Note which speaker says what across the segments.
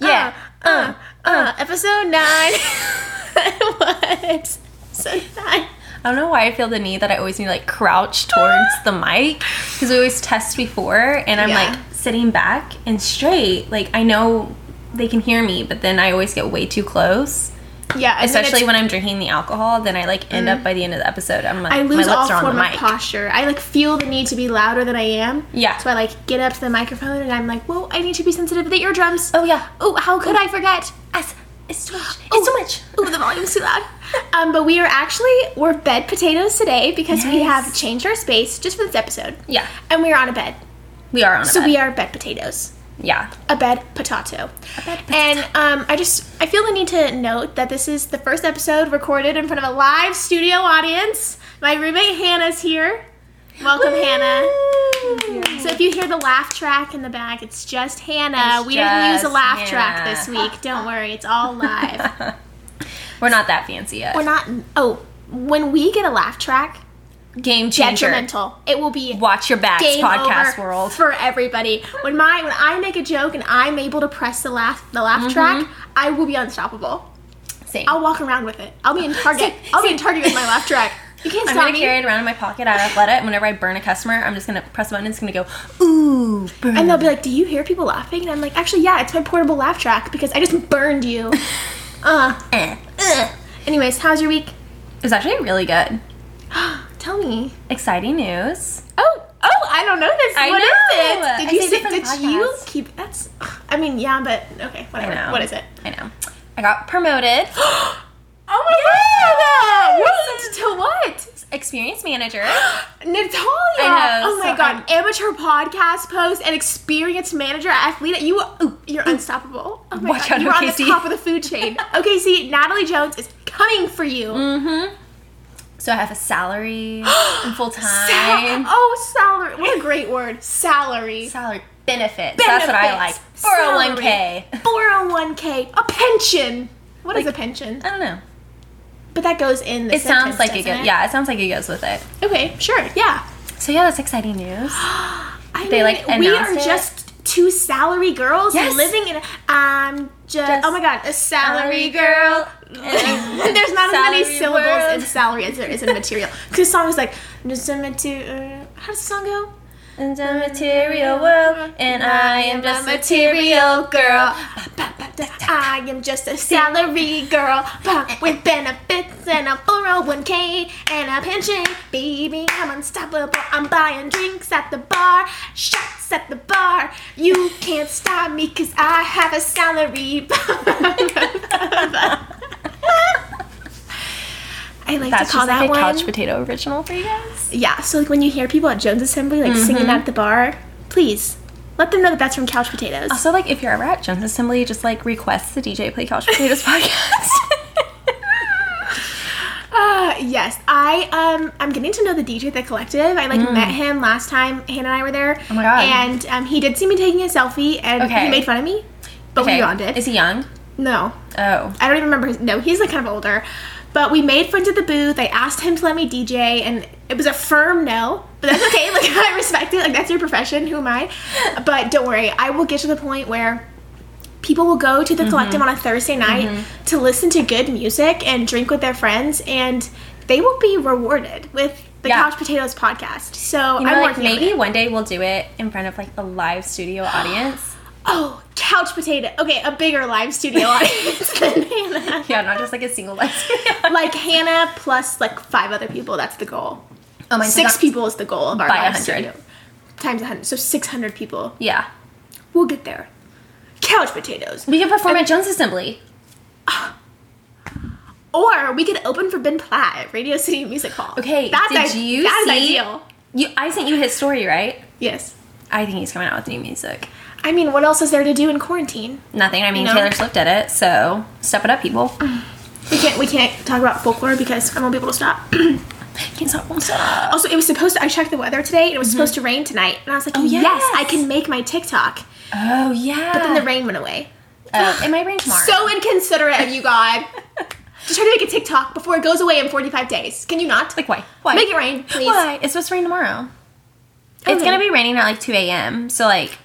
Speaker 1: Uh,
Speaker 2: Uh,
Speaker 1: Uh,
Speaker 2: uh. episode nine. what? So nine.
Speaker 1: I don't know why I feel the need that I always need to like crouch towards the mic because we always test before and I'm
Speaker 2: Yeah.
Speaker 1: like sitting back and straight. Like I know they can hear me, but then I always get way too close.
Speaker 2: Yeah, and then
Speaker 1: Especially
Speaker 2: it's- Mm.
Speaker 1: when I'm drinking the alcohol, then I like end up by the end of the episode. I'm like
Speaker 2: I lose
Speaker 1: my
Speaker 2: all
Speaker 1: lips are on
Speaker 2: form
Speaker 1: the
Speaker 2: of
Speaker 1: mic.
Speaker 2: posture. I like feel the need to be louder than I am.
Speaker 1: Yeah.
Speaker 2: So I like get up to the microphone and I'm like, whoa, I need to be sensitive to the eardrums.
Speaker 1: oh yeah.
Speaker 2: Oh, how could I forget?
Speaker 1: It's, it's too much.
Speaker 2: Oh.
Speaker 1: It's too much.
Speaker 2: Oh, the volume's too loud. Um, but we are actually we're bed potatoes today because we
Speaker 1: Yes.
Speaker 2: have changed our space just for this episode.
Speaker 1: Yeah.
Speaker 2: And we are on a bed,
Speaker 1: We are on a
Speaker 2: so
Speaker 1: bed.
Speaker 2: we are bed potatoes.
Speaker 1: yeah.
Speaker 2: a bed potato.
Speaker 1: A bed potato.
Speaker 2: And um, I just I feel the need to note that this is the first episode recorded in front of a live studio audience. My roommate Hannah's here. Welcome, Hannah. So if you hear the laugh track in the back, it's just Hannah.
Speaker 1: It's
Speaker 2: we didn't use a
Speaker 1: just
Speaker 2: laugh
Speaker 1: Hannah.
Speaker 2: track this week. Don't worry, it's all live.
Speaker 1: We're not that fancy yet.
Speaker 2: We're not. Oh, when we get a laugh track,
Speaker 1: Game changer.
Speaker 2: detrimental. It will be
Speaker 1: Watch your backs,
Speaker 2: game
Speaker 1: podcast
Speaker 2: over
Speaker 1: world.
Speaker 2: for everybody. When my when I make a joke and I'm able to press the laugh the laugh track, I will be unstoppable.
Speaker 1: Same.
Speaker 2: I'll walk around with it. I'll be in Target. I'll be in Target with my laugh track. You can't
Speaker 1: I'm
Speaker 2: stop
Speaker 1: gonna
Speaker 2: me.
Speaker 1: carry it around in my pocket at Athleta, and whenever I burn a customer, I'm just gonna press a button. It's gonna go, ooh, burn.
Speaker 2: and they'll be like, "Do you hear people laughing?" And I'm like, "Actually, yeah, it's my portable laugh track because I just burned you." uh.
Speaker 1: Eh.
Speaker 2: ugh. Anyways, how's your week?
Speaker 1: It was actually really good.
Speaker 2: Tell me.
Speaker 1: Exciting news.
Speaker 2: Oh, oh, I don't know this.
Speaker 1: I
Speaker 2: What is
Speaker 1: know.
Speaker 2: it?
Speaker 1: I
Speaker 2: Did you
Speaker 1: saved
Speaker 2: say,
Speaker 1: it for the
Speaker 2: did you
Speaker 1: podcast.
Speaker 2: keep? That's. I mean, yeah, but okay,
Speaker 1: I
Speaker 2: whatever.
Speaker 1: know.
Speaker 2: What is it?
Speaker 1: I know. I got promoted.
Speaker 2: Oh my god! Wait, to what?
Speaker 1: Experience manager.
Speaker 2: Natalia!
Speaker 1: I know,
Speaker 2: oh my
Speaker 1: so
Speaker 2: god, amateur podcast host and experienced manager at Athleta. You, ooh, you're unstoppable. Oh my
Speaker 1: Watch
Speaker 2: god,
Speaker 1: out,
Speaker 2: you're on the
Speaker 1: OKC.
Speaker 2: top of the food chain. okay, see, Natalie Jones is coming for you.
Speaker 1: Mm, So I have a salary and full
Speaker 2: Sal-
Speaker 1: time.
Speaker 2: oh, salary. What a great word. Salary.
Speaker 1: salary benefits. That's what I like.
Speaker 2: Benefits.
Speaker 1: 401k.
Speaker 2: Salary. 401k. A pension. What is
Speaker 1: Like-
Speaker 2: a pension?
Speaker 1: I don't know.
Speaker 2: But that goes in the
Speaker 1: It sounds
Speaker 2: sentence,
Speaker 1: like it
Speaker 2: doesn't
Speaker 1: goes. Yeah, it sounds like it goes with it.
Speaker 2: Okay, sure, yeah.
Speaker 1: So yeah, that's exciting news.
Speaker 2: I
Speaker 1: They,
Speaker 2: mean,
Speaker 1: like,
Speaker 2: we are
Speaker 1: announced it?
Speaker 2: just two salary girls
Speaker 1: Yes.
Speaker 2: living in. A, I'm just,
Speaker 1: Just
Speaker 2: oh my god, a
Speaker 1: salary
Speaker 2: salary girl. There's not as many
Speaker 1: Salary
Speaker 2: syllables
Speaker 1: world.
Speaker 2: in salary as there is in material. Because the song is like just a material. uh, How does the song go?
Speaker 1: In the material world, and I am just a material girl.
Speaker 2: Ba, ba, da, I am just a salary girl ba, with benefits and a 401k and a pension. Baby, I'm unstoppable. I'm buying drinks at the bar, shots at the bar. You can't stop me because I have a salary. I like
Speaker 1: That's
Speaker 2: to
Speaker 1: just
Speaker 2: call that
Speaker 1: like a
Speaker 2: one.
Speaker 1: couch potato original for you guys.
Speaker 2: yeah, so like when you hear people at Jones Assembly like
Speaker 1: Mm-hmm.
Speaker 2: singing at the bar, please let them know that that's from Couch Potatoes.
Speaker 1: Also, like if you're ever at Jones Assembly, just like request the DJ play couch potatoes podcast.
Speaker 2: Uh, yes, I um, I'm getting to know the DJ at the collective. I like met him last time Hannah and I were there.
Speaker 1: Mm. Oh my God.
Speaker 2: And um, he did see me taking a selfie, and he
Speaker 1: Okay.
Speaker 2: made fun of me, but we bonded.
Speaker 1: Is he young?
Speaker 2: no,
Speaker 1: Oh,
Speaker 2: I don't even remember. his No, he's like kind of older, but we made friends at the booth. I asked him to let me DJ, and it was a firm no, but that's okay. like I respect it. Like that's your profession. Who am I? But don't worry, I will get to the point where people will go to the
Speaker 1: Mm-hmm.
Speaker 2: collective on a Thursday night to listen to good music and drink with their friends, and they will be rewarded with the
Speaker 1: Yeah.
Speaker 2: Couch Potatoes podcast. So
Speaker 1: you know,
Speaker 2: I'm
Speaker 1: like
Speaker 2: working on
Speaker 1: maybe
Speaker 2: it.
Speaker 1: one day we'll do it in front of like a live studio audience.
Speaker 2: Oh, Couch Potato. Okay, a bigger live studio audience than Hannah.
Speaker 1: Yeah, not just like a single live studio.
Speaker 2: like Hannah plus like five other people. That's the goal.
Speaker 1: oh my
Speaker 2: Six people is the goal of our
Speaker 1: By
Speaker 2: live
Speaker 1: 100.
Speaker 2: studio. Times 100. So 600 people.
Speaker 1: Yeah,
Speaker 2: We'll get there. Couch potatoes.
Speaker 1: we can perform at Jones Assembly.
Speaker 2: Or we could open for Ben Platt at Radio City Music Hall.
Speaker 1: Okay,
Speaker 2: That's
Speaker 1: did
Speaker 2: i-
Speaker 1: you
Speaker 2: that is
Speaker 1: see-
Speaker 2: ideal.
Speaker 1: You, I sent you his story, right?
Speaker 2: Yes.
Speaker 1: I think he's coming out with new music.
Speaker 2: I mean, what else is there to do in quarantine?
Speaker 1: Nothing. I mean,
Speaker 2: No.
Speaker 1: Taylor Swift did it, so step it up, people.
Speaker 2: We can't we can't talk about folklore because I won't be able to stop.
Speaker 1: Can't stop, won't stop.
Speaker 2: also, it was supposed to I checked the weather today and it was supposed to rain tonight. And I was like, yes.
Speaker 1: Mm-hmm. Oh, yes.
Speaker 2: I can make my TikTok.
Speaker 1: Oh yeah. But
Speaker 2: Then the rain went away.
Speaker 1: it might rain tomorrow.
Speaker 2: So inconsiderate of you, God. Just try to make a TikTok before it goes away in 45 days. Can you not?
Speaker 1: like why? Why?
Speaker 2: Make it rain, please.
Speaker 1: Why? It's supposed to rain tomorrow.
Speaker 2: Okay.
Speaker 1: It's gonna be raining at like 2 a.m. So like,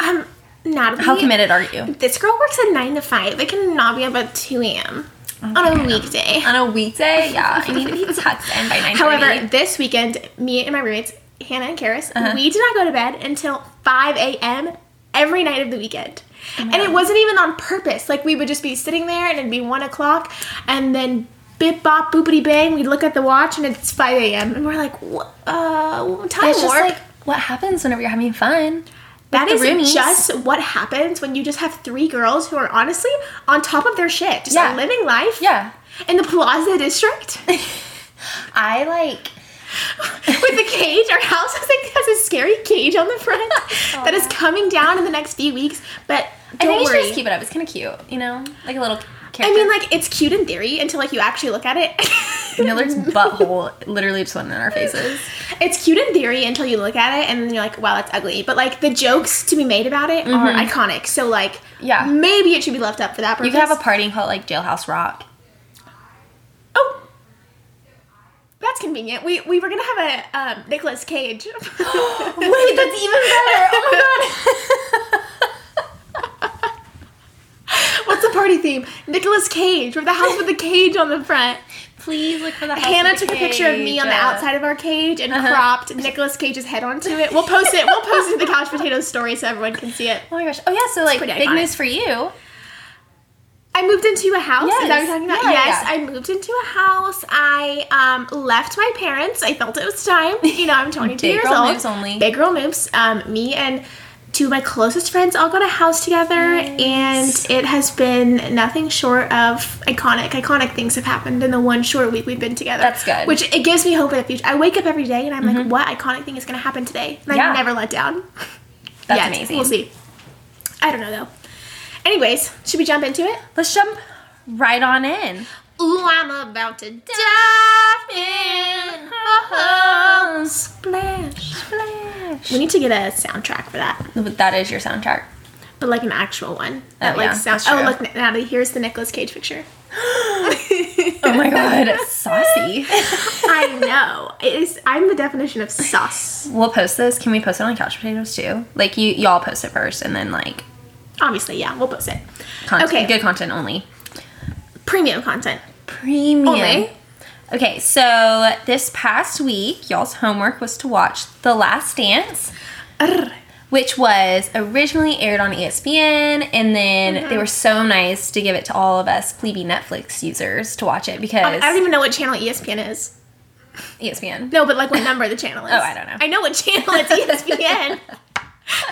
Speaker 2: Um, Natalie.
Speaker 1: How committed are you?
Speaker 2: This girl works at nine to five. It cannot be up at two a.m. on a weekday.
Speaker 1: On a weekday, yeah, I need to be tucked in by nine.
Speaker 2: However, this weekend, me and my roommates Hannah and Karis,
Speaker 1: Uh-huh.
Speaker 2: we did not go to bed until five a.m. every night of the weekend.
Speaker 1: Oh
Speaker 2: and it wasn't even on purpose. Like we would just be sitting there, and it'd be one o'clock, and then bip bop boopity bang, we'd look at the watch, and it's five a.m. and we're like, "Wha- uh, time
Speaker 1: that's just
Speaker 2: warp.
Speaker 1: like what happens whenever you're having fun.
Speaker 2: That
Speaker 1: the
Speaker 2: is
Speaker 1: roomies.
Speaker 2: just what happens when you just have three girls who are honestly on top of their shit, just
Speaker 1: Yeah.
Speaker 2: living life.
Speaker 1: Yeah,
Speaker 2: In the Plaza District
Speaker 1: I like.
Speaker 2: with the cage. Our house has, like, has a scary cage on the front that is coming down in the next few weeks. But
Speaker 1: I
Speaker 2: don't
Speaker 1: think you should
Speaker 2: worry.
Speaker 1: just keep it up. It's kind of cute, you know, like a little character.
Speaker 2: I mean, like it's cute in theory until like you actually look at it.
Speaker 1: Miller's butthole literally just went in our faces.
Speaker 2: it's cute in theory until you look at it and then you're like, wow, that's ugly. But like the jokes to be made about it are iconic. So like,
Speaker 1: Mm-hmm. Yeah.
Speaker 2: maybe it should be left up for that purpose.
Speaker 1: You could have a party and call it like Jailhouse Rock.
Speaker 2: Oh, that's convenient. We we were gonna have a um, Nicolas Cage. Wait, that's even better. god. What's the party theme? Nicolas Cage. We're the house with the cage on the front.
Speaker 1: Please look for the house
Speaker 2: Hannah
Speaker 1: with the
Speaker 2: took a picture of me
Speaker 1: cage.
Speaker 2: on the
Speaker 1: Uh,
Speaker 2: outside of our cage and cropped Nicolas Cage's head onto it. We'll post it. We'll post it to the Couch Potatoes story so everyone can see it.
Speaker 1: Oh my gosh. Oh yeah. So like
Speaker 2: pretty
Speaker 1: big
Speaker 2: iconic.
Speaker 1: news for you.
Speaker 2: I moved into a house. Is that what
Speaker 1: Yes.
Speaker 2: you're talking about?
Speaker 1: Yeah,
Speaker 2: yes,
Speaker 1: yeah.
Speaker 2: I moved into a house. I um, left my parents. I felt it was time. You know, I'm 22
Speaker 1: Big
Speaker 2: years
Speaker 1: girl
Speaker 2: old.
Speaker 1: moves only.
Speaker 2: Big girl moves. Um, me and two of my closest friends all got a house together, and it has been nothing short of iconic. Iconic things have happened in the one short week we've been together.
Speaker 1: That's good. Mm-hmm.
Speaker 2: Which it gives me hope for the future. I wake up every day and I'm like, what iconic thing is going to happen today? And
Speaker 1: Yeah.
Speaker 2: I'm never let down.
Speaker 1: That's
Speaker 2: Yet.
Speaker 1: amazing.
Speaker 2: We'll see. I don't know though. Anyways, should we jump into it?
Speaker 1: Let's jump right on in.
Speaker 2: Ooh, I'm about to dive in. Oh, splash. We need to get a soundtrack for that,
Speaker 1: That is your soundtrack.
Speaker 2: but like an actual one. That
Speaker 1: Oh,
Speaker 2: like
Speaker 1: yeah,
Speaker 2: sound.
Speaker 1: that's
Speaker 2: Oh,
Speaker 1: true.
Speaker 2: look, N- Natalie, here's the Nicolas Cage picture.
Speaker 1: Oh my god, saucy.
Speaker 2: I know. It is. I'm the definition of sus.
Speaker 1: We'll post this. Can we post it on Couch Potatoes too? Like you, y'all post it first, and then like
Speaker 2: Obviously, yeah, we'll post it.
Speaker 1: content,
Speaker 2: Okay.
Speaker 1: good content only.
Speaker 2: Premium content.
Speaker 1: Premium.
Speaker 2: Only.
Speaker 1: Okay, so this past week, y'all's homework was to watch The Last Dance.
Speaker 2: Arr.
Speaker 1: which was originally aired on E ESPN, and then
Speaker 2: Mm-hmm.
Speaker 1: they were so nice to give it to all of us plebe Netflix users to watch it
Speaker 2: I
Speaker 1: because E
Speaker 2: don't even know what channel E ESPN is.
Speaker 1: ESPN.
Speaker 2: No, but like what number the channel is.
Speaker 1: Oh, I don't know.
Speaker 2: I know what channel it's E ESPN.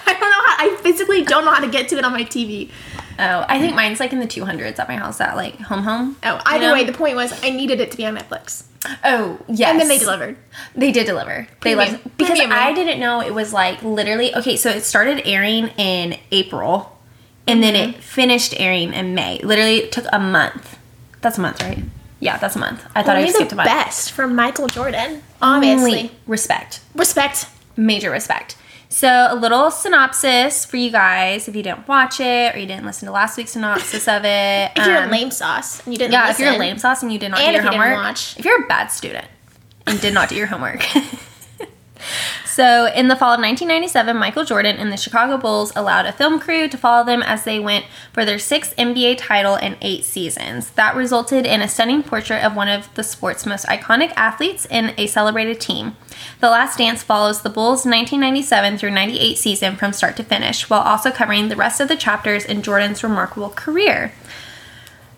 Speaker 2: I don't know how. I physically don't know how to get to it on my TV.
Speaker 1: Oh, I think mine's like in the two hundreds at my house at like home home.
Speaker 2: Oh, either
Speaker 1: know?
Speaker 2: way, the point was I needed it to be on Netflix,
Speaker 1: Oh yes,
Speaker 2: and then they delivered.
Speaker 1: They did deliver. They
Speaker 2: Premium.
Speaker 1: left because
Speaker 2: Premium.
Speaker 1: I didn't know it was like literally okay. So it started airing in April, and then
Speaker 2: Mm-hmm.
Speaker 1: it finished airing in May. Literally it took a month. That's a month, right? Yeah, that's a month. I thought I
Speaker 2: Only
Speaker 1: skipped
Speaker 2: the
Speaker 1: a month.
Speaker 2: best from Michael Jordan, obviously.
Speaker 1: Only respect.
Speaker 2: Respect.
Speaker 1: major respect. So, a little synopsis for you guys if you didn't watch it or you didn't listen to last week's synopsis of it.
Speaker 2: If you're a
Speaker 1: Um,
Speaker 2: lame sauce and you didn't,
Speaker 1: yeah,
Speaker 2: listen,
Speaker 1: if you're a lame sauce and you did not
Speaker 2: And
Speaker 1: do your
Speaker 2: if you didn't
Speaker 1: homework,
Speaker 2: watch.
Speaker 1: if you're a bad student and did not do your homework. so, in the fall of 1997, Michael Jordan and the Chicago Bulls allowed a film crew to follow them as they went for their sixth NBA title in eight seasons. That resulted in a stunning portrait of one of the sport's most iconic athletes and a celebrated team. The Last Dance follows the Bulls' 1997 through 98 season from start to finish, while also covering the rest of the chapters in Jordan's remarkable career.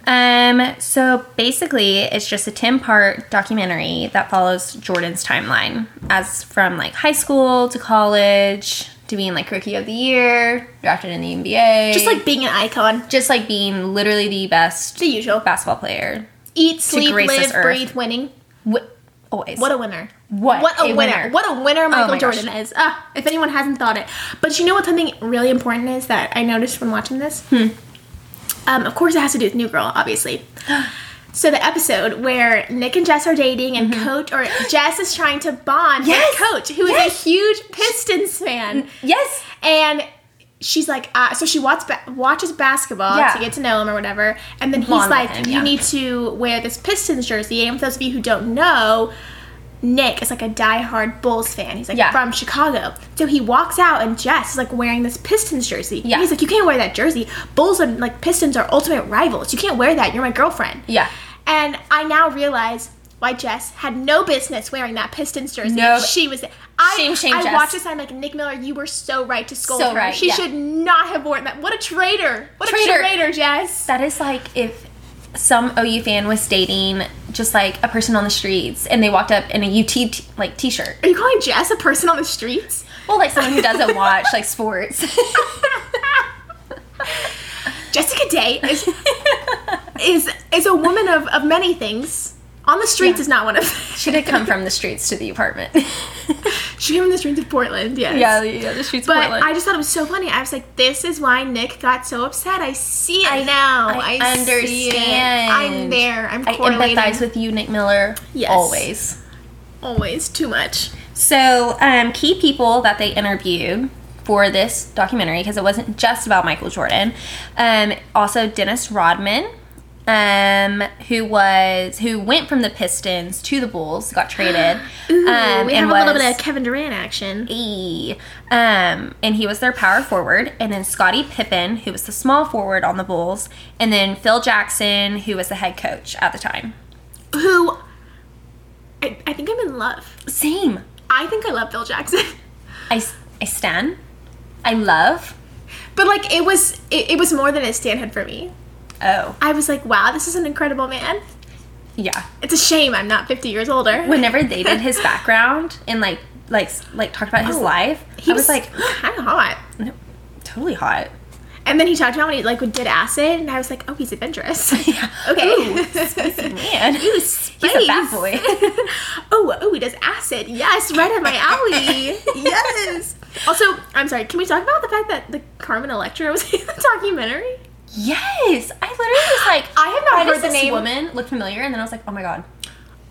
Speaker 1: Um, so basically, it's just a 10 part documentary that follows Jordan's timeline as from like high school to college to being like rookie of the year, drafted in the NBA.
Speaker 2: just like being an icon,
Speaker 1: just like being literally the best
Speaker 2: the usual.
Speaker 1: basketball player.
Speaker 2: Eat, sleep,
Speaker 1: grace
Speaker 2: live,
Speaker 1: this earth.
Speaker 2: breathe, winning.
Speaker 1: Wh- always.
Speaker 2: What a winner.
Speaker 1: What
Speaker 2: a,
Speaker 1: a
Speaker 2: winner.
Speaker 1: winner. Oh
Speaker 2: What a winner Michael
Speaker 1: my gosh.
Speaker 2: Jordan is. Ah, if anyone hasn't thought it. But you know what something really important is that I noticed when watching this? Hmm. Um, of course, it has to do with New Girl, obviously. So the episode where Nick and Jess are dating and Coach or Jess is trying to bond
Speaker 1: Mm-hmm. Yes.
Speaker 2: with Coach, who is
Speaker 1: Yes.
Speaker 2: a huge Pistons fan,
Speaker 1: yes.
Speaker 2: and she's like, uh, so she watches ba- watches basketball
Speaker 1: Yeah.
Speaker 2: to get to know him or whatever, and then he's
Speaker 1: Bond with
Speaker 2: like,
Speaker 1: him,
Speaker 2: you
Speaker 1: yeah.
Speaker 2: need to wear this Pistons jersey. And for those of you who don't know, Nick is like a diehard Bulls fan. He's like
Speaker 1: Yeah.
Speaker 2: from Chicago. So he walks out and Jess is like wearing this Pistons jersey.
Speaker 1: Yeah.
Speaker 2: He's like, You can't wear that jersey. Bulls and like Pistons are ultimate rivals. You can't wear that. You're my girlfriend.
Speaker 1: Yeah.
Speaker 2: And I now realize why Jess had no business wearing that Pistons jersey.
Speaker 1: No.
Speaker 2: She was I,
Speaker 1: Shame, shame,
Speaker 2: I
Speaker 1: Jess.
Speaker 2: watched this and I'm like, Nick Miller, you were so right to scold
Speaker 1: So
Speaker 2: her.
Speaker 1: right,
Speaker 2: she
Speaker 1: yeah.
Speaker 2: should not have worn that. What a traitor. What
Speaker 1: Traitor.
Speaker 2: a traitor, Jess.
Speaker 1: That is like if some OU fan was dating just like a person on the streets and they walked up in a UT t- like t-shirt.
Speaker 2: Are you calling Jess a person on the streets?
Speaker 1: Well, like someone who doesn't watch like sports.
Speaker 2: Jessica Day is is is a woman of, of many things. On the streets
Speaker 1: Yeah.
Speaker 2: is not one of
Speaker 1: she did come from the streets to the apartment.
Speaker 2: She came on the streets of Portland, yes.
Speaker 1: yeah, yeah, the streets of
Speaker 2: But
Speaker 1: Portland.
Speaker 2: I just thought it was so funny. I was like, this is why Nick got so upset. I see it now.
Speaker 1: I
Speaker 2: see it.
Speaker 1: understand.
Speaker 2: I'm there. I'm
Speaker 1: I
Speaker 2: correlating.
Speaker 1: empathize with you, Nick Miller.
Speaker 2: Yes.
Speaker 1: Always.
Speaker 2: Always too much.
Speaker 1: So, um, key people that they interviewed for this documentary, because it wasn't just about Michael Jordan, um, also Dennis Rodman, um, who was who went from the Pistons to the Bulls, got traded,
Speaker 2: Ooh,
Speaker 1: um,
Speaker 2: we have a little
Speaker 1: was-
Speaker 2: bit of Kevin Durant action.
Speaker 1: E. Um, and he was their power forward. And then Scottie Pippen, who was the small forward on the Bulls. And then Phil Jackson, who was the head coach at the time.
Speaker 2: Who I, I think I'm in love.
Speaker 1: Same.
Speaker 2: I think I love Bill Jackson.
Speaker 1: I, s- I stan. I love.
Speaker 2: But like it was it, it was more than a stand had for me.
Speaker 1: Oh,
Speaker 2: I was like, wow, this is an incredible man.
Speaker 1: yeah.
Speaker 2: It's a shame I'm not 50 years older.
Speaker 1: Whenever they did his background and like, like, like talked about his life,
Speaker 2: Oh, he
Speaker 1: I was, like,
Speaker 2: kind of hot.
Speaker 1: no, totally hot.
Speaker 2: And then he talked about when he like did acid, and I was like, oh, he's adventurous.
Speaker 1: Yeah.
Speaker 2: Okay.
Speaker 1: Ooh, spicy man.
Speaker 2: Ooh,
Speaker 1: He's a bad
Speaker 2: space.
Speaker 1: boy.
Speaker 2: oh, oh, he does acid. Yes, right up my alley. yes. Also, I'm sorry. Can we talk about the fact that the Carmen Electra was in the documentary?
Speaker 1: yes, I literally was like,
Speaker 2: I have not
Speaker 1: why does
Speaker 2: heard the
Speaker 1: this
Speaker 2: name.
Speaker 1: woman look familiar? And then I was like, oh my god,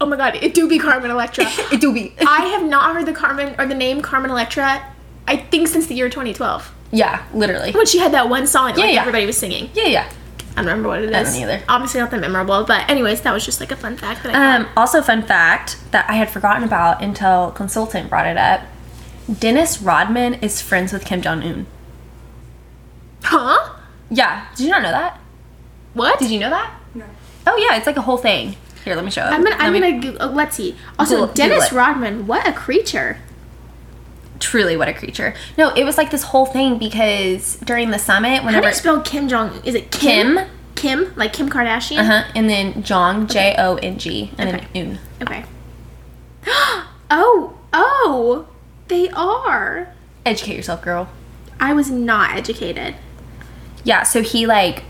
Speaker 2: Oh my god, it do be Carmen Electra.
Speaker 1: it do be.
Speaker 2: I have not heard the Carmen or the name Carmen Electra. I think since the year 2012
Speaker 1: Yeah, literally.
Speaker 2: when she had that one song that like,
Speaker 1: yeah.
Speaker 2: everybody was singing.
Speaker 1: Yeah, yeah.
Speaker 2: I don't remember what it is.
Speaker 1: don't either.
Speaker 2: Obviously not that memorable, but anyways, that was just like a fun fact that I
Speaker 1: Um, also, fun fact that I had forgotten about until consultant brought it up: Dennis Rodman is friends with Kim Jong Un.
Speaker 2: Huh?
Speaker 1: Yeah, did you not know that?
Speaker 2: What?
Speaker 1: Did you know that? No. Oh yeah, it's like a whole thing. Here, let me show.
Speaker 2: I'm gonna, I'm
Speaker 1: Let me-
Speaker 2: gonna go, oh, let's see. Also,
Speaker 1: Google-
Speaker 2: Dennis
Speaker 1: Google it.
Speaker 2: Rodman, what a creature!
Speaker 1: truly what a creature. No, it was like this whole thing because during the summit,
Speaker 2: How do
Speaker 1: whenever
Speaker 2: you spell Kim Jong? Is it Kim?
Speaker 1: Kim,
Speaker 2: Kim, like Kim Kardashian.
Speaker 1: uh-huh, and then Jong J O N G and then Un.
Speaker 2: Okay. oh, oh, they are.
Speaker 1: Educate yourself, girl.
Speaker 2: I was not educated.
Speaker 1: Yeah, so he like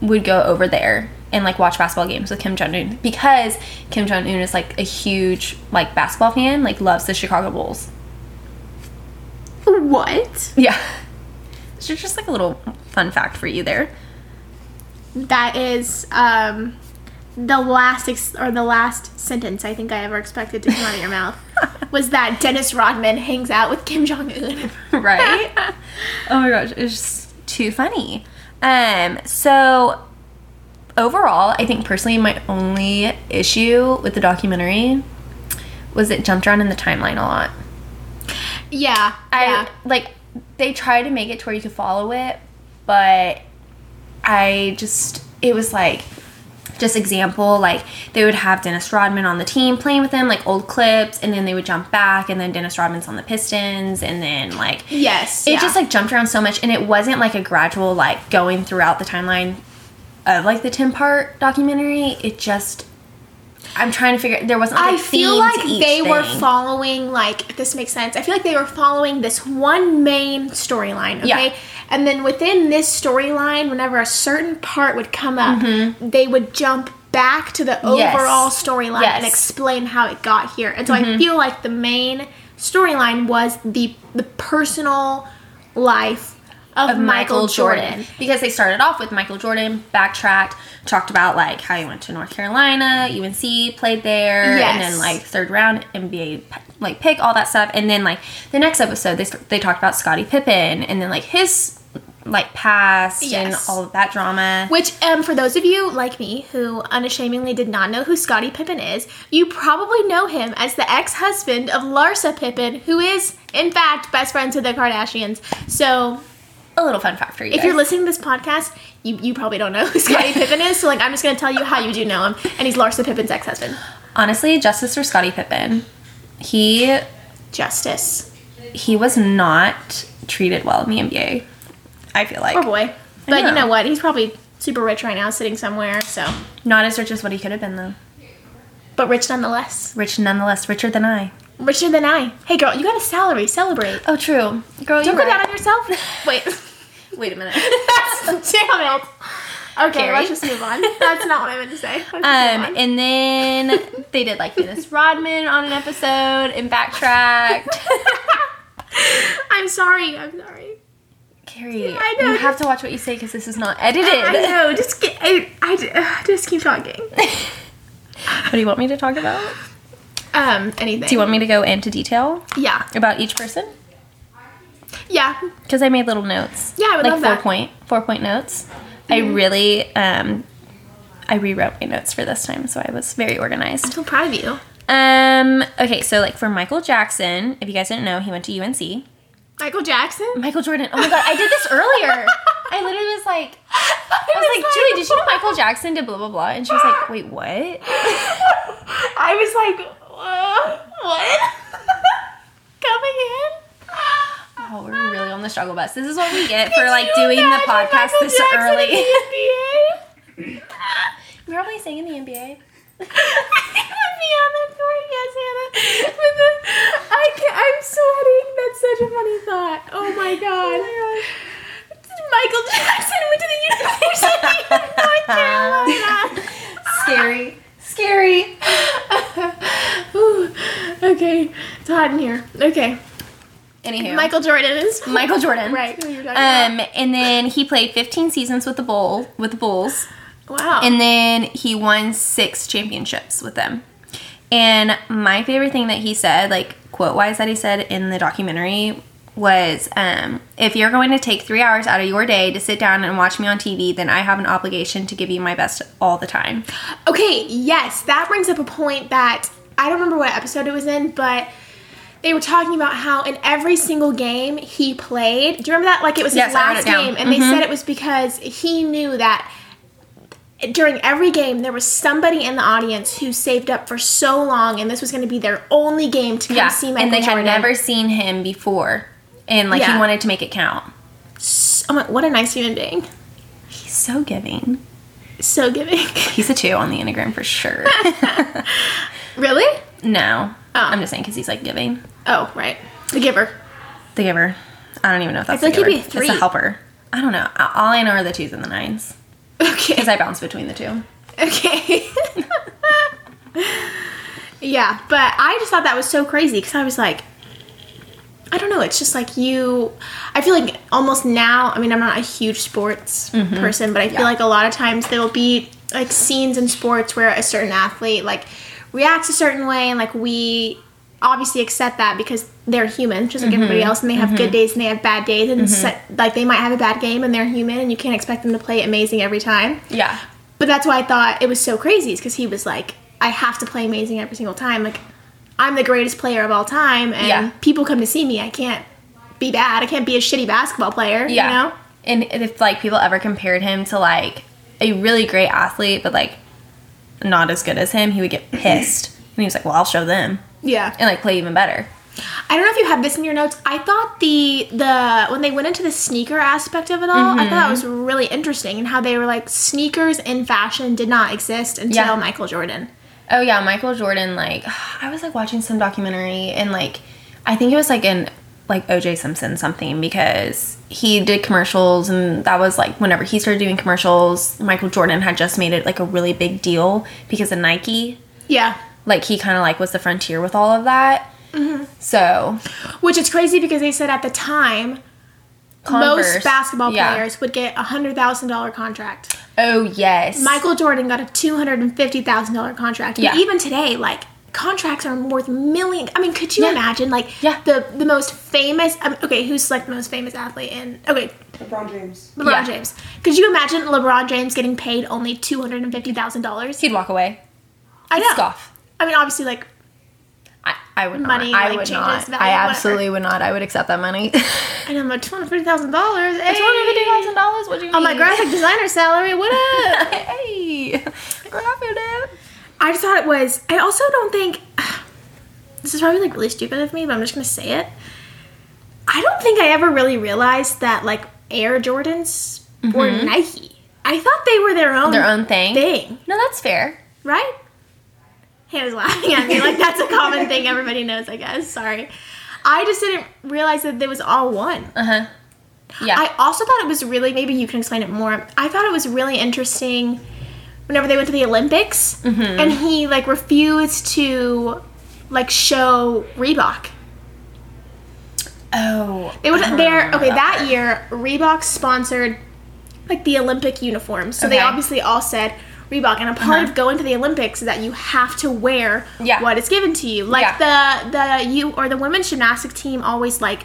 Speaker 1: would go over there and like watch basketball games with Kim Jong Un because Kim Jong Un is like a huge like basketball fan, like loves the Chicago Bulls.
Speaker 2: What?
Speaker 1: Yeah. So just like a little fun fact for you there.
Speaker 2: That is um, the last ex- or the last sentence I think I ever expected to come out of your mouth was that Dennis Rodman hangs out with Kim Jong Un.
Speaker 1: Right? oh my gosh, it's just too funny. Um, so overall, I think personally my only issue with the documentary was it jumped around in the timeline a lot.
Speaker 2: yeah,
Speaker 1: I
Speaker 2: yeah.
Speaker 1: like they try to make it to where you could follow it, but I just it was like just example like they would have Dennis Rodman on the team playing with them like old clips and then they would jump back and then Dennis Rodman's on the Pistons and then like
Speaker 2: Yes,
Speaker 1: it
Speaker 2: yeah.
Speaker 1: just like jumped around so much and it wasn't like a gradual like going throughout the timeline of like the 10 part documentary it just I'm trying to figure there wasn't like,
Speaker 2: I
Speaker 1: a
Speaker 2: feel
Speaker 1: theme
Speaker 2: like
Speaker 1: to each
Speaker 2: they were
Speaker 1: thing.
Speaker 2: following like if this makes sense. I feel like they were following this one main storyline, okay?
Speaker 1: Yeah.
Speaker 2: And then within this storyline, whenever a certain part would come up, they would jump back to the
Speaker 1: Mm-hmm. Yes.
Speaker 2: overall storyline and
Speaker 1: Yes. Mm-hmm.
Speaker 2: explain how it got here. And so I feel like the main storyline was the the personal life of,
Speaker 1: of Michael Jordan. because they started off with Michael Jordan, backtracked, talked about like how he went to North Carolina, UNC played there, and
Speaker 2: Yes.
Speaker 1: then like third round NBA like pick all that stuff, and then like the next episode they they talked about Scottie Pippen, and then like his like past and
Speaker 2: Yes.
Speaker 1: all of that drama.
Speaker 2: Which, um, for those of you like me who unashamedly did not know who Scottie Pippen is, you probably know him as the ex-husband of Larsa Pippen, who is, in fact, best friends with the Kardashians. So,
Speaker 1: A little fun fact for you.
Speaker 2: if you're listening to this podcast, you, you probably don't know who Scottie Pippen is. So, like, I'm just gonna tell you how you do know him, and he's Larsa Pippen's ex-husband.
Speaker 1: honestly, justice for Scottie Pippen. He
Speaker 2: Justice,
Speaker 1: he was not treated well in the NBA. I feel like
Speaker 2: poor boy. But
Speaker 1: know.
Speaker 2: you know what? He's probably super rich right now, sitting somewhere. So,
Speaker 1: not as rich as what he could have been though.
Speaker 2: but rich nonetheless.
Speaker 1: Rich nonetheless, richer than I.
Speaker 2: Richer than I. Hey, girl, you got a salary. Celebrate.
Speaker 1: Oh, true, girl.
Speaker 2: Don't
Speaker 1: you
Speaker 2: go down on yourself. Wait.
Speaker 1: Wait a minute.
Speaker 2: Damn it. Okay,
Speaker 1: Carrie.
Speaker 2: let's just move on. That's not what I meant to say. Let's just move
Speaker 1: Um,
Speaker 2: on.
Speaker 1: and then they did like Dennis Rodman on an episode and backtracked.
Speaker 2: I'm sorry. I'm sorry.
Speaker 1: Carrie,
Speaker 2: I know.
Speaker 1: you have to watch what you say because this is not edited.
Speaker 2: I know. Just get. I, I j- ugh, just keep talking.
Speaker 1: What do you want me to talk about?
Speaker 2: Um. Anything.
Speaker 1: Do you want me to go into detail
Speaker 2: Yeah.
Speaker 1: about each person?
Speaker 2: Yeah.
Speaker 1: Because I made little notes.
Speaker 2: Yeah, I would
Speaker 1: like
Speaker 2: love
Speaker 1: four
Speaker 2: that. Mm-hmm.
Speaker 1: point four point notes. I really um, I rewrote my notes for this time, so I was very
Speaker 2: I'm
Speaker 1: organized.
Speaker 2: so proud of you.
Speaker 1: Um, okay, so like for Michael Jackson, if you guys didn't know, he went to UNC.
Speaker 2: Michael Jackson.
Speaker 1: Michael Jordan. Oh my god, I did this earlier. I literally was like, I was like, Julie, did you know Michael Jackson did blah blah blah? And she was like, Wait, what?
Speaker 2: I was like, uh, what? Coming in.
Speaker 1: Oh, we're really on the struggle bus. This is what we get
Speaker 2: Could
Speaker 1: for like
Speaker 2: you
Speaker 1: doing the
Speaker 2: imagine
Speaker 1: podcast
Speaker 2: Michael
Speaker 1: this
Speaker 2: Jackson in
Speaker 1: early.
Speaker 2: the NBA?
Speaker 1: We're probably singing the NBA.
Speaker 2: Hannah, sorry, yes, Hannah. But the, I can I'm sweating. That's such a funny thought. Oh my god. Michael Jackson went to the University of North Carolina.
Speaker 1: Scary. Scary.
Speaker 2: Ooh, okay, it's hot in here. Okay,
Speaker 1: Anywho.
Speaker 2: Michael Jordan is
Speaker 1: Michael Jordan.
Speaker 2: right. Who you're talking
Speaker 1: Um, and then he played 15 seasons with the bull with the Bulls,
Speaker 2: about. Wow.
Speaker 1: and then he won six championships with them. And my favorite thing that he said, like quote wise, that he said in the documentary was, um, "If you're going to take three hours out of your day to sit down and watch me on TV, then I have an obligation to give you my best all the time."
Speaker 2: Okay, yes, that brings up a point that I don't remember what episode it was in, but they were talking about how in every single game he played. Do you remember that? Like it was
Speaker 1: Yes,
Speaker 2: his
Speaker 1: I wrote
Speaker 2: last
Speaker 1: it down. Mm-hmm.
Speaker 2: game, and they said it was because he knew that during every game there was somebody in the audience who saved up for so long, and this was going to be their only game to come
Speaker 1: Yeah,
Speaker 2: see Michael
Speaker 1: and they had
Speaker 2: Jordan.
Speaker 1: never seen him before, and like he
Speaker 2: Yeah.
Speaker 1: wanted to make it count.
Speaker 2: I'm like, oh what a nice human being.
Speaker 1: He's so giving.
Speaker 2: So giving.
Speaker 1: He's a two on the enneagram for sure.
Speaker 2: really?
Speaker 1: No.
Speaker 2: Oh.
Speaker 1: I'm just saying because he's like giving.
Speaker 2: Oh, right. The giver.
Speaker 1: The giver. I don't even know if that's
Speaker 2: feel
Speaker 1: the
Speaker 2: like he'd
Speaker 1: giver.
Speaker 2: be a three.
Speaker 1: It's a helper. I don't know. A- All I know are the twos and the nines
Speaker 2: Okay.
Speaker 1: because I bounce between the two.
Speaker 2: Okay. yeah, but I just thought that was so crazy because I was like, I don't know. It's just like you. I feel like almost now. I mean, I'm not a huge sports person, but I feel like a lot of times there will be like scenes in sports where a certain athlete like reacts a certain way, and like we obviously accept that because they're human, just like everybody else, and they have good days and they have bad days, and se- like they might have a bad game, and they're human, and you can't expect them to play amazing every time.
Speaker 1: Yeah.
Speaker 2: But that's why I thought it was so crazy, is because he was like, I have to play amazing every single time. Like, I'm the greatest player of all time, and
Speaker 1: Yeah.
Speaker 2: people come to see me. I can't be bad. I can't be a shitty basketball player.
Speaker 1: Yeah.
Speaker 2: You know?
Speaker 1: And if like people ever compared him to like a really great athlete but like not as good as him, he would get pissed. and he was like, "Well, I'll show them
Speaker 2: Yeah.
Speaker 1: and like play even better."
Speaker 2: I don't know if you have this in your notes. I thought the the when they went into the sneaker aspect of it all, I thought
Speaker 1: Mm-hmm.
Speaker 2: that was really interesting and how they were like sneakers in fashion did not exist until
Speaker 1: Yeah.
Speaker 2: Michael Jordan.
Speaker 1: Oh yeah, Michael Jordan. Like I was like watching some documentary and like I think it was like an like OJ Simpson something because he did commercials and that was like whenever he started doing commercials, Michael Jordan had just made it like a really big deal because of Nike.
Speaker 2: Yeah.
Speaker 1: Like he kind of like was the frontier with all of that. So
Speaker 2: Which is crazy because they said at the time most
Speaker 1: Converse,
Speaker 2: basketball
Speaker 1: yeah.
Speaker 2: players would get a hundred thousand dollar contract.
Speaker 1: Oh yes,
Speaker 2: Michael Jordan got a two hundred and fifty thousand dollar contract. But
Speaker 1: Yeah.
Speaker 2: even today, like contracts are worth million. I mean, could you
Speaker 1: Yeah.
Speaker 2: imagine like
Speaker 1: Yeah.
Speaker 2: the the most famous? Um, okay, who's like the most famous athlete in? Okay,
Speaker 3: LeBron James.
Speaker 2: LeBron
Speaker 1: Yeah.
Speaker 2: James. Could you imagine LeBron James getting paid only two hundred and fifty thousand dollars?
Speaker 1: He'd walk away.
Speaker 2: I know.
Speaker 1: Scoff.
Speaker 2: I mean, obviously, like
Speaker 1: I, I would not.
Speaker 2: Money,
Speaker 1: I
Speaker 2: like,
Speaker 1: would
Speaker 2: changes
Speaker 1: not.
Speaker 2: value,
Speaker 1: I
Speaker 2: whatever.
Speaker 1: absolutely would not. I would accept that money.
Speaker 2: I know, like two hundred fifty thousand dollars.
Speaker 1: Two hundred fifty thousand dollars. What do you mean?
Speaker 2: on my graphic designer salary. What up?
Speaker 1: hey, graphic it.
Speaker 2: I just thought it was. I also don't think. This is probably like really stupid of me, but I'm just gonna say it. I don't think I ever really realized that like Air Jordans were Nike. I thought they were their own
Speaker 1: Mm-hmm. Their own thing.
Speaker 2: thing,
Speaker 1: No, that's fair.
Speaker 2: right? Hannah's laughing at me like that's a common thing everybody knows. I guess. Sorry, I just didn't realize that it was all one.
Speaker 1: Uh huh. Yeah.
Speaker 2: I also thought it was really maybe you can explain it more. I thought it was really interesting whenever they went to the Olympics and he like refused to like show Reebok.
Speaker 1: oh.
Speaker 2: They would
Speaker 1: I don't
Speaker 2: there
Speaker 1: remember
Speaker 2: okay that year Reebok sponsored like the Olympic uniforms. So they
Speaker 1: Okay. Uh-huh.
Speaker 2: obviously all said Reebok and a part of going to the Olympics is that you have to wear
Speaker 1: Yeah.
Speaker 2: what is given to you. Like the the you or the women's gymnastic team always like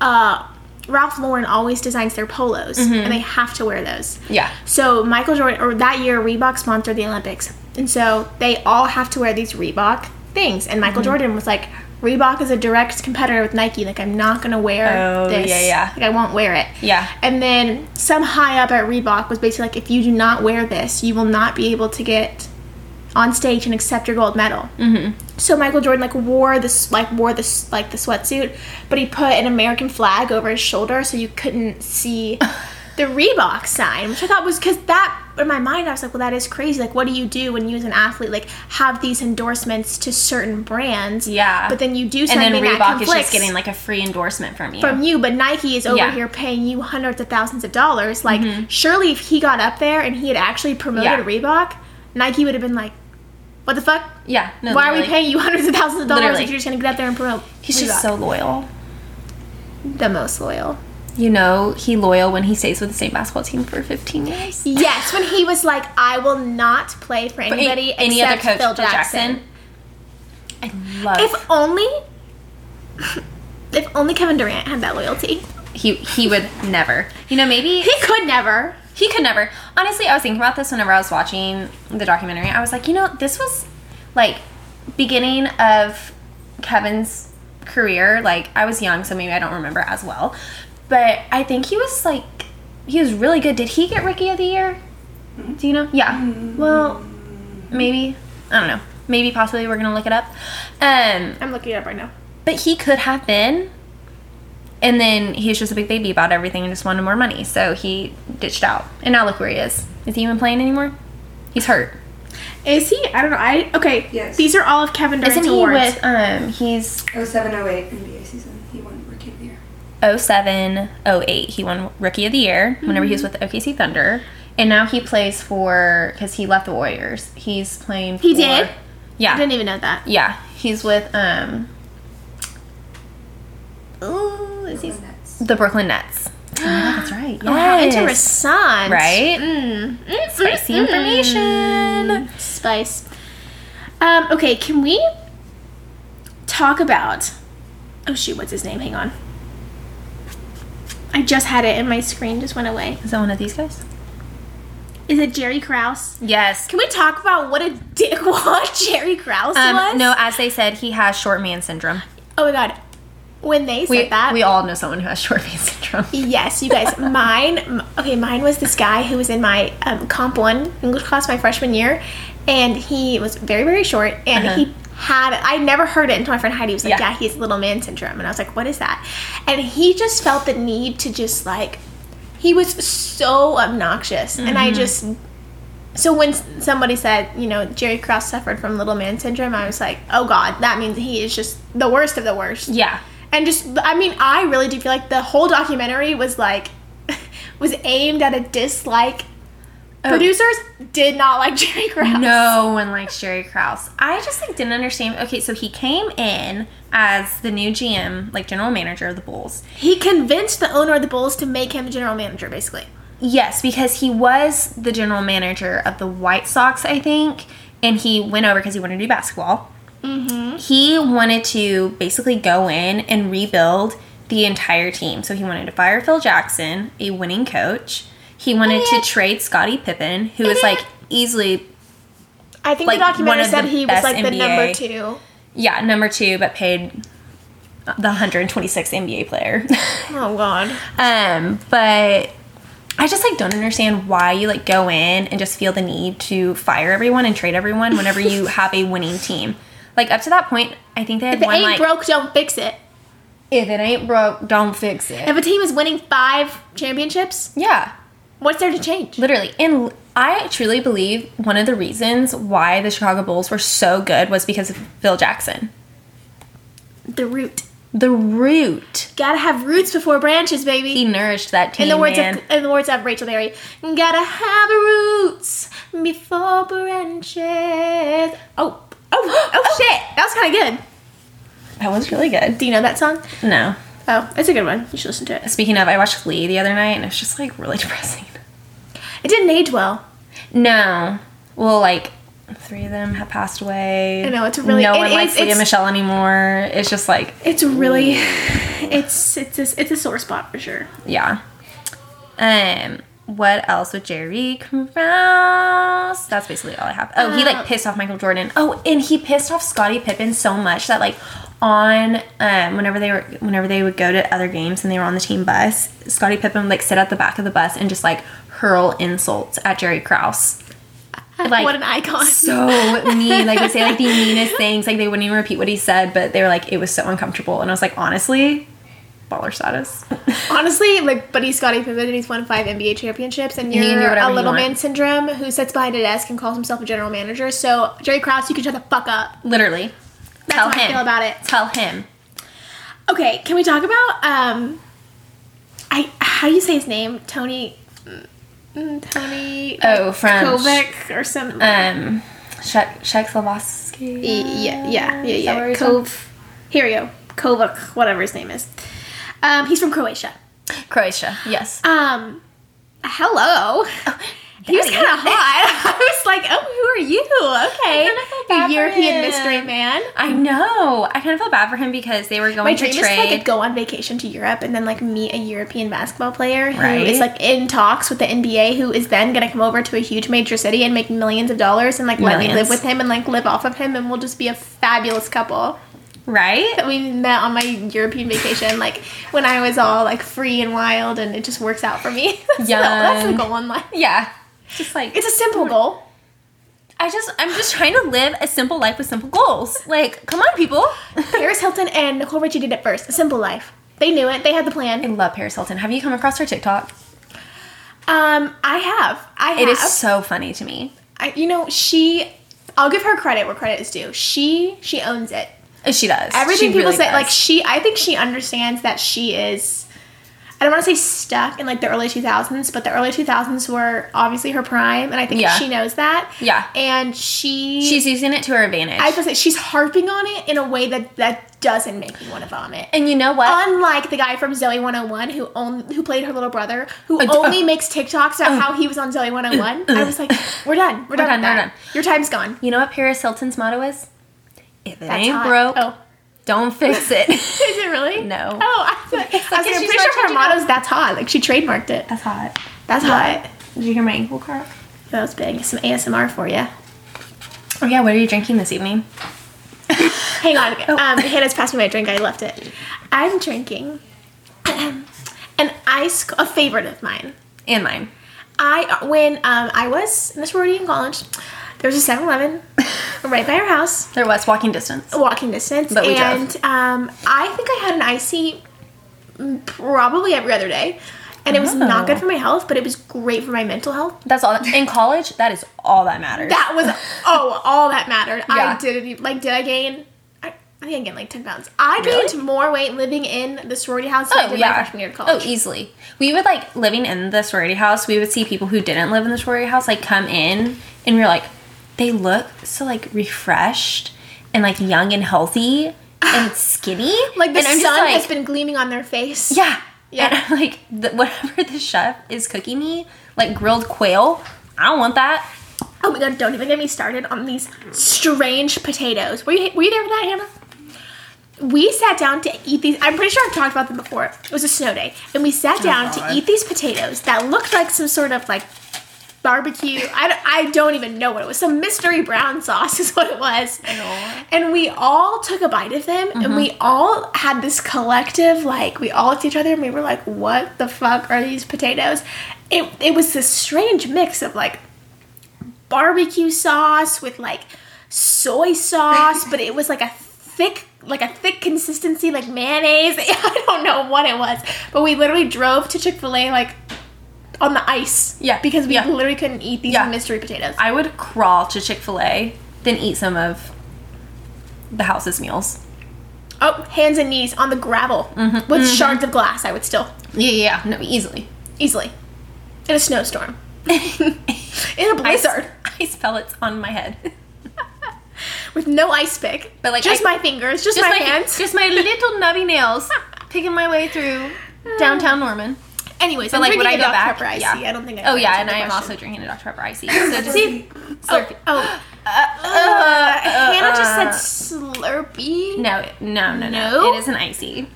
Speaker 2: uh Ralph Lauren always designs their polos
Speaker 1: Mm-hmm.
Speaker 2: and they have to wear those.
Speaker 1: Yeah.
Speaker 2: So Michael Jordan, or that year Reebok sponsored the Olympics, and so they all have to wear these Reebok things. And
Speaker 1: Mm-hmm.
Speaker 2: Michael Jordan was like, "Reebok is a direct competitor with Nike. Like, I'm not gonna wear
Speaker 1: Oh,
Speaker 2: this.
Speaker 1: yeah, yeah.
Speaker 2: Like, I won't wear it."
Speaker 1: Yeah.
Speaker 2: And then some high up at Reebok was basically like, "If you do not wear this, you will not be able to get on stage and accept your gold medal." Mm-hmm. So Michael Jordan like wore this like wore this like the sweatsuit, but he put an American flag over his shoulder so you couldn't see the Reebok sign, which I thought was because that in my mind I was like, well, that is crazy. Like, what do you do when you as an athlete like have these endorsements to certain brands?
Speaker 1: Yeah.
Speaker 2: But then you do
Speaker 1: And
Speaker 2: something
Speaker 1: then
Speaker 2: that
Speaker 1: Reebok is just
Speaker 2: conflicts
Speaker 1: getting like a free endorsement from you.
Speaker 2: from you, but Nike is over
Speaker 1: Yeah. Mm-hmm.
Speaker 2: here paying you hundreds of thousands of dollars. Like, surely if he got up there and he had actually promoted
Speaker 1: Yeah.
Speaker 2: Reebok, Nike would have been like, what the fuck?
Speaker 1: yeah. No,
Speaker 2: Why are we
Speaker 1: literally.
Speaker 2: paying you hundreds of thousands of dollars
Speaker 1: Literally.
Speaker 2: if you're just gonna get up there and promote?
Speaker 1: He's
Speaker 2: Reebok?"
Speaker 1: just so loyal.
Speaker 2: the most loyal.
Speaker 1: You know, he loyal when he stays with the same basketball team for 15 years.
Speaker 2: Yes, when he was like, "I will not play for anybody
Speaker 1: Any- any other
Speaker 2: except
Speaker 1: coach,
Speaker 2: Phil
Speaker 1: Phil
Speaker 2: Jackson."
Speaker 1: I love
Speaker 2: If only, if only Kevin Durant had that loyalty.
Speaker 1: he he would never. You know, maybe
Speaker 2: He could never.
Speaker 1: He could never. Honestly, I was thinking about this whenever I was watching the documentary. I was like, you know, this was like beginning of Kevin's career. Like I was young, so maybe I don't remember as well. But I think he was like he was really good. Did he get rookie of the year?
Speaker 2: Mm-hmm.
Speaker 1: Do you know? Yeah. Well, maybe. I don't know. Maybe possibly we're going to look it up. Um
Speaker 2: I'm looking it up right now.
Speaker 1: but he could have been. And then he was just a big baby about everything and just wanted more money. So he ditched out. And now look where he is. Is he even playing anymore? He's hurt.
Speaker 2: Is he? I don't know. I okay.
Speaker 3: Yes.
Speaker 2: These are all of Kevin Durant's
Speaker 1: Isn't he
Speaker 2: awards.
Speaker 1: with, um, he's
Speaker 3: Oh, 0708 NBA season. He won Rookie of the Year.
Speaker 1: 07, 08. He won Rookie of the Year whenever he was with the OKC Thunder. And now he plays for, because he left the Warriors. He's playing
Speaker 2: He
Speaker 1: for-
Speaker 2: did? I
Speaker 1: Yeah.
Speaker 2: didn't even know that.
Speaker 1: Yeah. He's with, um, ooh, is he?
Speaker 3: That's
Speaker 1: The Brooklyn Nets. Oh my God, that's right.
Speaker 2: Wow,
Speaker 1: Yes.
Speaker 2: Interessant.
Speaker 1: Right?
Speaker 2: Mm. Mm,
Speaker 1: Spicy
Speaker 2: mm,
Speaker 1: information.
Speaker 2: mm. Spice. Um, okay, can we talk about. Oh, shoot, what's his name? Hang on. I just had it and my screen just went away.
Speaker 1: Is that one of these guys?
Speaker 2: Is it Jerry Krause?
Speaker 1: Yes.
Speaker 2: Can we talk about what a dickwad Jerry Krause was?
Speaker 1: Um, no, as they said, he has short man syndrome.
Speaker 2: Oh my god. When they said
Speaker 1: We,
Speaker 2: that.
Speaker 1: we all know someone who has short man syndrome.
Speaker 2: Yes, you guys. Mine, m- okay, mine was this guy who was in my um, Comp 1 English class my freshman year, and he was very, very short, and
Speaker 1: Uh-huh.
Speaker 2: he had, I never heard it until my friend Heidi was like,
Speaker 1: Yeah.
Speaker 2: yeah. he has little man syndrome. And I was like, what is that? And he just felt the need to just like, he was so obnoxious, and I just, so when s- somebody said, you know, Jerry Krause suffered from little man syndrome, I was like, oh God, that means he is just the worst of the worst
Speaker 1: Yeah.
Speaker 2: and just i mean i really do feel like the whole documentary was like was aimed at a dislike producers did not like jerry krause
Speaker 1: Oh. No one likes Jerry Krause. I just like didn't understand. Okay, so he came in as the new GM, like general manager of the Bulls.
Speaker 2: he convinced the owner of the bulls to make him the general manager basically
Speaker 1: Yes, because he was the general manager of the White Sox, I think, and he went over because he wanted to do basketball. He wanted to basically go in and rebuild the entire team. So he wanted to fire Phil Jackson, a winning coach. He wanted to trade Scottie Pippen, who is like easily
Speaker 2: I think
Speaker 1: Like,
Speaker 2: the
Speaker 1: one
Speaker 2: documentary
Speaker 1: of the
Speaker 2: said he was
Speaker 1: best
Speaker 2: like the number
Speaker 1: NBA.
Speaker 2: two.
Speaker 1: yeah, number 2 but paid the 126th NBA player.
Speaker 2: Oh god.
Speaker 1: Um, but I just like don't understand why you like go in and just feel the need to fire everyone and trade everyone whenever you have a winning team. Like up to that point, I think they had
Speaker 2: If it
Speaker 1: one
Speaker 2: ain't
Speaker 1: like
Speaker 2: broke, don't fix it.
Speaker 1: if it ain't broke, don't fix it.
Speaker 2: If a team is winning five championships,
Speaker 1: Yeah,
Speaker 2: what's there to change?
Speaker 1: literally. And I truly believe one of the reasons why the Chicago Bulls were so good was because of Phil Jackson.
Speaker 2: The root.
Speaker 1: The root
Speaker 2: Gotta have roots before branches, baby.
Speaker 1: he nourished that team.
Speaker 2: in the words
Speaker 1: man.
Speaker 2: of in the words of Rachel Berry, gotta have roots before branches. Oh, oh, oh, shit! That was kind of good.
Speaker 1: that was really good.
Speaker 2: Do you know that song?
Speaker 1: No,
Speaker 2: Oh, it's a good one. You should listen to it.
Speaker 1: speaking of, I watched Glee the other night and it's just like really depressing.
Speaker 2: It didn't age well.
Speaker 1: No. Well, like three of them have passed away.
Speaker 2: I know, it's really-
Speaker 1: no
Speaker 2: it
Speaker 1: one
Speaker 2: is-
Speaker 1: likes Leah
Speaker 2: it's-
Speaker 1: Michelle anymore. It's just like
Speaker 2: It's really, it's it's a, it's a sore spot for sure.
Speaker 1: yeah. Um, what else with Jerry Krause? That's basically all I have. Oh,
Speaker 2: Uh,
Speaker 1: he like pissed off Michael Jordan. Oh, and he pissed off Scottie Pippen so much that like on um whenever they were whenever they would go to other games and they were on the team bus, Scottie Pippen would like sit at the back of the bus and just like hurl insults at Jerry Krause. Like,
Speaker 2: what an icon.
Speaker 1: so mean. Like would say like the meanest things. Like they wouldn't even repeat what he said, but they were like it was so uncomfortable. And I was like, honestly, baller status.
Speaker 2: Honestly, like Buddy Scotty Pippen, and he's won five NBA championships, and
Speaker 1: You
Speaker 2: you're
Speaker 1: can do
Speaker 2: a
Speaker 1: whatever you
Speaker 2: little
Speaker 1: want.
Speaker 2: man syndrome who sits behind a desk and calls himself a general manager. So Jerry Krause, you can shut the fuck up.
Speaker 1: Literally,
Speaker 2: That's
Speaker 1: tell
Speaker 2: how
Speaker 1: him.
Speaker 2: I feel about it.
Speaker 1: Tell him.
Speaker 2: Okay, can we talk about um, I how do you say his name? Tony, mm, Tony.
Speaker 1: Oh, French.
Speaker 2: Kovac or some.
Speaker 1: Um, Czech Czechoslovakia.
Speaker 2: Uh, Y- yeah, yeah, yeah,
Speaker 1: Is that where
Speaker 2: yeah.
Speaker 1: he's from?
Speaker 2: Kov. Here we go. Kovac, whatever his name is. Um, he's from Croatia.
Speaker 1: Croatia. Yes.
Speaker 2: Um, hello. He was
Speaker 1: daddy.
Speaker 2: kind of hot. I was like, oh, who are you? Okay,
Speaker 1: kinda feel bad for
Speaker 2: a European
Speaker 1: him.
Speaker 2: mystery man.
Speaker 1: I know. I kind of feel bad for him because they were going
Speaker 2: My
Speaker 1: to
Speaker 2: dream
Speaker 1: trade.
Speaker 2: is to like go on vacation to Europe and then like meet a European basketball player who
Speaker 1: Right.
Speaker 2: is like in talks with the NBA who is then gonna come over to a huge major city and make millions of dollars and like let me
Speaker 1: Millions.
Speaker 2: live with him and like live off of him and we'll just be a fabulous couple
Speaker 1: right.
Speaker 2: that we met on my European vacation like when I was all like free and wild and it just works out for me. that's, the, that's the
Speaker 1: Young.
Speaker 2: goal in life.
Speaker 1: Yeah. Just like
Speaker 2: It's a simple goal.
Speaker 1: I just I'm just trying to live a simple life with simple goals. Like, come on, people.
Speaker 2: Paris Hilton and Nicole Richie did it first. A simple life. They knew it. They had the
Speaker 1: I
Speaker 2: plan.
Speaker 1: love Paris Hilton. Have you come across her TikTok?
Speaker 2: Um, I have. I have.
Speaker 1: It is so funny to me.
Speaker 2: I, you know, she. I'll give her credit where credit is due. She she owns it.
Speaker 1: She does. She
Speaker 2: Everything people
Speaker 1: really
Speaker 2: say,
Speaker 1: does.
Speaker 2: like she. I think she understands that she is. I don't want to say stuck in like the early 2000s, but the early 2000s were obviously her prime, and I think
Speaker 1: Yeah.
Speaker 2: she knows that.
Speaker 1: Yeah.
Speaker 2: And she.
Speaker 1: she's using it to her advantage.
Speaker 2: I was gonna say she's harping on it in a way that that doesn't make me want to vomit.
Speaker 1: and you know what?
Speaker 2: Unlike the guy from Zoe 101 who own, who played her little brother, who
Speaker 1: Uh,
Speaker 2: only makes TikToks about how he was on Zoe 101, I was like, we're done. We're, done.
Speaker 1: done,
Speaker 2: with
Speaker 1: we're
Speaker 2: that.
Speaker 1: done.
Speaker 2: Your time's gone.
Speaker 1: you know what Paris Hilton's motto is? If it
Speaker 2: That's
Speaker 1: ain't
Speaker 2: hot.
Speaker 1: broke,
Speaker 2: Oh,
Speaker 1: don't fix it.
Speaker 2: is it really?
Speaker 1: No.
Speaker 2: Oh, I, thought- I was
Speaker 1: she's
Speaker 2: pretty
Speaker 1: not
Speaker 2: sure her
Speaker 1: changing up.
Speaker 2: motto's that's hot. Like she trademarked it.
Speaker 1: That's hot.
Speaker 2: That's hot.
Speaker 1: Did you hear my ankle crack?
Speaker 2: That was big. Some ASMR for you.
Speaker 1: Oh yeah. What are you drinking this evening?
Speaker 2: Hang on.
Speaker 1: Oh.
Speaker 2: Um, Hannah's passed me my drink. I left it. I'm drinking an ice, a favorite of mine.
Speaker 1: And mine.
Speaker 2: I when um, I was in the sorority in college, there was a 7-Eleven right by our house,
Speaker 1: There was walking distance.
Speaker 2: walking distance,
Speaker 1: But we
Speaker 2: and
Speaker 1: drove.
Speaker 2: um, I think I had an icy mm, probably every other day, and it was not good for my health, but it was great for my mental health.
Speaker 1: That's all. In college, that is all that matters.
Speaker 2: That was oh all that mattered.
Speaker 1: Yeah.
Speaker 2: I didn't even- like did I gain. I I think I gained like ten pounds. I
Speaker 1: Really?
Speaker 2: gained more weight living in the sorority house than I
Speaker 1: Oh
Speaker 2: did my
Speaker 1: yeah.
Speaker 2: freshman year of
Speaker 1: Oh,
Speaker 2: college.
Speaker 1: easily. We would like living in the sorority house. We would see people who didn't live in the sorority house like come in, and we were like, they look so like refreshed and like young and healthy and skinny.
Speaker 2: like the
Speaker 1: and I'm
Speaker 2: sun
Speaker 1: just like,
Speaker 2: has been gleaming on their face.
Speaker 1: Yeah.
Speaker 2: Yeah.
Speaker 1: And I'm like, the, whatever the chef is cooking me, like grilled quail, I don't want that.
Speaker 2: Oh my god, don't even get me started on these strange potatoes. Were you, were you there for that, Hannah? We sat down to eat these. I'm pretty sure I've talked about them before. It was a snow day. And we sat down to
Speaker 1: God.
Speaker 2: eat these potatoes that looked like some sort of like barbecue. I don't, I don't even know what it was. Some mystery brown sauce is what it was.
Speaker 1: know. Mm-hmm.
Speaker 2: And we all took a bite of them and we all had this collective, like, we all looked at each other and we were like, what the fuck are these potatoes? It, it was this strange mix of like barbecue sauce with like soy sauce, but it was like a thick like a thick consistency like mayonnaise. I don't know what it was, but we literally drove to Chick-fil-A like on the ice.
Speaker 1: Yeah,
Speaker 2: Because we
Speaker 1: yeah.
Speaker 2: literally couldn't eat these
Speaker 1: Yeah.
Speaker 2: mystery potatoes.
Speaker 1: I would crawl to Chick fil A, then eat some of the house's meals.
Speaker 2: oh, hands and knees on the gravel
Speaker 1: Mm-hmm,
Speaker 2: with shards of glass I would still
Speaker 1: Yeah, yeah, no, easily.
Speaker 2: easily in a snowstorm. in a
Speaker 1: Ice,
Speaker 2: blizzard
Speaker 1: ice pellets on my head.
Speaker 2: with no ice pick,
Speaker 1: But, like,
Speaker 2: just
Speaker 1: I-
Speaker 2: my fingers, just, my, hands.
Speaker 1: Just my little nubby nails picking my way through downtown Norman.
Speaker 2: Anyways,
Speaker 1: But
Speaker 2: I'm
Speaker 1: like, would I
Speaker 2: drinking
Speaker 1: go
Speaker 2: a Dr.
Speaker 1: back?
Speaker 2: Pepper iced tea. I don't think I.
Speaker 1: Oh yeah,
Speaker 2: answered
Speaker 1: and
Speaker 2: the
Speaker 1: I am
Speaker 2: question.
Speaker 1: also drinking a Dr Pepper icy. So just
Speaker 2: See,
Speaker 1: slurp.
Speaker 2: Oh, uh, Hannah just said Slurpee.
Speaker 1: No, it- no, no, no,
Speaker 2: No?
Speaker 1: It is an icy.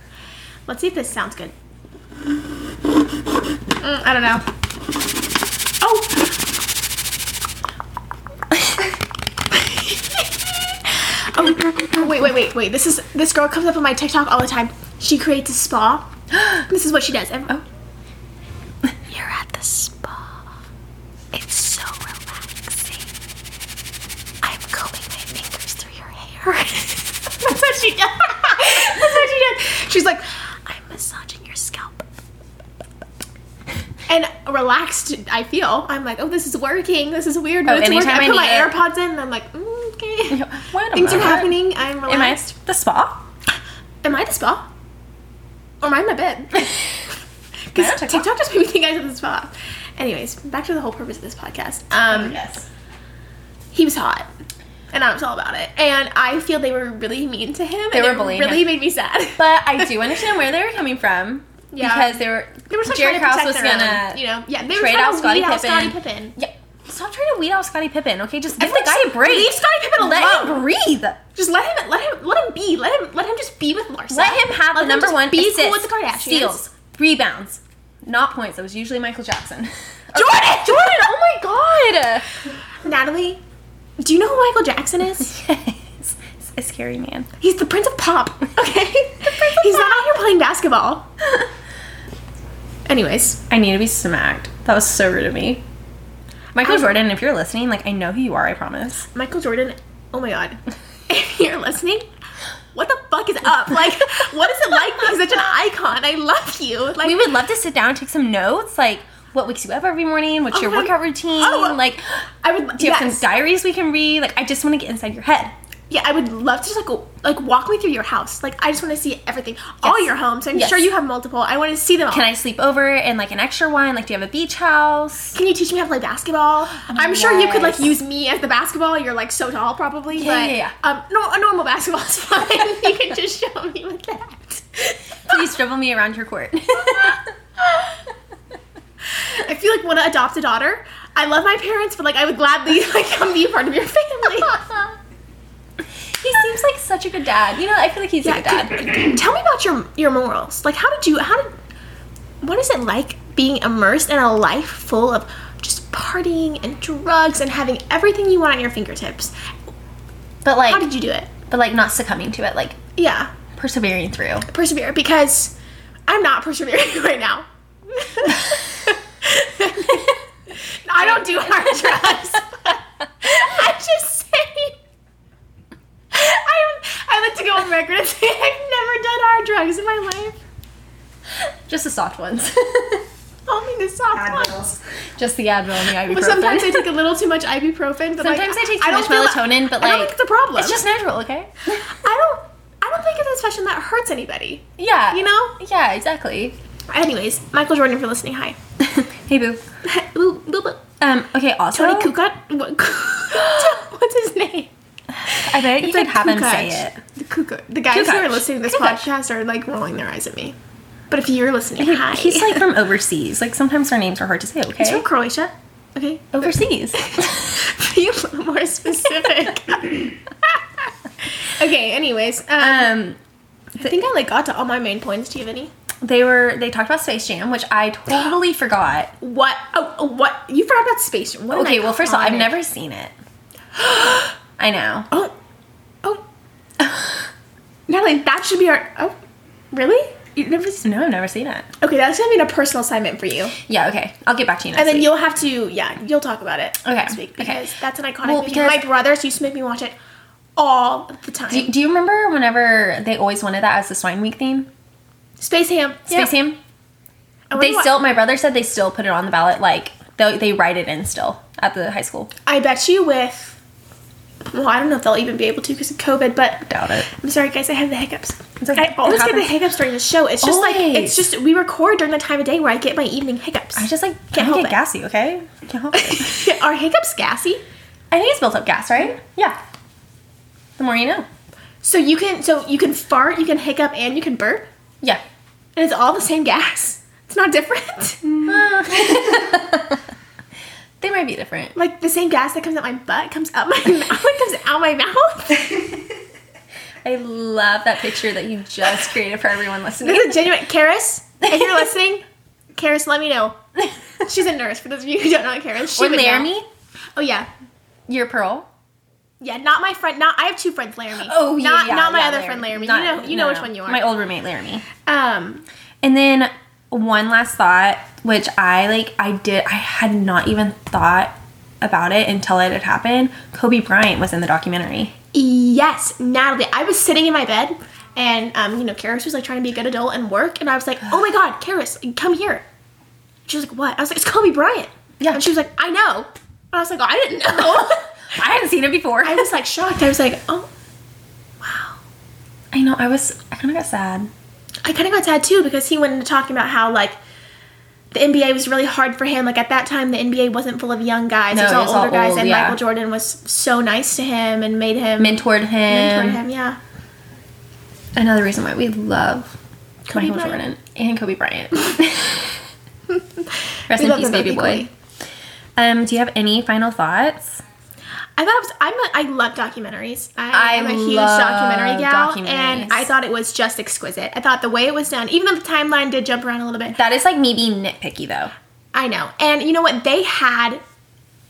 Speaker 2: Let's see if this sounds good. Mm, I don't know. Oh. oh. Wait, wait, wait, wait. This is this girl comes up on my TikTok all the time. She creates a spa. This is what she does.
Speaker 1: Oh.
Speaker 2: You're at the spa. It's so relaxing. I'm combing my fingers through your hair. That's what she does. That's what she does. She's like, I'm massaging your scalp. And relaxed, I feel. I'm like, oh, this is working. This is weird, but
Speaker 1: Oh,
Speaker 2: it's working.
Speaker 1: anytime
Speaker 2: I
Speaker 1: I
Speaker 2: put my
Speaker 1: need it.
Speaker 2: AirPods in, and I'm like, mm, okay.
Speaker 1: Wait a
Speaker 2: Things are
Speaker 1: moment.
Speaker 2: happening. I'm
Speaker 1: Am I
Speaker 2: relaxed.
Speaker 1: the spa?
Speaker 2: Am I, at the spa? Or am I in my bed?
Speaker 1: Am I on
Speaker 2: Because
Speaker 1: TikTok?
Speaker 2: TikTok just made me think I was at the spa. Anyways, back to the whole purpose of this podcast. Um,
Speaker 1: Oh, Yes.
Speaker 2: he was hot, and I was all about it. And I feel they were really mean to him.
Speaker 1: They
Speaker 2: and
Speaker 1: were
Speaker 2: it
Speaker 1: bullying
Speaker 2: Really
Speaker 1: him.
Speaker 2: made me sad.
Speaker 1: But I do understand where they were coming from.
Speaker 2: Yeah.
Speaker 1: Because they were.
Speaker 2: they were still
Speaker 1: Jerry
Speaker 2: trying to protect
Speaker 1: Krause was
Speaker 2: their
Speaker 1: gonna.
Speaker 2: own, you know, yeah, they were
Speaker 1: trade
Speaker 2: trying
Speaker 1: out
Speaker 2: to
Speaker 1: Scottie
Speaker 2: weed out
Speaker 1: Pippen.
Speaker 2: Scottie Pippen.
Speaker 1: Yeah. Stop trying to weed out Scottie Pippen, okay? Just give the
Speaker 2: Everyone
Speaker 1: guy a
Speaker 2: just
Speaker 1: break.
Speaker 2: leave Scottie Pippen
Speaker 1: Let him
Speaker 2: alone.
Speaker 1: breathe.
Speaker 2: Just let him, let him, let him be. Let him, let him just be with Larsa.
Speaker 1: Let him have the number
Speaker 2: just
Speaker 1: one
Speaker 2: Be
Speaker 1: assist,
Speaker 2: cool with the Kardashians.
Speaker 1: steals, rebounds, not points. That was usually Michael Jackson.
Speaker 2: Jordan, Jordan. Oh
Speaker 1: God.
Speaker 2: my God, Natalie. Do you know who Michael Jackson is?
Speaker 1: Yes. It's a scary man.
Speaker 2: He's the Prince of Pop. Okay,
Speaker 1: Prince of
Speaker 2: he's not out here playing basketball. Anyways,
Speaker 1: I need to be smacked. That was so rude of me. Michael Jordan, if you're listening, like I know who you are, I promise.
Speaker 2: Michael Jordan. Oh my God, if you're listening, what the fuck is up? Like, what is it like being such an icon? I love you. Like,
Speaker 1: We would love to sit down and take some notes, like what wakes you up every morning, what's your
Speaker 2: my-
Speaker 1: workout routine,
Speaker 2: Oh.
Speaker 1: like
Speaker 2: I would.
Speaker 1: do you have
Speaker 2: yes.
Speaker 1: some diaries we can read? Like I just want to get inside your head.
Speaker 2: Yeah, I would love to just like w- like walk me through your house. Like, I just want to see everything, all your homes. I'm
Speaker 1: Yes.
Speaker 2: sure you have multiple. I want to see them all.
Speaker 1: Can I sleep over in like an extra one? Like do you have a beach house?
Speaker 2: Can you teach me how to play basketball?
Speaker 1: Oh
Speaker 2: I'm sure you could like
Speaker 1: yes.
Speaker 2: use me as the basketball. You're like so tall, probably.
Speaker 1: Yeah,
Speaker 2: but,
Speaker 1: yeah, yeah.
Speaker 2: Um, no, a normal basketball is fine. you can just show me with that.
Speaker 1: Please dribble me around your court.
Speaker 2: I feel like want to adopt a daughter. I love my parents, but like I would gladly like come be a part of your family.
Speaker 1: he seems like such a good dad. You know, I feel like he's a good dad.
Speaker 2: Tell me about your your morals. Like, how did you? How did? What is it like being immersed in a life full of just partying and drugs and having everything you want on your fingertips?
Speaker 1: But like
Speaker 2: How did you do it?
Speaker 1: but like not succumbing to it, like
Speaker 2: Yeah,
Speaker 1: persevering through.
Speaker 2: persevere because I'm not persevering right now. I don't do hard drugs. I just say I'm. I like to go on record and say I've never done hard drugs in my life.
Speaker 1: Just the soft ones.
Speaker 2: Only the soft ones.
Speaker 3: Advils.
Speaker 1: Just the Advil and the ibuprofen.
Speaker 2: But sometimes I take a little too much ibuprofen.
Speaker 1: Sometimes
Speaker 2: But like,
Speaker 1: I take too
Speaker 2: don't
Speaker 1: much
Speaker 2: feel-
Speaker 1: melatonin, but,
Speaker 2: I don't
Speaker 1: like,
Speaker 2: think it's a problem.
Speaker 1: it's just natural, okay?
Speaker 2: I don't. I don't think it's a fashion that hurts anybody.
Speaker 1: Yeah.
Speaker 2: You know?
Speaker 1: Yeah, exactly.
Speaker 2: Anyways, Michael Jordan, if you're listening, hi.
Speaker 1: hey boo.
Speaker 2: Ooh, boo, boo.
Speaker 1: Um, okay, also
Speaker 2: Tony Kukoc? What- What's his name?
Speaker 1: I bet you could have him say it.
Speaker 2: The Kukoc. The guys who
Speaker 1: Kukoc.
Speaker 2: are listening to this
Speaker 1: Kukoc.
Speaker 2: podcast are like rolling their eyes at me. But if you're listening, hi.
Speaker 1: He's like from overseas. Like sometimes their names are hard to say, okay?
Speaker 2: He's from Croatia. Okay.
Speaker 1: Overseas.
Speaker 2: Be more specific. okay. Anyways, um,
Speaker 1: um,
Speaker 2: I think I like got to all my main points. Do you have any?
Speaker 1: they were they talked about Space Jam, which I totally forgot.
Speaker 2: What? Oh, oh, what? You forgot about space. Jam. What an
Speaker 1: Okay, well, first of all, I've
Speaker 2: iconic-
Speaker 1: never seen it. I know.
Speaker 2: Oh, oh, Natalie, that should be our. Oh, really? You've never seen?
Speaker 1: No, I've never seen it.
Speaker 2: Okay, that's gonna be a personal assignment for you,
Speaker 1: Yeah, okay. I'll get back to you next
Speaker 2: and then
Speaker 1: week.
Speaker 2: you'll have to. Yeah, you'll talk about it
Speaker 1: Okay,
Speaker 2: next week
Speaker 1: okay.
Speaker 2: because that's an iconic
Speaker 1: Well,
Speaker 2: movie.
Speaker 1: because-
Speaker 2: My brothers used to make me watch it all the time.
Speaker 1: do, do you remember whenever they always wanted that as the Swine Week theme?
Speaker 2: Space Ham. Yeah.
Speaker 1: Space Jam?
Speaker 2: I wonder
Speaker 1: They
Speaker 2: why-
Speaker 1: still, my brother said they still put it on the ballot. Like, they, they write it in still at the high school.
Speaker 2: I bet you with. Well, I don't know if they'll even be able to because of COVID, but
Speaker 1: Doubt it.
Speaker 2: I'm sorry, guys. I have the hiccups.
Speaker 1: It's okay.
Speaker 2: I always
Speaker 1: It
Speaker 2: get the
Speaker 1: happens.
Speaker 2: hiccups during the show. It's just like
Speaker 1: Always.
Speaker 2: it's just we record during the time of day where I get my evening hiccups.
Speaker 1: I just, like,
Speaker 2: Can't
Speaker 1: can't
Speaker 2: help
Speaker 1: get
Speaker 2: it.
Speaker 1: gassy, okay? Can't help it.
Speaker 2: Are hiccups gassy?
Speaker 1: I think it's built up gas, right? Yeah. The more you know.
Speaker 2: So you can so you can fart, you can hiccup, and you can burp,
Speaker 1: Yeah.
Speaker 2: and it's all the same gas. It's not different.
Speaker 1: They might be different.
Speaker 2: like the same gas that comes out my butt comes out my mouth. It comes out my mouth.
Speaker 1: I love that picture that you just created for everyone listening.
Speaker 2: This is genuine. Karis, if you're listening, Karis, let me know. She's a nurse. For those of you who don't know Karis, she
Speaker 1: or
Speaker 2: would know.
Speaker 1: Laramie,
Speaker 2: Oh yeah.
Speaker 1: your pearl.
Speaker 2: Yeah, not my friend. Not I have two friends, Laramie. not
Speaker 1: Oh, yeah,
Speaker 2: not my
Speaker 1: yeah,
Speaker 2: other friend, Laramie.
Speaker 1: Not-
Speaker 2: you know, you
Speaker 1: no,
Speaker 2: know which
Speaker 1: no.
Speaker 2: one you are.
Speaker 1: My old roommate, Laramie.
Speaker 2: um,
Speaker 1: And then one last thought, which I like, I did, I had not even thought about it until it had happened. Kobe Bryant was in the documentary.
Speaker 2: Yes, Natalie. I was sitting in my bed, and um, you know, Karis was like trying to be a good adult and work, and I was like, "Oh my God, Karis, come here." She was like, "What?" I was like, "It's Kobe Bryant."
Speaker 1: Yeah.
Speaker 2: And she was like, "I know." And I was like, oh, "I didn't know."
Speaker 1: I hadn't seen it before.
Speaker 2: I
Speaker 1: I,
Speaker 2: was like shocked. I was like, "Oh,
Speaker 1: know. I was. I kind of got sad.
Speaker 2: I kind of got sad too," because he went into talking about how like. The NBA was really hard for him. Like at that time, the NBA wasn't full of young guys;
Speaker 1: No,
Speaker 2: it was all older guys.
Speaker 1: old,
Speaker 2: and
Speaker 1: yeah.
Speaker 2: Michael Jordan was so nice to him and made him
Speaker 1: Mentored him.
Speaker 2: mentored him. Yeah,
Speaker 1: Another reason why we love
Speaker 2: Kobe
Speaker 1: Michael
Speaker 2: Bryant.
Speaker 1: Jordan and Kobe Bryant. Rest
Speaker 2: We
Speaker 1: in
Speaker 2: love
Speaker 1: peace,
Speaker 2: them both
Speaker 1: baby boy.
Speaker 2: equally.
Speaker 1: Um, do you have any final thoughts?
Speaker 2: I thought it was, I'm a, I love documentaries.
Speaker 1: I
Speaker 2: I, am a huge
Speaker 1: love
Speaker 2: documentary gal,
Speaker 1: documentaries.
Speaker 2: and I thought it was just exquisite. I thought the way it was done, even though the timeline did jump around a little bit,
Speaker 1: That is like me being nitpicky though.
Speaker 2: I know. And you know what? They had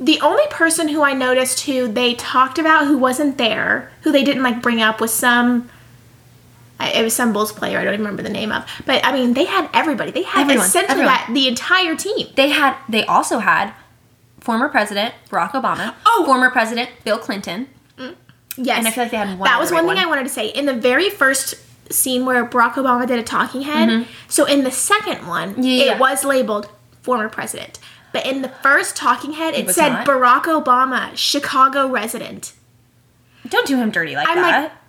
Speaker 2: the only person who I noticed who they talked about who wasn't there, who they didn't like bring up, was some. I- It was some Bulls player. I don't even remember the name of. But I mean, they had everybody. They had
Speaker 1: Everyone,
Speaker 2: essentially
Speaker 1: everyone.
Speaker 2: that the entire team.
Speaker 1: They had. They also had former President Barack Obama.
Speaker 2: Oh!
Speaker 1: former President Bill Clinton.
Speaker 2: Yes.
Speaker 1: And I feel like they had one
Speaker 2: That was
Speaker 1: other
Speaker 2: one
Speaker 1: big
Speaker 2: thing I
Speaker 1: one.
Speaker 2: wanted to say. In the very first scene where Barack Obama did a talking head, so in the second one,
Speaker 1: Mm-hmm. Yeah, yeah.
Speaker 2: it was labeled former president. But in the first talking head, it,
Speaker 1: was
Speaker 2: said
Speaker 1: not?
Speaker 2: Barack Obama, Chicago resident.
Speaker 1: Don't do him dirty like
Speaker 2: I'm like,
Speaker 1: that.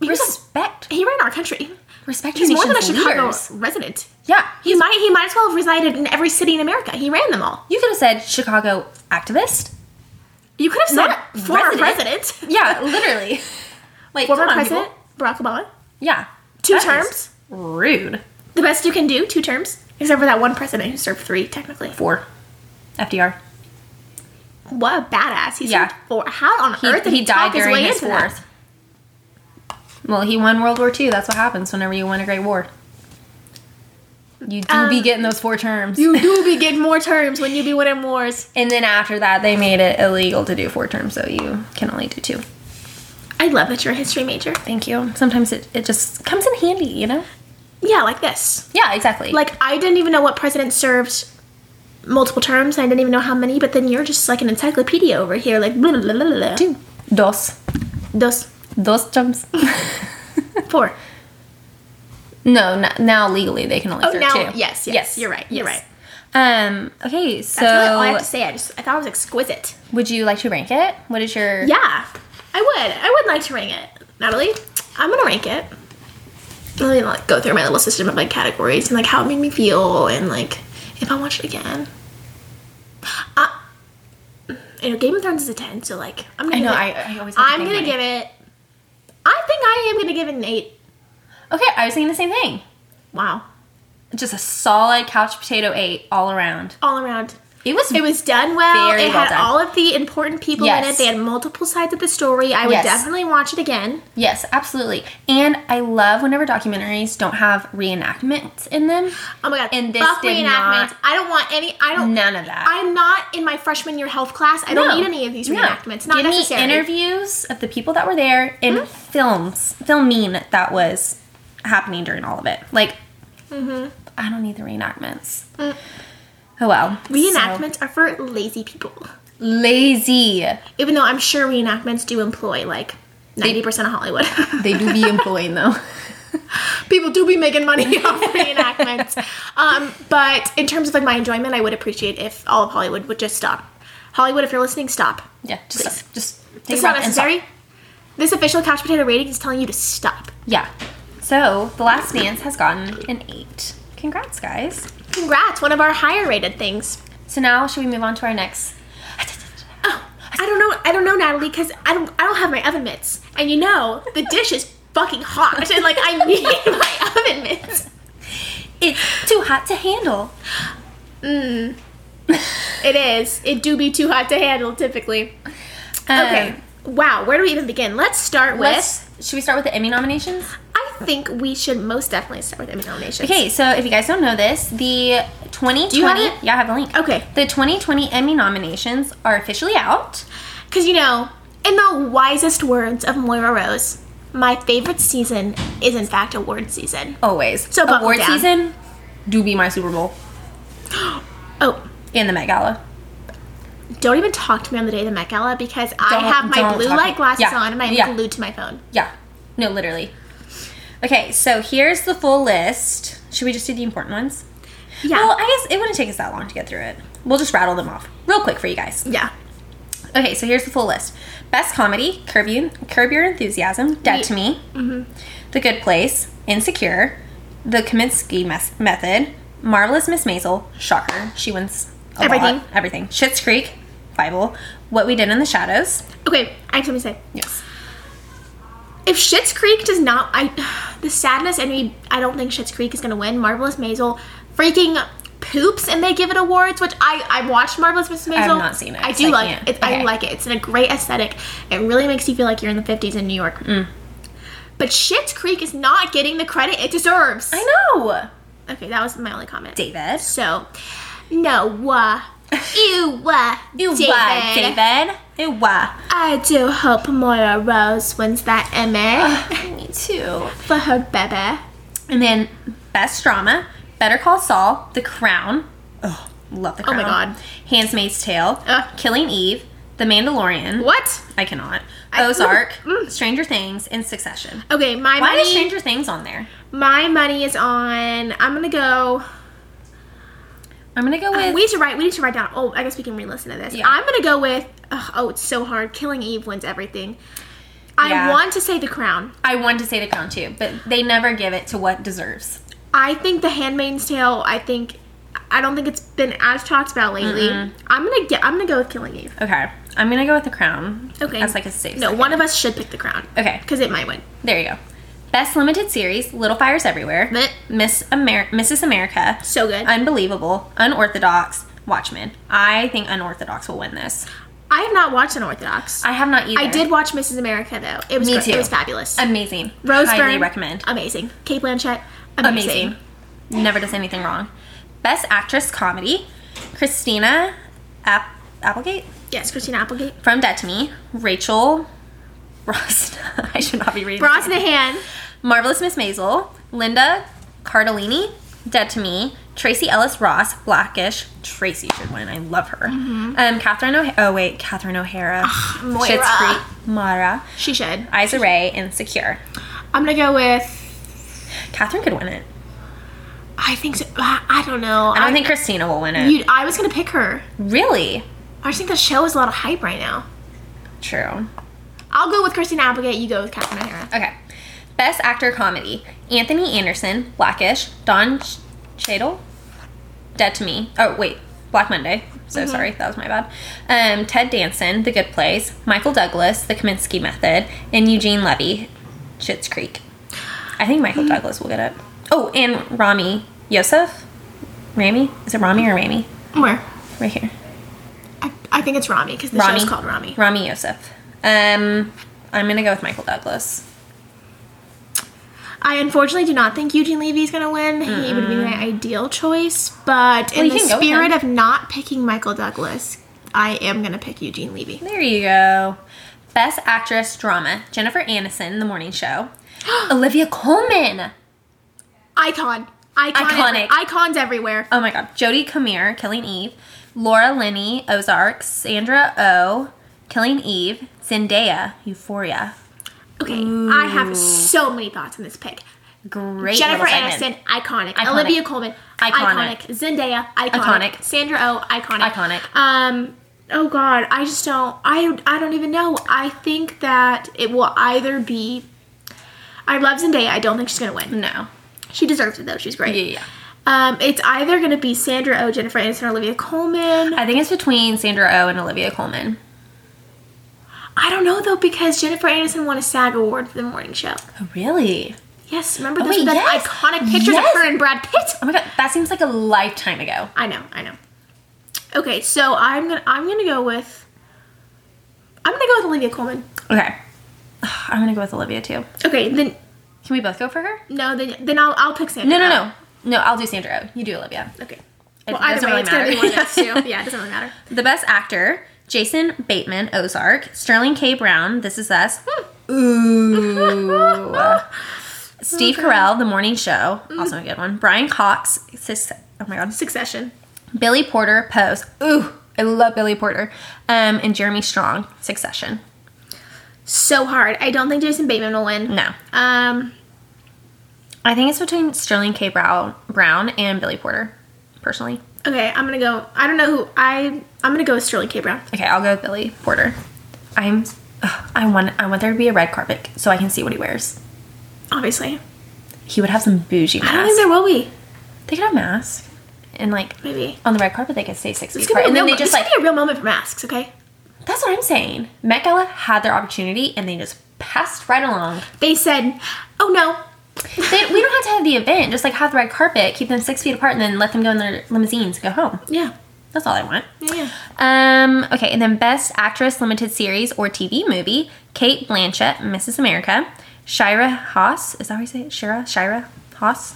Speaker 2: He, was a-
Speaker 1: respect.
Speaker 2: he ran our country.
Speaker 1: Respect.
Speaker 2: He's
Speaker 1: your
Speaker 2: more than a
Speaker 1: nation's
Speaker 2: Chicago
Speaker 1: leaders.
Speaker 2: resident.
Speaker 1: Yeah.
Speaker 2: He might he might as well have resided in every city in America. He ran them all.
Speaker 1: You could have said Chicago activist.
Speaker 2: You could have said
Speaker 1: Not
Speaker 2: former
Speaker 1: resident.
Speaker 2: president.
Speaker 1: Yeah, literally. like
Speaker 2: Former
Speaker 1: come on,
Speaker 2: president,
Speaker 1: people.
Speaker 2: Barack Obama.
Speaker 1: Yeah.
Speaker 2: Two
Speaker 1: That is
Speaker 2: terms.
Speaker 1: Rude.
Speaker 2: The best you can do, two terms. Except for that one president who served three, technically.
Speaker 1: Four. FDR.
Speaker 2: What a badass. He
Speaker 1: Yeah.
Speaker 2: served four. How on
Speaker 1: He,
Speaker 2: earth did
Speaker 1: he died
Speaker 2: talk his
Speaker 1: during
Speaker 2: way
Speaker 1: his
Speaker 2: into that?
Speaker 1: fourth. Well, he won World War II. That's what happens whenever you win a great war. You do be
Speaker 2: Um,
Speaker 1: getting those four terms.
Speaker 2: You do be getting more terms when you be winning wars.
Speaker 1: and then after that, they made it illegal to do four terms, so you can only do two.
Speaker 2: I love that you're a history major.
Speaker 1: Thank you. Sometimes it, it just comes in handy, you know?
Speaker 2: Yeah, like this.
Speaker 1: Yeah, exactly.
Speaker 2: Like, I didn't even know what president served multiple terms. I didn't even know how many, but then you're just like an encyclopedia over here. Like, blah, blah, blah, blah, blah.
Speaker 1: two. Dos.
Speaker 2: Dos,
Speaker 1: Dos terms.
Speaker 2: four.
Speaker 1: no, no, now legally they can only
Speaker 2: Oh,
Speaker 1: serve
Speaker 2: now,
Speaker 1: two.
Speaker 2: yes, yes, You're right. You're right.
Speaker 1: Um, okay, so
Speaker 2: That's really all I have to say. I just, I thought it was exquisite.
Speaker 1: would you like to rank it? What is your.
Speaker 2: Yeah, I would. I would like to rank it, Natalie. I'm gonna rank it. Let me like go through my little system of like categories and like how it made me feel and like if I watch it again. Uh, you know, Game of Thrones is a ten, so like I'm gonna.
Speaker 1: I know,
Speaker 2: give
Speaker 1: I,
Speaker 2: It,
Speaker 1: I always. have to
Speaker 2: I'm
Speaker 1: think
Speaker 2: gonna
Speaker 1: mine.
Speaker 2: give it. I think I am gonna give it an eight.
Speaker 1: Okay, I was thinking the same thing.
Speaker 2: Wow,
Speaker 1: Just a solid couch potato eight all around.
Speaker 2: all around.
Speaker 1: It was
Speaker 2: It was done well.
Speaker 1: Very
Speaker 2: it
Speaker 1: well
Speaker 2: had
Speaker 1: done.
Speaker 2: all of the important people in
Speaker 1: Yes.
Speaker 2: it. They had multiple sides of the story. I would
Speaker 1: Yes.
Speaker 2: definitely watch it again.
Speaker 1: yes, absolutely. And I love whenever documentaries don't have reenactments in them.
Speaker 2: Oh my god!
Speaker 1: And this
Speaker 2: Fuck
Speaker 1: did
Speaker 2: reenactments.
Speaker 1: not-
Speaker 2: I don't want any. Oh, I don't.
Speaker 1: None of that.
Speaker 2: I'm not in my freshman year health class. I
Speaker 1: No.
Speaker 2: don't need any of these
Speaker 1: No.
Speaker 2: reenactments. Not
Speaker 1: Give me
Speaker 2: necessary. Mm-hmm.
Speaker 1: interviews of the people that were there and films, filming that was happening during all of it. Like,
Speaker 2: Mm-hmm.
Speaker 1: I don't need the reenactments.
Speaker 2: Mm.
Speaker 1: Oh well.
Speaker 2: Reenactments are for lazy people.
Speaker 1: So, lazy.
Speaker 2: Even though I'm sure reenactments do employ like 90% of Hollywood.
Speaker 1: They do be employing though.
Speaker 2: people do be making money off reenactments. Um, but in terms of like my enjoyment, I would appreciate if all of Hollywood would just stop. Hollywood, if you're listening, stop.
Speaker 1: Yeah, just stop. just take
Speaker 2: It's
Speaker 1: a
Speaker 2: not
Speaker 1: breath and stop.
Speaker 2: necessary. This official couch potato rating is telling you to stop.
Speaker 1: Yeah. So the last dance has gotten an eight. Congrats, guys.
Speaker 2: Congrats, one of our higher rated things.
Speaker 1: So now should we move on to our next?
Speaker 2: Oh, I don't know. I don't know, Natalie, because I don't. I don't have my oven mitts, and you know the dish is fucking hot, and like I need my oven mitts.
Speaker 1: It's too hot to handle.
Speaker 2: Mm. It is. It do be too hot to handle, typically.
Speaker 1: Um,
Speaker 2: Okay. wow. Where do we even begin? Let's start with.
Speaker 1: Let's, should we start with the Emmy nominations?
Speaker 2: I think we should most definitely start with Emmy nominations.
Speaker 1: Okay, so if you guys don't know this, the 2020
Speaker 2: you have it?
Speaker 1: yeah, I have a link.
Speaker 2: Okay.
Speaker 1: The 2020 Emmy nominations are officially out.
Speaker 2: Because you know, in the wisest words of Moira Rose, my favorite season is in fact award season.
Speaker 1: Always.
Speaker 2: So buckle
Speaker 1: award
Speaker 2: down.
Speaker 1: season do be my Super Bowl
Speaker 2: Oh,
Speaker 1: and the Met Gala.
Speaker 2: don't even talk to me on the day of the Met Gala because I
Speaker 1: Don't-
Speaker 2: have my
Speaker 1: don't
Speaker 2: blue
Speaker 1: talk-
Speaker 2: light glasses
Speaker 1: yeah,
Speaker 2: on and I'm
Speaker 1: yeah.
Speaker 2: glued to my phone.
Speaker 1: Yeah. No, literally. Okay, so here's the full list. Should we just do the important ones?
Speaker 2: Yeah.
Speaker 1: Well, I guess it wouldn't take us that long to get through it. We'll just rattle them off real quick for you guys.
Speaker 2: yeah.
Speaker 1: Okay, so here's the full list: Best Comedy, Curb, you, Curb Your Enthusiasm, Dead
Speaker 2: Ye- Mm-hmm.
Speaker 1: to Me, The Good Place, Insecure, The Kaminsky mes- Method, Marvelous Miss Maisel, Shocker, she wins a
Speaker 2: Everything.
Speaker 1: lot, everything, Schitt's Creek, Bible, What We Did in the Shadows,
Speaker 2: Okay, I have something to say.
Speaker 1: yes,
Speaker 2: If Schitt's Creek does not, I, the sadness, and we, I don't think Schitt's Creek is gonna win. Marvelous Maisel, freaking poops, and they give it awards. Which I, I watched Marvelous Miss Maisel.
Speaker 1: have not seen it,
Speaker 2: I
Speaker 1: so
Speaker 2: do
Speaker 1: I
Speaker 2: like
Speaker 1: can't.
Speaker 2: it. It's- I
Speaker 1: Okay.
Speaker 2: like it. It's in a great aesthetic. It really makes you feel like you're in the '50s in New York.
Speaker 1: Mm.
Speaker 2: But Schitt's Creek is not getting the credit it deserves.
Speaker 1: I know,
Speaker 2: Okay, that was my only comment.
Speaker 1: David,
Speaker 2: So, no, uh, ew, uh,
Speaker 1: Ew, why, David, Ew, why?
Speaker 2: I do hope Moira Rose wins that Emmy
Speaker 1: me too.
Speaker 2: for her baby.
Speaker 1: And then Best Drama, Better Call Saul, The Crown. Ugh, love The
Speaker 2: Oh
Speaker 1: Crown.
Speaker 2: my God.
Speaker 1: Handmaid's Tale,
Speaker 2: Ugh.
Speaker 1: Killing Eve, The Mandalorian.
Speaker 2: What?
Speaker 1: I cannot.
Speaker 2: I-
Speaker 1: Ozark,
Speaker 2: Mm.
Speaker 1: Stranger Things, and Succession.
Speaker 2: Okay, my
Speaker 1: Why is
Speaker 2: money.
Speaker 1: Stranger Things on there?
Speaker 2: My money is on. I'm gonna go.
Speaker 1: I'm gonna go with.
Speaker 2: we need to write. We need to write down. Oh, I guess we can re-listen to this.
Speaker 1: Yeah.
Speaker 2: I'm gonna go with. ugh, oh, it's so hard. Killing Eve wins everything. I
Speaker 1: Yeah.
Speaker 2: want to say The Crown.
Speaker 1: I wanted to say The Crown too, but they never give it to what deserves.
Speaker 2: I think The Handmaid's Tale. I think. I don't think it's been as talked about lately. I'm gonna get. I'm gonna go with Killing Eve.
Speaker 1: Okay, I'm gonna go with The Crown.
Speaker 2: Okay.
Speaker 1: that's like a safe.
Speaker 2: No,
Speaker 1: second.
Speaker 2: one of us should pick The Crown
Speaker 1: Okay,
Speaker 2: because it might win.
Speaker 1: there you go. Best limited series: Little Fires Everywhere,
Speaker 2: Blech.
Speaker 1: Miss Amer- Mrs. America,
Speaker 2: So good.
Speaker 1: unbelievable, unorthodox, Watchmen. I think unorthodox will win this.
Speaker 2: I have not watched Unorthodox.
Speaker 1: I have not either.
Speaker 2: I did watch Mrs. America though. It was
Speaker 1: Me
Speaker 2: great.
Speaker 1: too.
Speaker 2: It was fabulous.
Speaker 1: Amazing.
Speaker 2: Rose
Speaker 1: Highly
Speaker 2: Byrne,
Speaker 1: recommend.
Speaker 2: Amazing. Kate Blanchett.
Speaker 1: Amazing. Never does anything wrong. Best actress comedy: Christina App- Applegate
Speaker 2: Yes, Christina Applegate.
Speaker 1: from Dead to Me, Rachel Brosnahan. I should not be reading. this.
Speaker 2: Brosnahan.
Speaker 1: Marvelous Miss Maisel, Linda Cardellini, Dead to Me, Tracy Ellis Ross, Blackish. Tracy should win. I love her. Um, Catherine O'Hara. Oh wait, Catherine O'Hara.
Speaker 2: Moira.
Speaker 1: Schitt's Creek, Mara,
Speaker 2: She should.
Speaker 1: Isa Ray, and Secure.
Speaker 2: I'm gonna go with.
Speaker 1: Catherine could win it.
Speaker 2: I think so. I I don't know.
Speaker 1: I don't think Christina will win it.
Speaker 2: You, I was gonna pick her.
Speaker 1: really?
Speaker 2: I just think the show is a lot of hype right now.
Speaker 1: True.
Speaker 2: I'll go with Christina Applegate. You go with Catherine O'Hara.
Speaker 1: Okay. Best Actor Comedy: Anthony Anderson, Blackish, Don Sh- Cheadle, Dead to Me. Oh wait, Black Monday. So
Speaker 2: Mm-hmm.
Speaker 1: sorry, that was my bad. Um, Ted Danson, The Good Place, Michael Douglas, The Kaminsky Method, and Eugene Levy, Schitt's Creek. I think Michael
Speaker 2: Mm.
Speaker 1: Douglas will get it. Oh, and Rami Yosef. Rami? Is it Rami or Rami?
Speaker 2: Where?
Speaker 1: right here.
Speaker 2: I, I think it's Rami because the
Speaker 1: Rami.
Speaker 2: show's called Rami.
Speaker 1: Rami Yosef. Um, I'm gonna go with Michael Douglas.
Speaker 2: I unfortunately do not think Eugene Levy is going to win. He would be my ideal choice, but in
Speaker 1: you
Speaker 2: the
Speaker 1: can go with him.
Speaker 2: spirit of not picking Michael Douglas, I am going to pick Eugene Levy.
Speaker 1: There you go. Best Actress Drama: Jennifer Aniston, The Morning Show. Olivia Colman.
Speaker 2: Icon. Icon
Speaker 1: Iconic.
Speaker 2: Icons everywhere.
Speaker 1: Oh my God. Jodie Comer, Killing Eve. Laura Linney, Ozark. Sandra O, oh, Killing Eve. Zendaya, Euphoria.
Speaker 2: Okay, I have so many thoughts on this pick.
Speaker 1: Great.
Speaker 2: Jennifer
Speaker 1: little segment.
Speaker 2: Aniston, iconic.
Speaker 1: Iconic.
Speaker 2: Olivia Colman,
Speaker 1: Iconic.
Speaker 2: iconic. Zendaya, iconic.
Speaker 1: Iconic.
Speaker 2: Sandra O, oh, iconic.
Speaker 1: Iconic.
Speaker 2: Um, oh God, I just don't. I I don't even know. I think that it will either be. I love Zendaya. I don't think she's gonna win.
Speaker 1: No.
Speaker 2: She deserves it though. She's great.
Speaker 1: Yeah, yeah.
Speaker 2: Um, it's either gonna be Sandra O, oh, Jennifer Aniston, or Olivia Colman.
Speaker 1: I think it's between Sandra O oh and Olivia Colman.
Speaker 2: I don't know though because Jennifer Aniston won a SAG award for The Morning Show.
Speaker 1: Oh, really?
Speaker 2: Yes, remember
Speaker 1: Oh,
Speaker 2: those,
Speaker 1: wait,
Speaker 2: those
Speaker 1: yes.
Speaker 2: iconic pictures
Speaker 1: Yes.
Speaker 2: of her and Brad Pitt?
Speaker 1: Oh my God. That seems like a lifetime ago.
Speaker 2: I know, I know. Okay, so I'm gonna I'm gonna go with I'm gonna go with Olivia Coleman.
Speaker 1: Okay. I'm going to go with Olivia too.
Speaker 2: Okay, then
Speaker 1: Can we both go for her?
Speaker 2: no, then then I'll I'll pick Sandra.
Speaker 1: No, no, no. No, I'll do Sandra O. You do Olivia.
Speaker 2: Okay.
Speaker 1: It
Speaker 2: well, either
Speaker 1: doesn't
Speaker 2: way,
Speaker 1: really
Speaker 2: it's gonna be one of those
Speaker 1: matter.
Speaker 2: two. Yeah, it doesn't really matter.
Speaker 1: The best actor, Jason Bateman, Ozark, Sterling K. Brown, This Is Us. Ooh. Steve Carell, The Morning Show, also a good one. Brian Cox, Sis- oh my god.
Speaker 2: Succession.
Speaker 1: Billy Porter, Pose. Ooh, I love Billy Porter. Um, and Jeremy Strong, Succession.
Speaker 2: So hard. I don't think Jason Bateman will win.
Speaker 1: No.
Speaker 2: Um,
Speaker 1: I think it's between Sterling K. Brown, Brown and Billy Porter, personally.
Speaker 2: okay, I'm gonna go. I don't know who I. I'm gonna go with Sterling K. Brown.
Speaker 1: Okay, I'll go with Billy Porter. I'm. ugh, I want. I want there to be a red carpet so I can see what he wears.
Speaker 2: Obviously,
Speaker 1: He would have some bougie mask.
Speaker 2: I don't think there will be.
Speaker 1: they could have masks and like
Speaker 2: Maybe.
Speaker 1: on the red carpet they could stay six feet
Speaker 2: It's gonna
Speaker 1: apart,
Speaker 2: be a
Speaker 1: and
Speaker 2: real,
Speaker 1: then they just like.
Speaker 2: gonna be a real moment for masks. Okay,
Speaker 1: That's what I'm saying. Met Gala had their opportunity and they just passed right along.
Speaker 2: they said, "Oh no,
Speaker 1: They, we don't have to have the event. Just like have the red carpet, keep them six feet apart, and then let them go in their limousines and go home.
Speaker 2: yeah,
Speaker 1: That's all I want.
Speaker 2: yeah." yeah.
Speaker 1: Um, okay, and then Best Actress Limited Series or TV Movie, Kate Blanchett, Mrs. America, Shira Haas, is that how you say it? Shira? Shira Haas?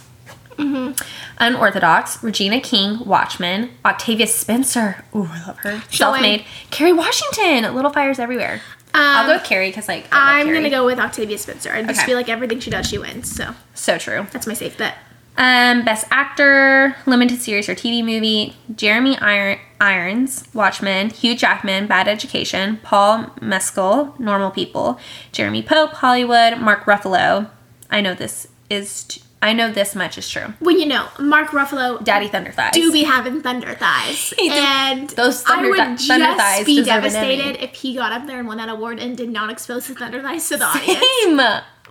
Speaker 2: Mm-hmm.
Speaker 1: Unorthodox, Regina King, Watchmen, Octavia Spencer, ooh, I love her, Self-Made, Carrie Washington, Little Fires Everywhere. I'll
Speaker 2: Um,
Speaker 1: go with Carrie because, like, I love
Speaker 2: I'm
Speaker 1: Carrie.
Speaker 2: gonna go with Octavia Spencer. I just
Speaker 1: Okay.
Speaker 2: feel like everything she does, she wins. So
Speaker 1: So true.
Speaker 2: that's my safe bet.
Speaker 1: Um, Best Actor, Limited Series or TV Movie, Jeremy Iron- Irons, Watchmen, Hugh Jackman, Bad Education, Paul Mescal, Normal People, Jeremy Pope, Hollywood, Mark Ruffalo. I know this is, t- I know this much is true.
Speaker 2: Well, you know, Mark Ruffalo
Speaker 1: Daddy Thunder Thighs.
Speaker 2: do be having thunder thighs,
Speaker 1: He do-
Speaker 2: and
Speaker 1: Those thunder
Speaker 2: I would
Speaker 1: thi-
Speaker 2: just
Speaker 1: thunder thighs
Speaker 2: be
Speaker 1: deserve an Emmy.
Speaker 2: devastated if he got up there and won that award and did not expose his thunder thighs to the audience.
Speaker 1: Same.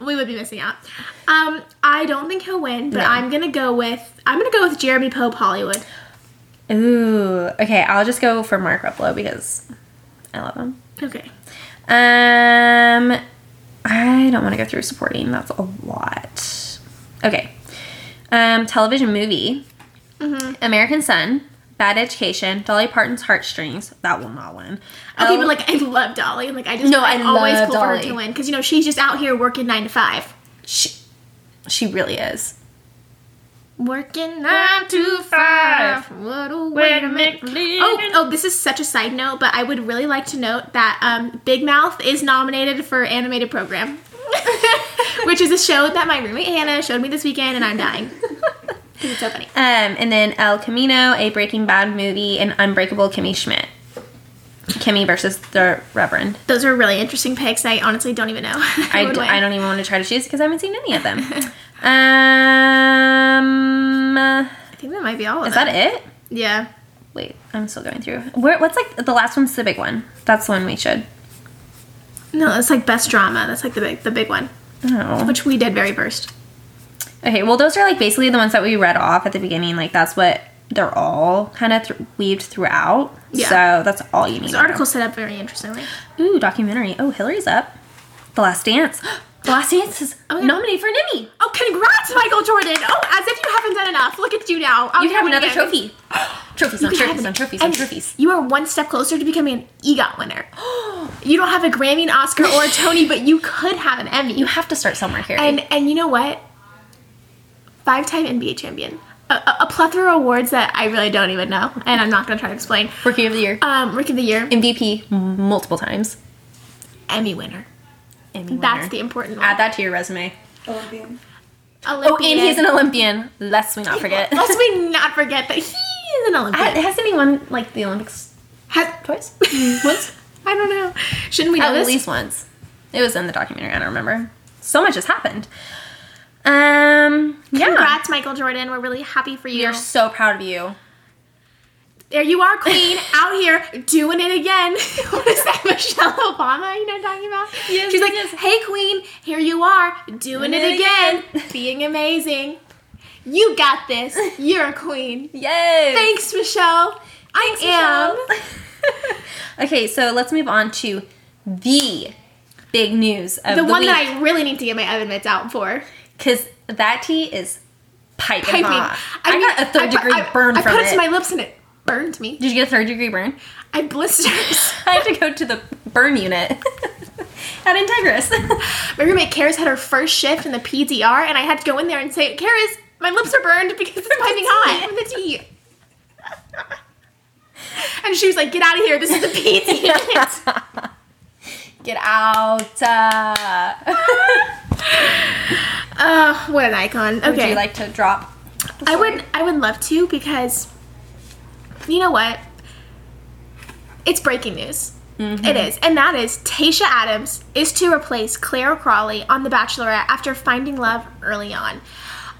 Speaker 2: We would be missing out. Um, I don't think he'll win, but I'm gonna go with I'm gonna go with Jeremy Pope Hollywood.
Speaker 1: Ooh. Okay, I'll just go for Mark Ruffalo because I love him.
Speaker 2: Okay,
Speaker 1: Um, I don't want to go through supporting. That's a lot. Okay. Um, television movie.
Speaker 2: Mm-hmm.
Speaker 1: American Sun. Bad Education. Dolly Parton's Heartstrings. That will not win.
Speaker 2: okay,
Speaker 1: Oh,
Speaker 2: but like I love Dolly, and like I just
Speaker 1: No, I
Speaker 2: I'm always
Speaker 1: love
Speaker 2: cool for her
Speaker 1: Dolly.
Speaker 2: to win because you know she's just out here working nine to five.
Speaker 1: she, she really is.
Speaker 2: Working nine to five. What a way to make. Oh, oh, this is such a side note, but I would really like to note that um, Big Mouth is nominated for animated program, which is a show that my roommate Hannah showed me this weekend, and I'm dying. 'Cause it's so funny.
Speaker 1: Um, and then El Camino, a Breaking Bad movie, and Unbreakable Kimmy Schmidt. Kimmy versus the Reverend.
Speaker 2: Those are really interesting picks. I honestly don't even know.
Speaker 1: I, d- I don't even want to try to choose because I haven't seen any of them. um,
Speaker 2: I think that might be all of
Speaker 1: is that it?
Speaker 2: Yeah.
Speaker 1: Wait, I'm still going through. Where, what's like the last one's the big one? That's the one we should.
Speaker 2: No, that's like best drama. That's like the big, the big one,
Speaker 1: Oh.
Speaker 2: which we did very first.
Speaker 1: Okay, well, those are like basically the ones that we read off at the beginning. Like, that's what they're all kind of th- weaved throughout.
Speaker 2: Yeah.
Speaker 1: So that's all you need.
Speaker 2: This
Speaker 1: to know.
Speaker 2: article set up very interestingly.
Speaker 1: Ooh, documentary. Oh, Hillary's up. The Last Dance. Last Dance is
Speaker 2: Oh, yeah.
Speaker 1: nominated for an Emmy.
Speaker 2: Oh, congrats, Michael Jordan. Oh, as if you haven't done enough. Look at you now. Out
Speaker 1: You can have
Speaker 2: here
Speaker 1: another
Speaker 2: winning.
Speaker 1: trophy. trophies
Speaker 2: You
Speaker 1: on
Speaker 2: can
Speaker 1: trophies
Speaker 2: have
Speaker 1: on
Speaker 2: it.
Speaker 1: trophies on
Speaker 2: And
Speaker 1: trophies.
Speaker 2: You are one step closer to becoming an EGOT winner. you don't have a Grammy, an Oscar, or a Tony, but you could have an Emmy.
Speaker 1: You have to start somewhere, Carrie.
Speaker 2: And and you know what? Five time NBA champion. A, a, a plethora of awards that I really don't even know, and I'm not gonna try to explain.
Speaker 1: Rookie of the Year,
Speaker 2: Um, Rookie of the Year,
Speaker 1: MVP multiple times.
Speaker 2: Emmy winner.
Speaker 1: Emmy
Speaker 2: That's
Speaker 1: winner.
Speaker 2: the important one.
Speaker 1: Add that to your resume.
Speaker 3: Olympian.
Speaker 1: Oh,
Speaker 2: Olympian.
Speaker 1: and he's an Olympian. Lest we not forget.
Speaker 2: Let's we not forget that he is an Olympian.
Speaker 1: Ha- Has anyone like the Olympics
Speaker 2: Has-
Speaker 1: twice?
Speaker 2: Once? I don't know. Shouldn't we know
Speaker 1: At
Speaker 2: this?
Speaker 1: least once. It was in the documentary. I don't remember. So much has happened. Um. Yeah.
Speaker 2: Congrats, Michael Jordan. We're really happy for
Speaker 1: We
Speaker 2: you.
Speaker 1: are so proud of you.
Speaker 2: There you are, Queen, out here doing it again. what is that, Michelle Obama? You know what I'm talking about?
Speaker 1: Yes,
Speaker 2: She's like,
Speaker 1: yes.
Speaker 2: hey, Queen, here you are doing
Speaker 1: Doing
Speaker 2: it
Speaker 1: it
Speaker 2: again, being amazing. You got this. You're a queen.
Speaker 1: Yay!
Speaker 2: Thanks, Michelle. I am.
Speaker 1: okay, so let's move on to the big news of the,
Speaker 2: The one
Speaker 1: week.
Speaker 2: that I really need to get my oven mitts out for.
Speaker 1: Because that tea is piping,
Speaker 2: Piping.
Speaker 1: hot. I, got a third
Speaker 2: I-
Speaker 1: degree
Speaker 2: I,
Speaker 1: burn
Speaker 2: I
Speaker 1: from
Speaker 2: put
Speaker 1: it.
Speaker 2: it to my lips and it burned me.
Speaker 1: Did you get a third degree burn?
Speaker 2: I had blisters.
Speaker 1: I had to go to the burn unit at Integris.
Speaker 2: My roommate Karis had her first shift in the PDR, and I had to go in there and say, Karis, my lips are burned because it's piping hot from the tea. And she was like, "Get out of here! This is the PT."
Speaker 1: Get out. Uh,
Speaker 2: Oh, what an icon! Okay,
Speaker 1: Would you like to drop? the
Speaker 2: I
Speaker 1: story?
Speaker 2: would, I would love to because, you know what? It's breaking news.
Speaker 1: Mm-hmm.
Speaker 2: It is, and that is Tasha Adams is to replace Claire Crawley on The Bachelorette after finding love early on.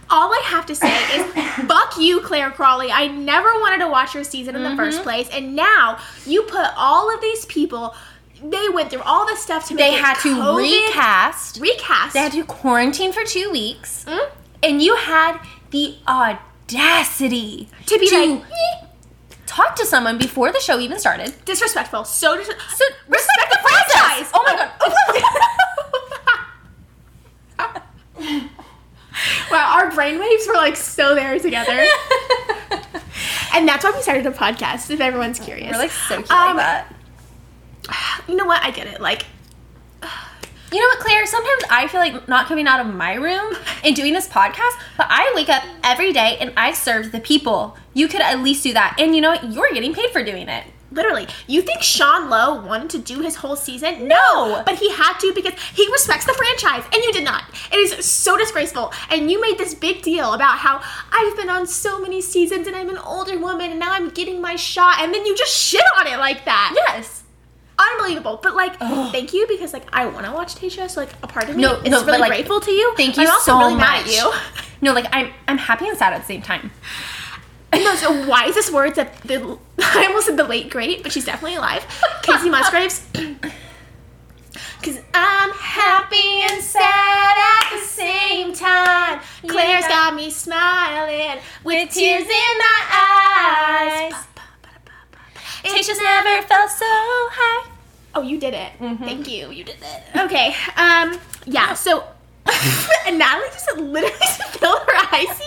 Speaker 2: All I have to say is, fuck you, Claire Crawley. I never wanted to watch your season in
Speaker 1: Mm-hmm.
Speaker 2: the first place, and now you put all of these people. They went through all this stuff to make
Speaker 1: They
Speaker 2: it
Speaker 1: had to
Speaker 2: COVID,
Speaker 1: recast.
Speaker 2: recast.
Speaker 1: They had to quarantine for two weeks,
Speaker 2: Mm?
Speaker 1: and you had the audacity
Speaker 2: To be like,
Speaker 1: talk to someone before the show even started.
Speaker 2: disrespectful. So, dis-
Speaker 1: So respect the franchise. Oh my god.
Speaker 2: wow, our brainwaves were like so there together. and that's why we started a podcast, if everyone's curious.
Speaker 1: We're like so cute
Speaker 2: Um,
Speaker 1: like that.
Speaker 2: You know what? I get it. Like,
Speaker 1: You know what, Claire? Sometimes I feel like not coming out of my room and doing this podcast, but I wake up every day and I serve the people. You could at least do that. And you know what? You're getting paid for doing it.
Speaker 2: literally, you think Sean Lowe wanted to do his whole season? No! But he had to because he respects the franchise, and you did not. It is so disgraceful. And you made this big deal about how I've been on so many seasons and I'm an older woman and now I'm getting my shot, and then you just shit on it like that.
Speaker 1: Yes.
Speaker 2: unbelievable. But like,
Speaker 1: Ugh.
Speaker 2: thank you because like I want to watch Tasha, so like a part of me
Speaker 1: No,
Speaker 2: is
Speaker 1: no, but,
Speaker 2: really
Speaker 1: like,
Speaker 2: grateful to you.
Speaker 1: Thank
Speaker 2: but
Speaker 1: you
Speaker 2: I'm also
Speaker 1: so
Speaker 2: really
Speaker 1: much.
Speaker 2: Mad at you.
Speaker 1: No, like I'm I'm happy and sad at the same time.
Speaker 2: And those are wisest words that the I almost said the late great, but she's definitely alive. Casey Musgraves. Cause I'm happy and sad at the same time. Claire's got me smiling with tears in my eyes.
Speaker 1: Tasha's never felt so high.
Speaker 2: Oh, you did it. Thank you. You did it. Okay. Um. Yeah. So. and Natalie just literally spilled her icy.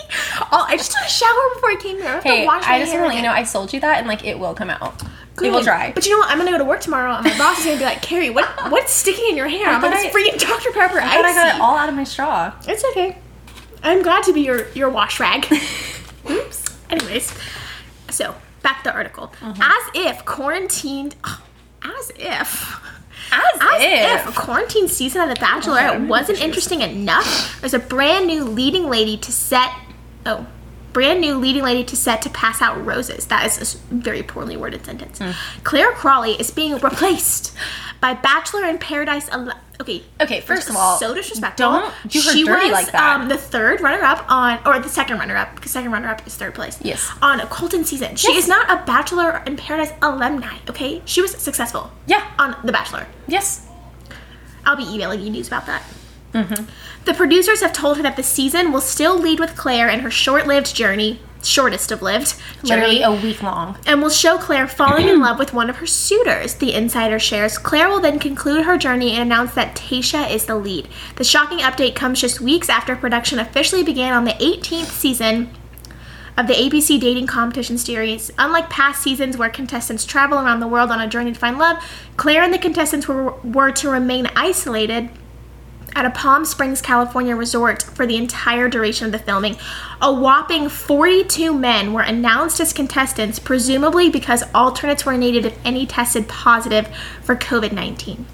Speaker 2: Oh, I just took a shower before I came here. I have to
Speaker 1: Hey,
Speaker 2: wash my
Speaker 1: I just
Speaker 2: hair
Speaker 1: want to let you know I
Speaker 2: again.
Speaker 1: sold you that and like it will come out. It
Speaker 2: Good.
Speaker 1: will dry.
Speaker 2: But you know what? I'm gonna go to work tomorrow, and my boss is gonna be like, "Carrie, what what's sticking in your hair?" I'm like,
Speaker 1: thought
Speaker 2: "It's
Speaker 1: I-
Speaker 2: freaking Dr Pepper
Speaker 1: I thought I got
Speaker 2: icy."
Speaker 1: it all out of my straw.
Speaker 2: it's okay. I'm glad to be your your wash rag.
Speaker 1: Oops.
Speaker 2: Anyways, so back to the article.
Speaker 1: Mm-hmm.
Speaker 2: As if quarantined. oh, as if.
Speaker 1: As,
Speaker 2: As
Speaker 1: if. Oh,
Speaker 2: if. quarantine season of The Bachelorette wasn't interesting enough, there's a brand new leading lady to set. Oh, brand new leading lady to set to pass out roses. That is a s- very poorly worded sentence.
Speaker 1: Mm.
Speaker 2: Claire Crawley is being replaced by Bachelor in Paradise. Ele- okay.
Speaker 1: Okay, first of all,
Speaker 2: so disrespectful.
Speaker 1: don't do her
Speaker 2: she
Speaker 1: dirty
Speaker 2: was
Speaker 1: like that.
Speaker 2: Um, the third runner-up on, or the second runner-up, because second runner-up is third place.
Speaker 1: Yes.
Speaker 2: On Colton season, she is not a Bachelor in Paradise alumni. Okay, she was successful.
Speaker 1: Yeah.
Speaker 2: On The Bachelor.
Speaker 1: Yes.
Speaker 2: I'll be emailing you news about that.
Speaker 1: Mm-hmm.
Speaker 2: The producers have told her that the season will still lead with Claire and her short lived journey shortest of lived,
Speaker 1: Literally
Speaker 2: journey,
Speaker 1: a week long.
Speaker 2: and will show Claire falling in love with one of her suitors. The insider shares. Claire will then conclude her journey and announce that Tasha is the lead. The shocking update comes just weeks after production officially began on the 18th season of the ABC dating competition series. Unlike past seasons where contestants travel around the world on a journey to find love, Claire and the contestants were, were to remain isolated at a Palm Springs, California resort for the entire duration of the filming. A whopping 42 men were announced as contestants, presumably because alternates were needed if any tested positive for COVID 19.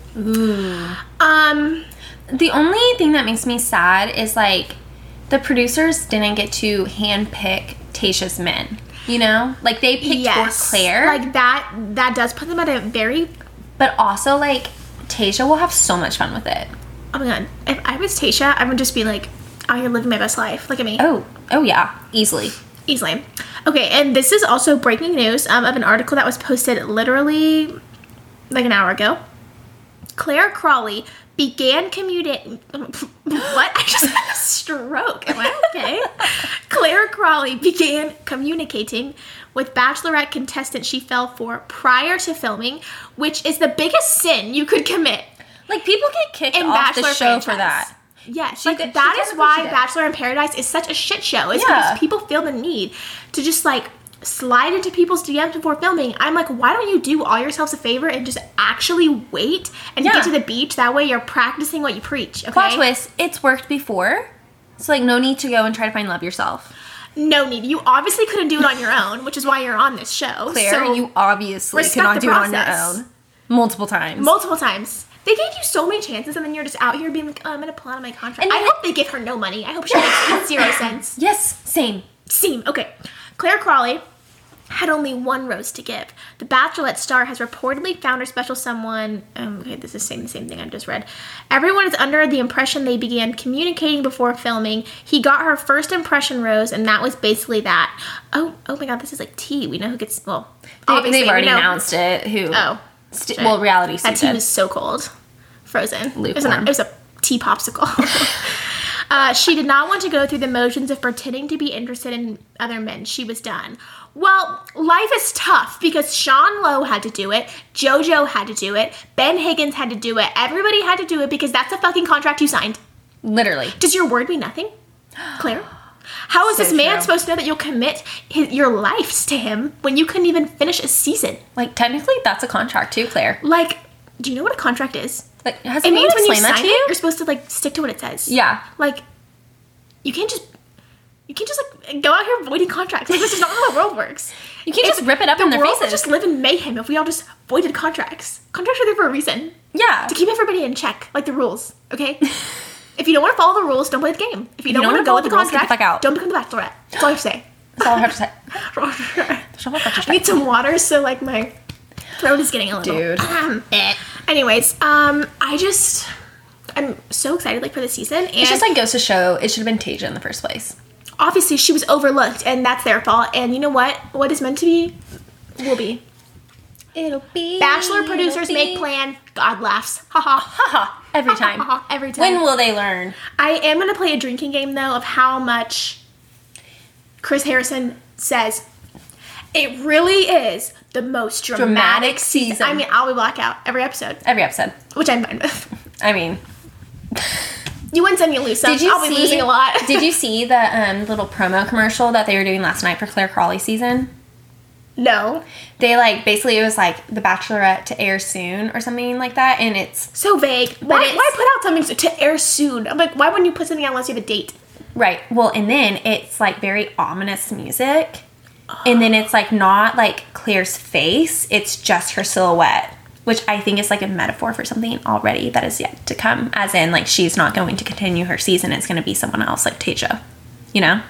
Speaker 2: Um,
Speaker 1: The only thing that makes me sad is like the producers didn't get to handpick Tasha's men. You know, like they picked
Speaker 2: yes,
Speaker 1: for Claire,
Speaker 2: Like that, that does put them at a very
Speaker 1: but also like Tasha will have so much fun with it.
Speaker 2: Oh my god. If I was Tasha, I would just be like, oh, you're living my best life. Look at me.
Speaker 1: Oh, oh yeah, easily.
Speaker 2: Easily. Okay, and this is also breaking news um, of an article that was posted literally like an hour ago. Claire Crawley began commuting. What? I just had a stroke. Am I okay? Claire Crawley began communicating with Bachelorette contestant she fell for prior to filming, which is the biggest sin you could commit.
Speaker 1: Like people get kicked
Speaker 2: in
Speaker 1: off
Speaker 2: Bachelor
Speaker 1: the show for
Speaker 2: franchise.
Speaker 1: that.
Speaker 2: Yes,
Speaker 1: She
Speaker 2: like
Speaker 1: did- she
Speaker 2: that
Speaker 1: did
Speaker 2: is
Speaker 1: what she
Speaker 2: why
Speaker 1: did.
Speaker 2: Bachelor in Paradise is such a shit show. It's
Speaker 1: Yeah.
Speaker 2: because people feel the need to just like slide into people's DMs before filming. I'm like, why don't you do all yourselves a favor and just actually wait and
Speaker 1: Yeah.
Speaker 2: get to the beach? That way, you're practicing what you preach. Okay.
Speaker 1: Plot twist: it's worked before, so like no need to go and try to find love yourself.
Speaker 2: No need. You obviously couldn't do it on your own, which is why you're on this show.
Speaker 1: Claire,
Speaker 2: so
Speaker 1: you obviously
Speaker 2: respect
Speaker 1: cannot
Speaker 2: the
Speaker 1: do it on
Speaker 2: process.
Speaker 1: your own. Multiple times.
Speaker 2: multiple times. They gave you so many chances, and then you're just out here being like, oh, "I'm gonna pull out of my contract."
Speaker 1: And
Speaker 2: I
Speaker 1: you-
Speaker 2: hope they give her no money. I hope she makes zero cents.
Speaker 1: yes, same.
Speaker 2: Seam. Okay. Claire Crawley had only one rose to give. The Bachelorette star has reportedly found her special someone. Um, okay, this is saying the same thing I just read. Everyone is under the impression they began communicating before filming. He got her first impression rose, and that was basically that. Oh, oh my God, this is like tea. We know who gets well.
Speaker 1: They,
Speaker 2: obviously,
Speaker 1: they've
Speaker 2: we
Speaker 1: already
Speaker 2: know-
Speaker 1: announced it. Who?
Speaker 2: Oh,
Speaker 1: St- well, reality
Speaker 2: that tea
Speaker 1: season.
Speaker 2: was so cold, frozen. It was, an,
Speaker 1: Lukewarm.
Speaker 2: it was a tea popsicle. uh, she did not want to go through the motions of pretending to be interested in other men. She was done. Well, life is tough because Sean Lowe had to do it, JoJo had to do it, Ben Higgins had to do it, everybody had to do it because that's a fucking contract you signed.
Speaker 1: Literally.
Speaker 2: Does your word mean nothing, Claire? How is
Speaker 1: So
Speaker 2: this man
Speaker 1: true.
Speaker 2: supposed to know that you'll commit his, your lives to him when you couldn't even finish a season?
Speaker 1: Like technically, that's a contract too, Claire.
Speaker 2: Like, do you know what a contract is?
Speaker 1: Like, has
Speaker 2: It
Speaker 1: anyone
Speaker 2: means when you
Speaker 1: explained that
Speaker 2: sign
Speaker 1: to
Speaker 2: it,
Speaker 1: you?
Speaker 2: you're supposed to like stick to what it says.
Speaker 1: Yeah.
Speaker 2: Like, you can't just you can't just like go out here avoiding contracts. Like, this is not how the world works.
Speaker 1: You can't
Speaker 2: It's-
Speaker 1: just rip it up
Speaker 2: the
Speaker 1: in their
Speaker 2: world
Speaker 1: faces.
Speaker 2: would just live in mayhem if we all just voided contracts. Contracts are there for a reason
Speaker 1: yeah.
Speaker 2: to keep everybody in check, like the rules. Okay. if you don't want to follow the rules, don't play the game. If you don't,
Speaker 1: don't wanna
Speaker 2: want to go
Speaker 1: follow
Speaker 2: with the
Speaker 1: the rules, get the fuck
Speaker 2: contract,
Speaker 1: out.
Speaker 2: don't become the bachelorette. That's all I have to say.
Speaker 1: That's all I have to say. Shut up,
Speaker 2: I need some water, so like my throat is getting a little.
Speaker 1: Dude. Eh.
Speaker 2: Anyways, um, I just I'm so excited like for the season. And
Speaker 1: It's just like goes to show it should have been Tasia in the first place.
Speaker 2: obviously she was overlooked, and that's their fault. And you know what? What is meant to be, will be.
Speaker 1: It'll be
Speaker 2: Bachelor producers make plan. God laughs. Ha ha.
Speaker 1: Haha. Every time.
Speaker 2: Every time.
Speaker 1: When will they learn?
Speaker 2: I am gonna play a drinking game though of how much Chris Harrison says. It really is the most dramatic,
Speaker 1: Dramatic
Speaker 2: season.
Speaker 1: season.
Speaker 2: I mean, I'll be blackout every episode,
Speaker 1: Every episode.
Speaker 2: which I'm fine with.
Speaker 1: I mean,
Speaker 2: You win some, you lose some.
Speaker 1: did you
Speaker 2: I'll
Speaker 1: see,
Speaker 2: be losing a lot.
Speaker 1: did you see the um, little promo commercial that they were doing last night for Claire Crawley season?
Speaker 2: No.
Speaker 1: They like basically it was like The Bachelorette to air soon or something like that, and it's
Speaker 2: So vague. Why,
Speaker 1: it's-
Speaker 2: why put out something to air soon? I'm like, why wouldn't you put something out unless you have a date?
Speaker 1: Right. Well, and then it's like very ominous music. And then it's like not like Claire's face, it's just her silhouette, which I think is like a metaphor for something already that is yet to come. As in, like, she's not going to continue her season, it's going to be someone else, like Teja. You know?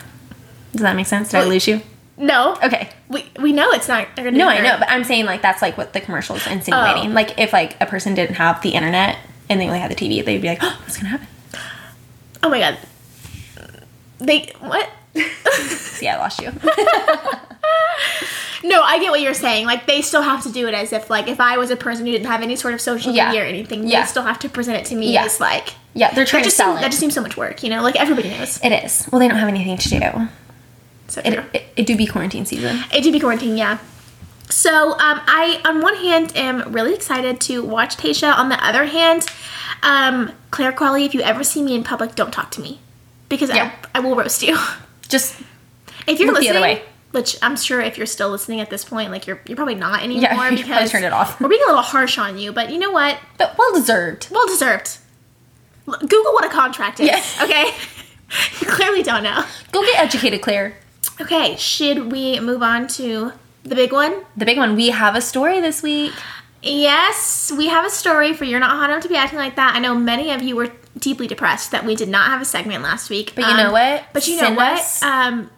Speaker 1: Does that make sense? Did I
Speaker 2: Well-
Speaker 1: lose you?
Speaker 2: No.
Speaker 1: Okay.
Speaker 2: We, we know it's not. they're gonna
Speaker 1: No,
Speaker 2: do
Speaker 1: I
Speaker 2: her.
Speaker 1: know, but I'm saying like that's like what the commercial is insinuating.
Speaker 2: Oh.
Speaker 1: Like, if like a person didn't have the internet and they only had the TV, they'd be like, oh, what's going to happen?
Speaker 2: Oh my god. They what?
Speaker 1: See, I lost you.
Speaker 2: No, I get what you're saying. Like they still have to do it as if like if I was a person who didn't have any sort of social
Speaker 1: Yeah.
Speaker 2: media or anything,
Speaker 1: Yeah.
Speaker 2: they still have to present it to me
Speaker 1: Yeah.
Speaker 2: as like
Speaker 1: yeah, they're
Speaker 2: that
Speaker 1: trying to
Speaker 2: just
Speaker 1: sell
Speaker 2: seems,
Speaker 1: it.
Speaker 2: that just seems so much work, you know? Like everybody knows.
Speaker 1: It is. Well, they don't have anything to do.
Speaker 2: So
Speaker 1: It,
Speaker 2: yeah.
Speaker 1: it, it do be quarantine season.
Speaker 2: It should be quarantine, yeah. So um, I, on one hand, am really excited to watch Tasha. On the other hand, um, Claire Qualley, if you ever see me in public, don't talk to me because
Speaker 1: Yeah.
Speaker 2: I, I will roast you.
Speaker 1: Just
Speaker 2: If you're
Speaker 1: Look the
Speaker 2: listening,
Speaker 1: other way.
Speaker 2: which I'm sure if you're still listening at this point, like you're you're probably not anymore
Speaker 1: Yeah, you probably
Speaker 2: because
Speaker 1: turned it off.
Speaker 2: We're being a little harsh on you, but you know what?
Speaker 1: but well deserved.
Speaker 2: Well deserved. L- Google what a contract is.
Speaker 1: Yeah.
Speaker 2: Okay. you clearly don't know.
Speaker 1: Go get educated, Claire.
Speaker 2: Okay, should we move on to the big one?
Speaker 1: The big one. We have a story this week.
Speaker 2: Yes, we have a story for You're Not Hot Enough to Be Acting Like That. I know many of you were deeply depressed that we did not have a segment last week.
Speaker 1: Um,
Speaker 2: Um,
Speaker 1: But you know what?
Speaker 2: But you know
Speaker 1: Send
Speaker 2: what?
Speaker 1: us-
Speaker 2: Um,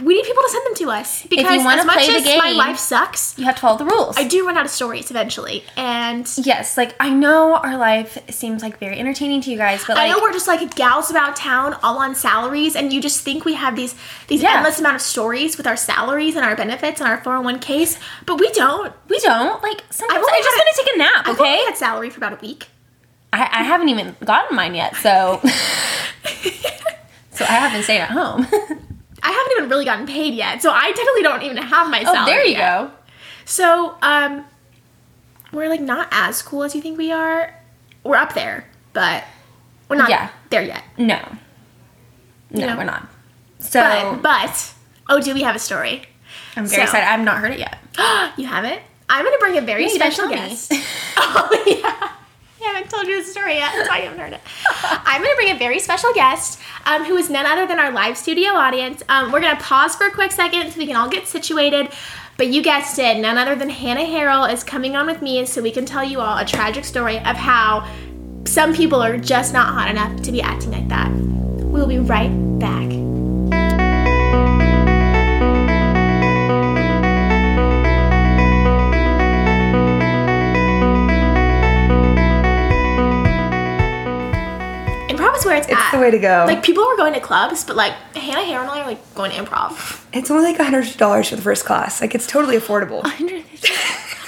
Speaker 2: we need people to send them to us because
Speaker 1: wanna
Speaker 2: as much
Speaker 1: play the
Speaker 2: as my
Speaker 1: game-
Speaker 2: life sucks,
Speaker 1: You have to follow the rules.
Speaker 2: I do run out of stories eventually, and
Speaker 1: yes, like I know our life seems like very entertaining to you guys, but
Speaker 2: I
Speaker 1: like
Speaker 2: know we're just like gals about town, all on salaries, and you just think we have these these
Speaker 1: Yeah.
Speaker 2: endless amount of stories with our salaries and our benefits and our four hundred one ks, but we don't.
Speaker 1: we don't. Like sometimes
Speaker 2: only
Speaker 1: I just
Speaker 2: had-
Speaker 1: want to take a nap.
Speaker 2: I've
Speaker 1: Okay,
Speaker 2: only had salary for about a week.
Speaker 1: I, I haven't even gotten mine yet, so so I have been staying at home.
Speaker 2: I haven't even really gotten paid yet, so I definitely don't even have my salary.
Speaker 1: oh, there you
Speaker 2: yet.
Speaker 1: go.
Speaker 2: So, um, we're like not as cool as you think we are. We're up there, but we're not
Speaker 1: Yeah.
Speaker 2: there yet.
Speaker 1: No, no,
Speaker 2: Yeah.
Speaker 1: we're not. So
Speaker 2: But, but oh, do we have a story?
Speaker 1: I'm very
Speaker 2: so-
Speaker 1: excited. I've not heard it yet.
Speaker 2: you haven't? I'm gonna bring a very
Speaker 1: Yeah, you didn't
Speaker 2: special
Speaker 1: tell me.
Speaker 2: guest. oh yeah. I haven't told you the story yet. That's why you haven't heard it. I'm going to bring a very special guest um, who is none other than our live studio audience. Um, we're going to pause for a quick second so we can all get situated. But you guessed it, none other than Hannah Harrell is coming on with me so we can tell you all a tragic story of how some people are just not hot enough to be acting like that. We'll be right back. Improv is where it's,
Speaker 3: It's
Speaker 2: at.
Speaker 3: the way to go.
Speaker 2: Like people were going to clubs, but like Hannah Harrell and I are like going to improv.
Speaker 3: It's only like $100 for the first class. Like, it's totally affordable.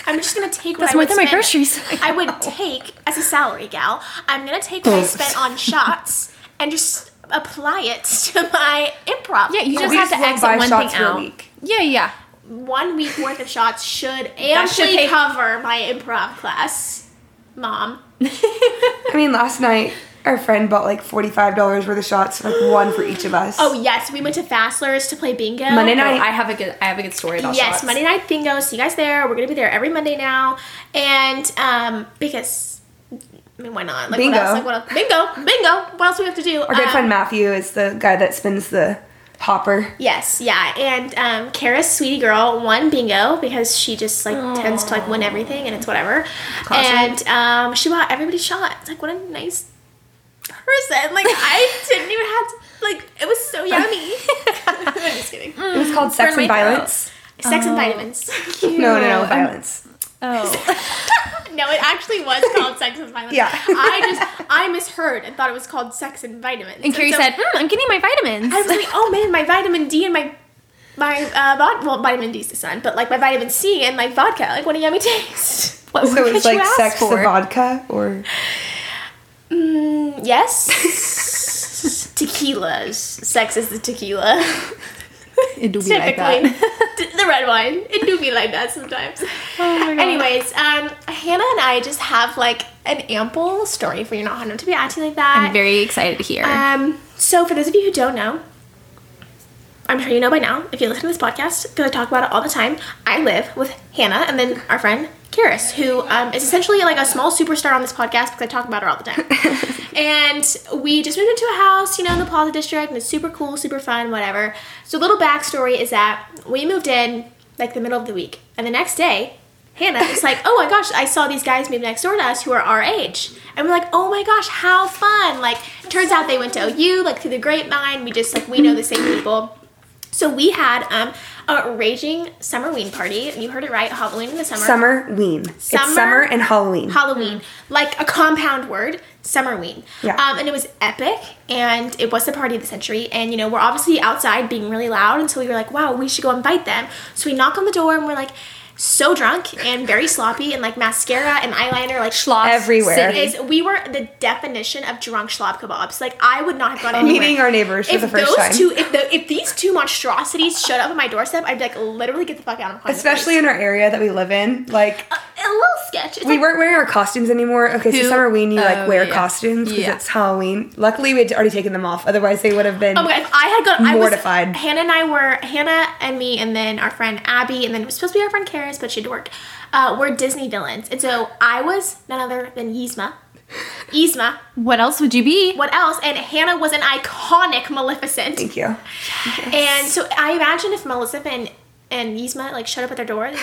Speaker 2: I'm just gonna take what
Speaker 1: That's
Speaker 2: I
Speaker 1: more
Speaker 2: would
Speaker 1: than my
Speaker 2: spend-
Speaker 1: groceries.
Speaker 2: I would take as a salary gal. I'm gonna take what I spent on shots and just apply it to my improv.
Speaker 1: Yeah, you
Speaker 2: We
Speaker 1: just
Speaker 3: we
Speaker 1: have to
Speaker 3: won't
Speaker 1: exit
Speaker 3: buy
Speaker 1: one
Speaker 3: shots
Speaker 1: thing
Speaker 3: for
Speaker 1: out.
Speaker 3: a week.
Speaker 1: Yeah, yeah.
Speaker 2: one week worth of shots should amply
Speaker 1: should pay-
Speaker 2: cover my improv class, mom.
Speaker 3: I mean, last night, our friend bought like $45 worth of shots, like one for each of us.
Speaker 2: Oh yes, we went to Fassler's to play bingo.
Speaker 3: Monday
Speaker 1: No,
Speaker 3: night.
Speaker 1: I have a good. I have a good story about
Speaker 2: yes,
Speaker 1: shots.
Speaker 2: Monday night bingo. See you guys there. We're gonna be there every Monday now, and um, because I mean, why not? Like
Speaker 3: Bingo.
Speaker 2: What else? Like, what else? Bingo, bingo. What else do we have to do?
Speaker 3: Our good
Speaker 2: Um,
Speaker 3: friend Matthew is the guy that spins the hopper.
Speaker 2: Yes, yeah, and um, Kara's sweetie girl won bingo because she just like tends to like win everything and it's whatever.
Speaker 1: Classic.
Speaker 2: And um, she bought everybody shot. It's like what a nice person. Like I didn't even have to. Like it was so yummy. I'm just kidding.
Speaker 3: It was called Sex
Speaker 1: burn
Speaker 3: and
Speaker 1: my throat.
Speaker 3: Violence.
Speaker 2: Sex
Speaker 1: Oh.
Speaker 2: and vitamins.
Speaker 3: No, no,
Speaker 1: Ew.
Speaker 3: no, violence.
Speaker 1: Oh,
Speaker 2: no, it actually was called sex and vitamins.
Speaker 3: Yeah.
Speaker 2: I just I misheard and thought it was called sex and vitamins.
Speaker 1: and Carrie
Speaker 2: so-
Speaker 1: said, mm, "I'm getting my vitamins."
Speaker 2: I was like, oh man, my vitamin D and my my uh, vod- well, vitamin D's the sun, but like my vitamin C and my vodka, like what a yummy taste.
Speaker 1: what
Speaker 3: So
Speaker 1: could
Speaker 3: it's
Speaker 1: you
Speaker 3: like
Speaker 1: ask
Speaker 3: sex
Speaker 1: for?
Speaker 3: the vodka or
Speaker 2: Mm, yes, tequilas. Sex is the tequila.
Speaker 1: It do be like
Speaker 2: Typically,
Speaker 1: that.
Speaker 2: D- the red wine. It do be like that sometimes.
Speaker 1: Oh my God.
Speaker 2: Anyways, um, Hannah and I just have like an ample story for you not Hannah to be acting like that.
Speaker 1: I'm very excited to hear.
Speaker 2: Um, so for those of you who don't know, I'm sure you know by now if you listen to this podcast because I talk about it all the time. I live with Hannah and then our friend Karis, who um, is essentially like a small superstar on this podcast because I talk about her all the time. and we just moved into a house, you know, in the Plaza District, and it's super cool, super fun, whatever. So a little backstory is that we moved in like the middle of the week, and the next day. Hannah is like, oh my gosh, I saw these guys move next door to us who are our age. And we're like, oh my gosh, how fun. Like, turns out they went to OU, like through the grapevine. We just, like, we know the same people. So we had um, a raging summer ween party. You heard it right, Halloween in the summer.
Speaker 3: summer ween?
Speaker 2: Summer-
Speaker 3: it's summer and Halloween.
Speaker 2: Halloween, like a compound word, Summerween.
Speaker 3: Yeah.
Speaker 2: Um, and it was epic, and it was the party of the century. And you know, we're obviously outside being really loud, and so we were like, wow, we should go invite them. So we knock on the door, and we're like, so drunk and very sloppy and like mascara and eyeliner like schlop
Speaker 3: Everywhere.
Speaker 2: is we were the definition of drunk schlop kebabs. Like I would not have gone anywhere.
Speaker 3: Meeting our neighbors for
Speaker 2: if
Speaker 3: the first
Speaker 2: those
Speaker 3: time.
Speaker 2: two, if, the, if these two monstrosities showed up at my doorstep, I'd be like, literally get the fuck out of my car.
Speaker 3: Especially in our area that we live in, like
Speaker 2: a little sketch. It's
Speaker 3: we
Speaker 2: like,
Speaker 3: weren't wearing our costumes anymore. Okay,
Speaker 1: Who-
Speaker 3: so summer we you
Speaker 1: Oh,
Speaker 3: like wear
Speaker 1: yeah.
Speaker 3: costumes because
Speaker 1: Yeah.
Speaker 3: it's Halloween. Luckily, we had already taken them off. Otherwise, they would have been.
Speaker 2: Oh my god! If I had gone, I
Speaker 3: Mortified.
Speaker 2: Was, Hannah and I were Hannah and me, and then our friend Abby, and then it was supposed to be our friend Karis, but she had to work. Uh, we're Disney villains, and so I was none other than Yzma. Yzma.
Speaker 1: What else would you be?
Speaker 2: What else? And Hannah was an iconic Maleficent.
Speaker 3: Thank you.
Speaker 2: And so I imagine if Maleficent and, and Yzma like showed up at their door, they'd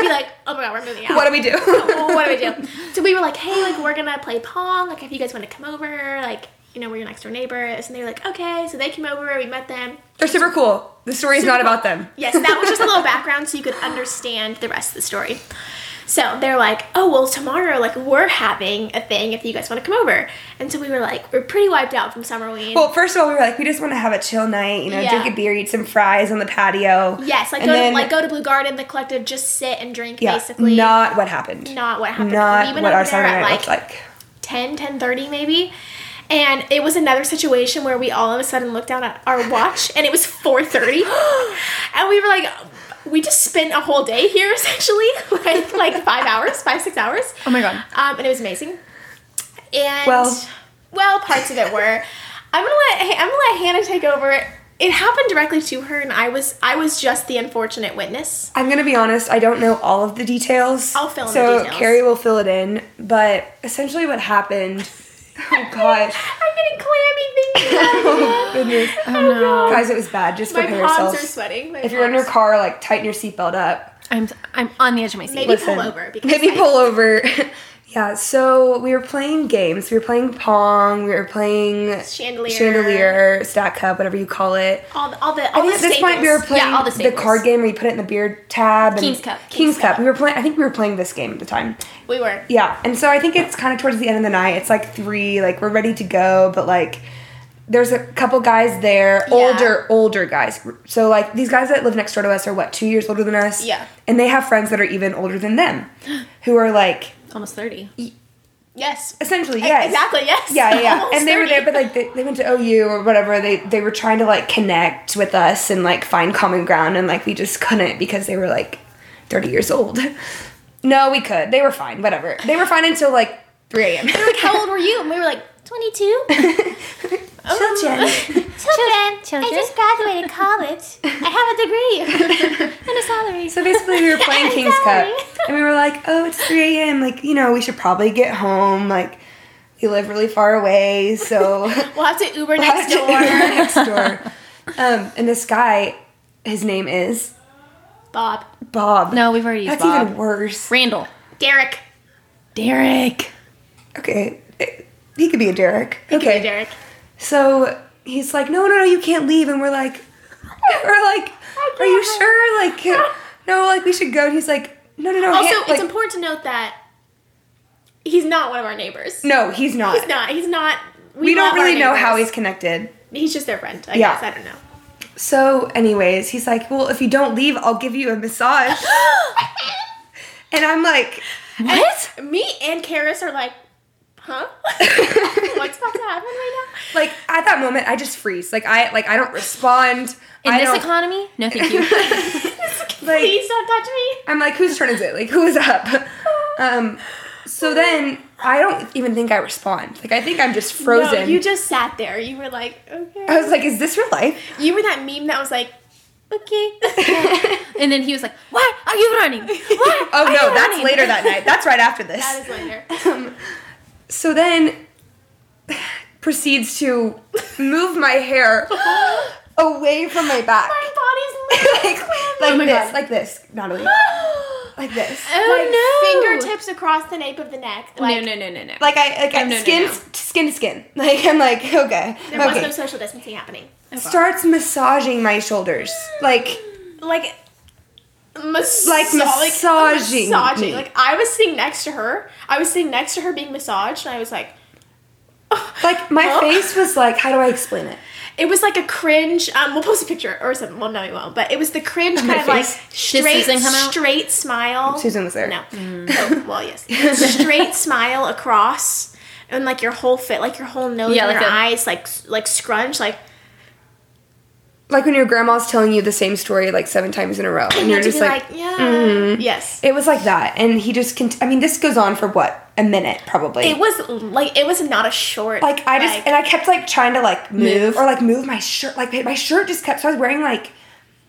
Speaker 2: be like, "Oh my god, we're moving out."
Speaker 3: What do we do?
Speaker 2: Well, what do we do? So we were like, hey, like we're gonna play pong. Like if you guys want to come over, like you know we're your next door neighbors. And they were like, okay. So they came over. We met them.
Speaker 3: They're super cool. The story is not
Speaker 2: Super
Speaker 3: about
Speaker 2: cool.
Speaker 3: them.
Speaker 2: Yes, that was just a little background so you could understand the rest of the story. So they're like, oh well, tomorrow like we're having a thing if you guys want to come over. And so we were like, we're pretty wiped out from Summerween.
Speaker 3: Well, first of all, we were like, we just want to have a chill night, you know,
Speaker 2: Yeah.
Speaker 3: drink a beer, eat some fries on the patio.
Speaker 2: yes, like
Speaker 3: And
Speaker 2: go
Speaker 3: then-
Speaker 2: to like go to Blue Garden, the collective, just sit and drink
Speaker 3: yeah,
Speaker 2: basically.
Speaker 3: Not what happened.
Speaker 2: Not what happened. We
Speaker 3: Not
Speaker 2: went
Speaker 3: what
Speaker 2: over there
Speaker 3: our summer
Speaker 2: at,
Speaker 3: night
Speaker 2: like,
Speaker 3: looked like.
Speaker 2: 10 10:30 maybe and it was another situation where we all of a sudden looked down at our watch and it was 4:30 and we were like we just spent a whole day here essentially like like 5 hours 5 6 hours
Speaker 1: Oh my god.
Speaker 2: um, and it was amazing and
Speaker 3: Well-
Speaker 2: well, parts of it were I'm going to let I'm going to let Hannah take over it happened directly to her and I was I was just the unfortunate witness
Speaker 3: I'm gonna be honest. I don't know all of the details.
Speaker 2: I'll fill in the
Speaker 3: so
Speaker 2: details.
Speaker 3: Carrie will fill it in. But essentially, what happened? Oh gosh.
Speaker 2: I'm getting clammy thinking about it.
Speaker 3: Oh goodness.
Speaker 1: Oh no.
Speaker 3: Guys, it was bad. Just
Speaker 2: my
Speaker 3: prepare
Speaker 2: palms are
Speaker 3: yourselves.
Speaker 2: sweating My
Speaker 3: If you're in your
Speaker 2: palms.
Speaker 3: car, like tighten your seatbelt up.
Speaker 1: I'm I'm on the edge of my seat.
Speaker 2: Maybe-
Speaker 3: Listen,
Speaker 2: pull over, because
Speaker 3: Maybe
Speaker 2: I-
Speaker 3: pull over. yeah. So we were playing games. We were playing pong. We were playing
Speaker 2: Chandelier.
Speaker 3: chandelier, stack cup, whatever you call it.
Speaker 2: all the all the
Speaker 3: I
Speaker 2: all
Speaker 3: think
Speaker 2: the
Speaker 3: at this point we were
Speaker 2: staples.
Speaker 3: playing
Speaker 1: Yeah, all the
Speaker 3: the,
Speaker 1: staples.
Speaker 3: card game where you put it in the beer tab. And
Speaker 1: King's Cup.
Speaker 3: King's,
Speaker 1: King's
Speaker 3: Cup. We were playing. I think we were playing this game at the time.
Speaker 2: we were
Speaker 3: Yeah, and so I think it's kind of towards the end of the night. It's like three, like we're ready to go, but like there's a couple guys there,
Speaker 2: Yeah.
Speaker 3: older, older guys. So like these guys that live next door to us are what two years older than us.
Speaker 2: Yeah.
Speaker 3: and they have friends that are even older than them, who are like
Speaker 1: Almost 30.
Speaker 2: Yes.
Speaker 3: essentially
Speaker 2: E-
Speaker 3: yes,
Speaker 2: Exactly. Yes.
Speaker 3: Yeah, yeah, yeah.
Speaker 2: Almost
Speaker 3: and they were
Speaker 2: 30.
Speaker 3: there, but like they, they went to OU or whatever. They they were trying to like connect with us and like find common ground, and like we just couldn't because they were like thirty years old. No, we could. They were fine. Whatever. They were fine until like three a.m.
Speaker 2: like, how old were you? And we were like, 22. Children. Children. Children. I just graduated college. I have a degree and a salary.
Speaker 3: So basically, we were playing King's Cup, and we were like, "Oh, it's 3 a.m. Like, you know, we should probably get home. Like, we live really far away, so
Speaker 2: We'll have to Uber next door.
Speaker 3: next door." Um, and this guy, his name is
Speaker 2: Bob.
Speaker 3: Bob.
Speaker 1: No, we've already used
Speaker 3: that's
Speaker 1: Bob.
Speaker 3: even worse.
Speaker 1: Randall.
Speaker 2: Derek.
Speaker 1: Derek.
Speaker 3: Okay, it- he could be a Derek. okay,
Speaker 2: Hey, Derek.
Speaker 3: so he's like, "No, no, no, you can't leave," and we're like, "We're like, are you sure? Like, no, like we should go." And he's like, "No, no, no."
Speaker 2: Also,
Speaker 3: Han-
Speaker 2: it's
Speaker 3: like,
Speaker 2: important to note that he's not one of our neighbors.
Speaker 3: No, he's not.
Speaker 2: He's not. He's not.
Speaker 3: Mm. we
Speaker 2: love
Speaker 3: don't
Speaker 2: our
Speaker 3: really know how he's
Speaker 2: neighbors.
Speaker 3: connected.
Speaker 2: He's just their friend, I
Speaker 3: Yeah.
Speaker 2: guess. I don't know.
Speaker 3: So, anyways, he's like, Well, if you don't leave, I'll give you a massage. and I'm like,
Speaker 1: What?
Speaker 2: Me and Karis are like, huh? What's about to happen right now?
Speaker 3: Like, at that moment, I just freeze. Like, I like I don't respond.
Speaker 1: In
Speaker 3: I
Speaker 1: this
Speaker 3: don't,
Speaker 1: economy? No, thank you.
Speaker 3: like,
Speaker 2: Please don't touch me.
Speaker 3: I'm like, Whose turn is it? Like, who is up? Um, so then I don't even think I respond. Like, I think I'm just frozen.
Speaker 2: No, you just sat there. You were like, okay.
Speaker 3: I was like, Is this real life?
Speaker 2: you were that meme that was like, okay.
Speaker 1: and then he was like, Why are you running? Why?
Speaker 3: Oh,
Speaker 1: are you
Speaker 3: no, that's
Speaker 1: running?"
Speaker 3: later that night. That's right after this.
Speaker 2: that is later.
Speaker 3: So then proceeds to move my hair away from my back.
Speaker 2: My body's
Speaker 3: like
Speaker 2: literally
Speaker 3: like
Speaker 2: clammy.
Speaker 3: this, like this, Natalie. Like this.
Speaker 1: Oh,
Speaker 2: Like
Speaker 1: no.
Speaker 2: Fingertips across the nape of the neck.
Speaker 1: No,
Speaker 2: Like,
Speaker 1: no, no, no, no.
Speaker 3: Like I like
Speaker 1: Oh, no, no,
Speaker 3: skin
Speaker 1: no.
Speaker 3: skin to skin. Like I'm like okay
Speaker 2: There was
Speaker 3: okay.
Speaker 2: no social distancing happening.
Speaker 3: Starts massaging my shoulders like
Speaker 2: Like, mas-
Speaker 3: Like massaging
Speaker 2: massaging.
Speaker 3: me.
Speaker 2: Like, I was sitting next to her. I was sitting next to her being massaged, and I was like,
Speaker 3: like my
Speaker 2: Huh?
Speaker 3: face was like how do I explain it?
Speaker 2: It was like a cringe. Um, we'll post a picture or something. Well, no, we won't. But it was the cringe kind of like
Speaker 3: face.
Speaker 1: Did
Speaker 2: straight,
Speaker 1: Susan come out? Mm.
Speaker 2: straight smile.
Speaker 3: Susan was there.
Speaker 2: No. Oh, well, yes. Straight smile across, and like your whole fit, like your whole nose,
Speaker 1: Yeah,
Speaker 2: and
Speaker 1: like
Speaker 2: your
Speaker 1: a-
Speaker 2: eyes, like like scrunched, like
Speaker 3: Like when your grandma's telling you the same story like seven times in a row, and
Speaker 2: you
Speaker 3: you're
Speaker 2: had to
Speaker 3: just
Speaker 2: be
Speaker 3: like, mm-hmm.
Speaker 2: yeah, yes.
Speaker 3: it was like that. And he just, cont- I mean, this goes on for what a minute probably.
Speaker 2: It was like it was not a short.
Speaker 3: like I just and I kept like trying to like move,
Speaker 1: Move.
Speaker 3: or like move my shirt. Like my shirt just kept. So I was wearing like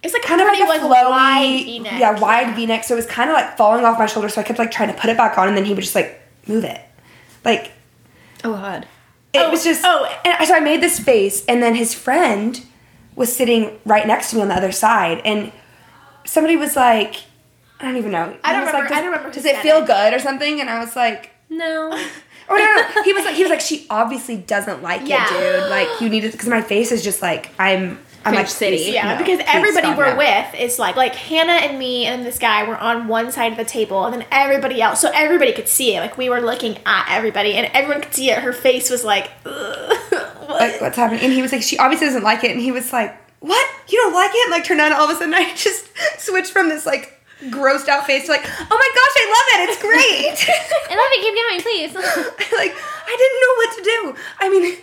Speaker 2: it's like
Speaker 3: kind of like
Speaker 2: pretty,
Speaker 3: a flowy,
Speaker 2: wide V-neck.
Speaker 3: yeah, wide V-neck. So it was kind of like falling off my shoulder. So I kept like trying to put it back on, and then he would just like move it, like
Speaker 1: Oh God.
Speaker 3: it
Speaker 2: Oh,
Speaker 3: was just.
Speaker 2: oh.
Speaker 3: and I- so I made this face, and then his friend was sitting right next to me on the other side, and somebody was like, I don't even know.
Speaker 2: I don't
Speaker 3: He was
Speaker 2: remember-
Speaker 3: Like, does,
Speaker 2: I don't remember who
Speaker 3: Does it
Speaker 2: said
Speaker 3: feel
Speaker 2: it."
Speaker 3: good or something? And I was like.
Speaker 1: No.
Speaker 3: Or no, no, no. he was like, he was like, she obviously doesn't like
Speaker 2: Yeah.
Speaker 3: it, dude. Like you need it because my face is just like I'm. I'm
Speaker 1: Cringe
Speaker 3: like
Speaker 1: city.
Speaker 3: please,
Speaker 2: Yeah,
Speaker 3: no,
Speaker 2: because
Speaker 3: please
Speaker 2: everybody
Speaker 3: stop
Speaker 2: we're
Speaker 3: now.
Speaker 2: with is like like Hannah and me and this guy were on one side of the table and then everybody else so everybody could see it. Like we were looking at everybody and everyone could see it. Her face was like "Ugh, what?"
Speaker 3: like what's happening and he was like she obviously doesn't like it and he was like what you don't like it and like turned on all of a sudden i just switched from this like grossed out face to like oh my gosh i love it it's great
Speaker 1: I love it. Keep going, please.
Speaker 3: like i didn't know what to do i mean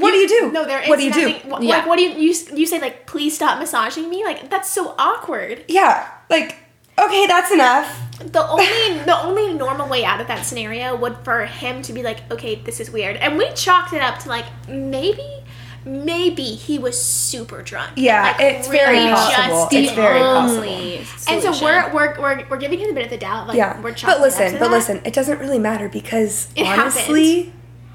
Speaker 3: what do you do
Speaker 2: No, there is
Speaker 3: what do you
Speaker 2: nothing,
Speaker 3: do
Speaker 2: wh-
Speaker 1: Yeah.
Speaker 2: Like what do you, you s- you say like please stop massaging me? Like that's so awkward.
Speaker 3: yeah like okay that's enough
Speaker 2: The only the only normal way out of that scenario would for him to be like, "Okay, this is weird." And we chalked it up to like maybe Maybe he was super drunk.
Speaker 3: Yeah,
Speaker 2: Like,
Speaker 3: it's very
Speaker 2: really
Speaker 3: possible.
Speaker 2: just
Speaker 3: It's
Speaker 2: didn't
Speaker 3: very
Speaker 1: only
Speaker 2: And so
Speaker 1: solution.
Speaker 2: we're, we're we're we're giving him the benefit of the doubt. Like,
Speaker 3: yeah
Speaker 2: We're chalking
Speaker 3: but
Speaker 2: it up
Speaker 3: listen
Speaker 2: to
Speaker 3: but
Speaker 2: that.
Speaker 3: listen it doesn't really matter because
Speaker 2: It
Speaker 3: honestly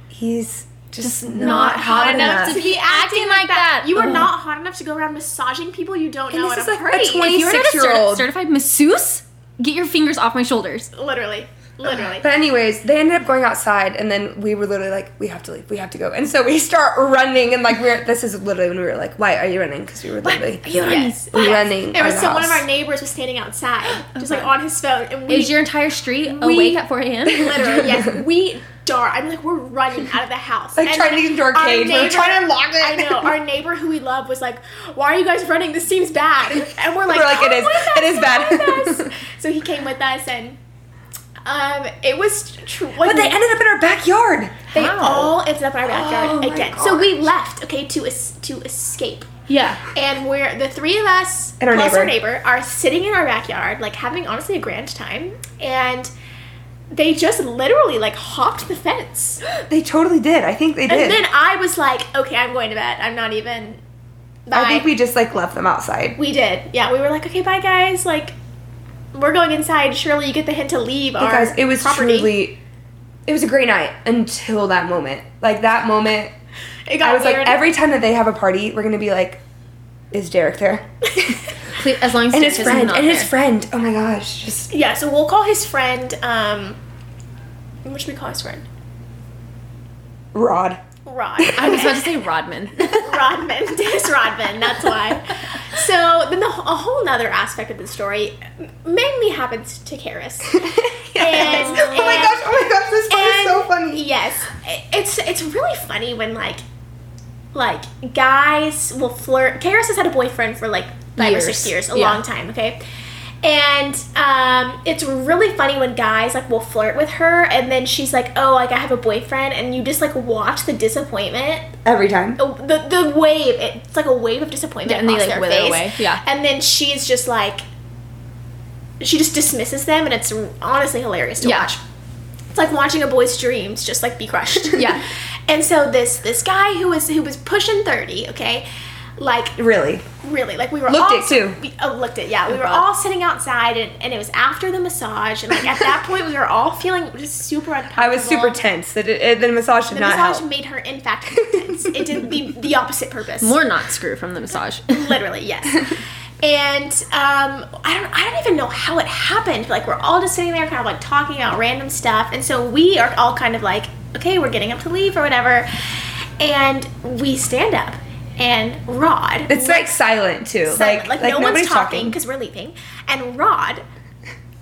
Speaker 3: he's just, not, hot, enough,
Speaker 1: to be acting like that.
Speaker 2: You are
Speaker 1: Ugh.
Speaker 2: not hot enough to go around massaging people you don't
Speaker 3: Mm-hmm. And
Speaker 2: know
Speaker 3: this
Speaker 2: at
Speaker 3: is
Speaker 2: a
Speaker 3: like a
Speaker 2: party.
Speaker 3: 20
Speaker 1: If you're not a
Speaker 3: 26-year-old.
Speaker 1: certi- certified masseuse, get your fingers off my shoulders.
Speaker 2: literally, literally.
Speaker 3: But anyways, they ended up going outside, and then we were literally like, "We have to leave. We have to go." And so we start running, and like we're this is literally when we were like, "Why are you running?" Because we were literally
Speaker 2: yes.
Speaker 3: running. running
Speaker 2: There
Speaker 3: out
Speaker 2: was
Speaker 3: of
Speaker 2: so
Speaker 3: the
Speaker 2: one of
Speaker 3: house.
Speaker 2: our neighbors was standing outside, just like
Speaker 1: Okay.
Speaker 2: on his phone, and we
Speaker 1: Is your entire street
Speaker 2: we-
Speaker 1: awake at 4 a.m.?
Speaker 2: literally yes, we dart. I'm like, we're running out of the house,
Speaker 3: like
Speaker 2: And
Speaker 3: trying to get into our
Speaker 2: our
Speaker 3: cage. we were
Speaker 2: neighbor-
Speaker 3: trying to unlock it.
Speaker 2: I know our neighbor who we love was like, "Why are you guys running? This seems bad." And we're like,
Speaker 3: We're like, "It
Speaker 2: "Come
Speaker 3: is-
Speaker 2: with
Speaker 3: it is
Speaker 2: come
Speaker 3: bad."
Speaker 2: with us." so he came with us, and um, it was true.
Speaker 3: But they ended up in our backyard.
Speaker 2: They
Speaker 1: How?
Speaker 2: all ended up in our
Speaker 3: Oh
Speaker 2: backyard
Speaker 3: my
Speaker 2: again. So we left, okay, to es- to escape.
Speaker 1: yeah.
Speaker 2: And we're the three of us
Speaker 3: And our
Speaker 2: plus our
Speaker 3: neighbor.
Speaker 2: neighbor are sitting in our backyard, like having honestly a grand time. And they just literally like hopped the fence.
Speaker 3: They totally did. I think they
Speaker 2: And
Speaker 3: did.
Speaker 2: then I was like, okay, I'm going to bed. I'm not even. Bye.
Speaker 3: I think we just like left them outside.
Speaker 2: we did. Yeah, we were like, okay, bye guys. Like, we're going inside. Surely you get the hint to leave our
Speaker 3: Because it was
Speaker 2: property.
Speaker 3: truly, it was a great night until that moment. Like that moment,
Speaker 2: It got
Speaker 3: I was like,
Speaker 2: weird.
Speaker 3: every time that they have a party, we're gonna be like, "Is Derek there?"
Speaker 1: Please, as long as Stitch
Speaker 3: and his
Speaker 1: is
Speaker 3: friend
Speaker 1: not
Speaker 3: and his
Speaker 1: there.
Speaker 3: friend oh my gosh just
Speaker 2: Yeah, so we'll call his friend, um, what should we call his friend?
Speaker 3: rod
Speaker 2: Rod.
Speaker 1: I was about to say Rodman.
Speaker 2: Rodman. Dennis Rodman, that's why. So then the, a whole nother aspect of the story mainly happens to Karis.
Speaker 3: Yes.
Speaker 2: And-
Speaker 3: oh my gosh oh my gosh this part is so
Speaker 2: And,
Speaker 3: funny
Speaker 2: Yes. i- It's it's really funny when like like guys will flirt Karis has had a boyfriend for like five or six
Speaker 1: Years.
Speaker 2: years, a
Speaker 1: Yeah.
Speaker 2: long time, okay? And um, it's really funny when guys like will flirt with her and then she's like, Oh, like I have a boyfriend and you just like watch the disappointment
Speaker 3: every time
Speaker 2: Oh, the the wave. It's like a wave of disappointment.
Speaker 1: Yeah, and they,
Speaker 2: across
Speaker 1: like,
Speaker 2: their
Speaker 1: wither
Speaker 2: face.
Speaker 1: away. Yeah.
Speaker 2: And then she's just like, she just dismisses them, and it's honestly hilarious to
Speaker 1: Yeah.
Speaker 2: watch. It's like watching a boy's dreams just like be crushed.
Speaker 1: Yeah.
Speaker 2: And so this this guy who was who was pushing thirty, okay, like
Speaker 3: really
Speaker 2: really like we were
Speaker 3: Looked
Speaker 2: all
Speaker 3: it, too.
Speaker 2: we- oh, looked it yeah we were
Speaker 1: God.
Speaker 2: all sitting outside and, and it was after the massage and like at that point we were all feeling just super uncomfortable
Speaker 3: i was super tense that it, it- the massage did
Speaker 2: the
Speaker 3: not
Speaker 2: massage
Speaker 3: help
Speaker 2: made her in fact more tense it did the, the opposite purpose
Speaker 1: More not screw from the massage.
Speaker 2: literally yes and um, I don't I don't even know how it happened like we're all just sitting there kind of like talking about random stuff and so we are all kind of like okay we're getting up to leave or whatever and we stand up and Rod
Speaker 3: it's like silent too
Speaker 2: silent,
Speaker 3: like like,
Speaker 2: no
Speaker 3: nobody's
Speaker 2: one's talking
Speaker 3: talking,
Speaker 2: because we're leaving and Rod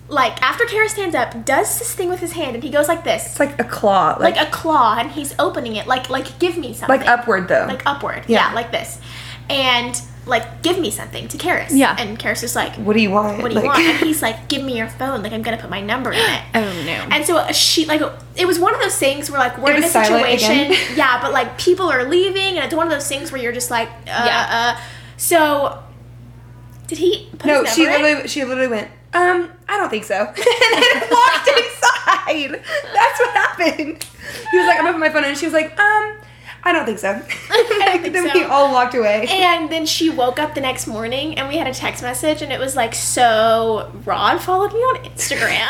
Speaker 2: like after Kara stands up, does this thing with his hand, and he goes like this,
Speaker 3: It's like a claw, like
Speaker 2: like,
Speaker 3: like,
Speaker 2: a claw, and he's opening it, like like give me something,
Speaker 3: upward though.
Speaker 2: like upward, yeah,
Speaker 3: Yeah.
Speaker 2: like this, and like give me something to Karis,
Speaker 1: Yeah.
Speaker 2: and Karis is like,
Speaker 3: what do you want?
Speaker 2: what do you
Speaker 3: like,
Speaker 2: want? And he's like, give me your phone. Like, I'm going to put my number in it.
Speaker 1: Oh, no.
Speaker 2: And so she, like, it was one of those things where, like, we're
Speaker 3: It
Speaker 2: in a
Speaker 3: was silent
Speaker 2: situation.
Speaker 3: again.
Speaker 2: Yeah, but, like, people are leaving, and it's one of those things where you're just like, uh,
Speaker 1: Yeah.
Speaker 2: uh. So, did he put
Speaker 3: no,
Speaker 2: his
Speaker 3: she
Speaker 2: number in?
Speaker 3: literally she literally went. Um, I don't think so. and then walked inside. That's what happened. He was like, I'm gonna put my phone in. And she was like, um, I don't think so.
Speaker 2: don't think
Speaker 3: then
Speaker 2: so.
Speaker 3: we all walked away.
Speaker 2: And then she woke up the next morning, and we had a text message, and it was like, so Rod followed me on Instagram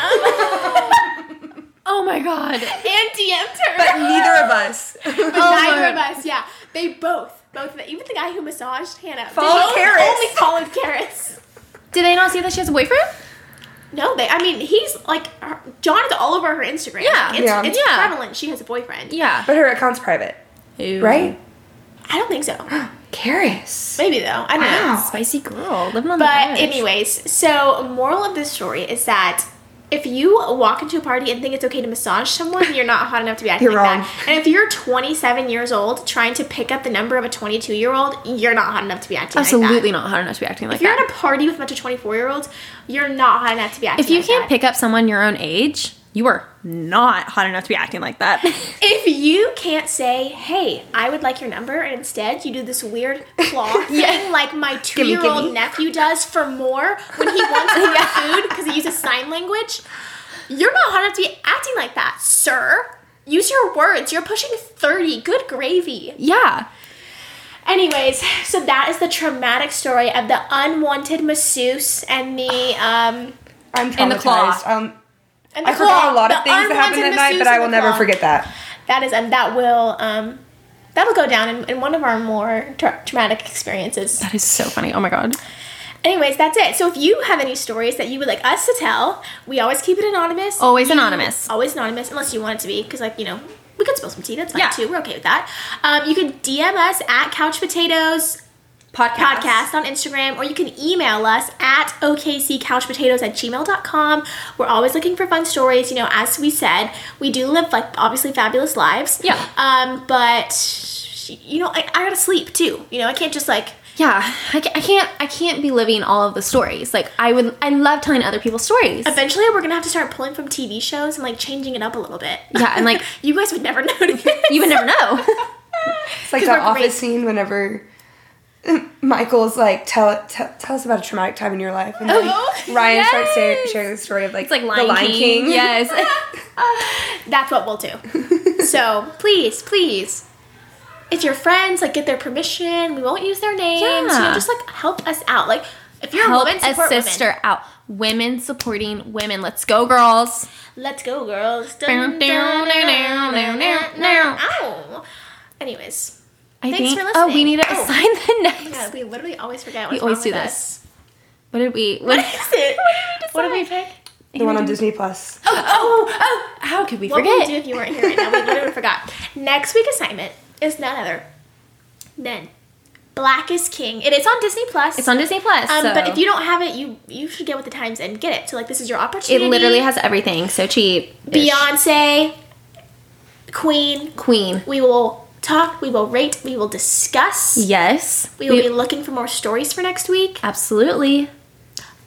Speaker 1: Oh my god.
Speaker 2: and DM'd her.
Speaker 3: but neither of us.
Speaker 2: Neither of
Speaker 1: Lord.
Speaker 2: us, yeah. They both, both of them, even the guy who massaged Hannah,
Speaker 3: Followed
Speaker 2: they both
Speaker 3: Karis.
Speaker 2: only followed Karis.
Speaker 1: Did they not see that she has a boyfriend?
Speaker 2: No, they. I mean, he's like her- John is all over her Instagram.
Speaker 1: Yeah.
Speaker 2: it's,
Speaker 3: Yeah.
Speaker 2: it's
Speaker 1: Yeah.
Speaker 2: prevalent. She has a boyfriend.
Speaker 1: Yeah.
Speaker 3: But her account's private, right?
Speaker 2: I don't think so.
Speaker 3: Karis.
Speaker 2: Maybe though. I don't know.
Speaker 3: Wow.
Speaker 1: Spicy girl. Living on
Speaker 2: But
Speaker 1: the edge.
Speaker 2: anyways, so moral of this story is that. If you walk into a party and think it's okay to massage someone, you're not hot enough to be acting
Speaker 3: You're
Speaker 2: like
Speaker 3: wrong.
Speaker 2: that. And if you're 27 years old trying to pick up the number of a 22 year old, you're not hot enough to be acting like that.
Speaker 1: Absolutely not hot enough to be acting like
Speaker 2: If you're
Speaker 1: that.
Speaker 2: at a party with a bunch of 24 year olds, you're not hot enough to be acting.
Speaker 1: if you
Speaker 2: like
Speaker 1: can't
Speaker 2: that.
Speaker 1: pick up someone your own age, you are not hot enough to be acting like that.
Speaker 2: if you can't say, "Hey, I would like your number," and instead you do this weird claw thing like my
Speaker 3: me, give
Speaker 2: two-year-old
Speaker 3: me.
Speaker 2: nephew does for more when he wants more food because he uses sign language, you're not hot enough to be acting like that, sir. Use your words. You're pushing 30. Good gravy.
Speaker 1: yeah.
Speaker 2: Anyways, so that is the traumatic story of the unwanted masseuse and the um
Speaker 3: I'm traumatized.
Speaker 1: And the claw.
Speaker 3: Um,
Speaker 2: and the
Speaker 3: I forgot
Speaker 2: claw.
Speaker 3: a lot of
Speaker 2: The
Speaker 3: things that happened
Speaker 2: unwanted
Speaker 3: that night, but
Speaker 2: masseuse
Speaker 3: I
Speaker 2: and
Speaker 3: will
Speaker 2: the
Speaker 3: never
Speaker 2: claw.
Speaker 3: forget that.
Speaker 2: That is, and that will, um, that'll go down in, in one of our more tra- traumatic experiences.
Speaker 1: That is so funny. Oh my god.
Speaker 2: Anyways, that's it. So if you have any stories that you would like us to tell, we always keep it anonymous.
Speaker 1: Always
Speaker 2: You-
Speaker 1: anonymous.
Speaker 2: Always anonymous, unless you want it to be, because like you know, we could spill some tea. That's fine
Speaker 1: Yeah.
Speaker 2: too. We're okay with that. Um, you can DM us at Couch Potatoes
Speaker 1: Podcast.
Speaker 2: podcast on Instagram, or you can email us at okccouchpotatoes at gmail.com. We're always looking for fun stories. You know, as we said, we do live, like, obviously fabulous lives.
Speaker 1: Yeah.
Speaker 2: Um, but, you know, I, I gotta sleep too. You know, I can't just, like,
Speaker 1: Yeah. I ca- I can't I can't be living all of the stories. Like I would I love telling other people's stories.
Speaker 2: eventually we're gonna have to start pulling from TV shows and, like, changing it up a little bit.
Speaker 1: Yeah, and, like-
Speaker 2: you guys would never notice.
Speaker 1: You would never know.
Speaker 3: It's like
Speaker 2: 'Cause
Speaker 3: that
Speaker 2: we're
Speaker 3: office
Speaker 2: great.
Speaker 3: scene whenever Michael's like, tell, tell tell us about a traumatic time in your life. And then
Speaker 2: Oh,
Speaker 3: Ryan
Speaker 1: yes.
Speaker 3: starts sharing, sharing the story of like,
Speaker 1: It's like
Speaker 3: the
Speaker 1: Lion, King. Yes.
Speaker 2: That's what we'll do. so please, please, if your friends like get their permission, we won't use their names. You know,
Speaker 1: Yeah.
Speaker 2: just like help us out. Like if you're
Speaker 1: Help
Speaker 2: a woman,
Speaker 1: a
Speaker 2: support
Speaker 1: sister
Speaker 2: women.
Speaker 1: out. Women supporting women. Let's go, girls.
Speaker 2: Let's go, girls. Dun, dun, dun, dun, dun, dun, dun.
Speaker 1: I
Speaker 2: Ow. Anyways, Thanks
Speaker 1: think.
Speaker 2: for
Speaker 1: Oh, we
Speaker 2: listening.
Speaker 1: need to
Speaker 2: Oh.
Speaker 1: assign the next.
Speaker 2: yeah, we literally always forget.
Speaker 1: we
Speaker 2: What's
Speaker 1: always
Speaker 2: wrong
Speaker 1: do
Speaker 2: with
Speaker 1: this. What did we?
Speaker 2: What
Speaker 1: What,
Speaker 2: is it? What did we pick?
Speaker 3: the one on Disney Plus.
Speaker 1: Oh, oh, oh! How could we
Speaker 2: What would we do
Speaker 1: forget?
Speaker 2: if you weren't here right now? We literally forgot. Next week assignment is none other than Black is King. It is on Disney Plus.
Speaker 1: It's on Disney Plus.
Speaker 2: Um,
Speaker 1: so
Speaker 2: But if you don't have it, you you should get with the times and get it. So like this is your
Speaker 1: it
Speaker 2: opportunity.
Speaker 1: literally has everything. So cheap.
Speaker 2: Beyonce, Queen.
Speaker 1: Queen.
Speaker 2: We will talk. We will rate. We will discuss.
Speaker 1: Yes.
Speaker 2: We will be looking for more stories for next week.
Speaker 1: absolutely.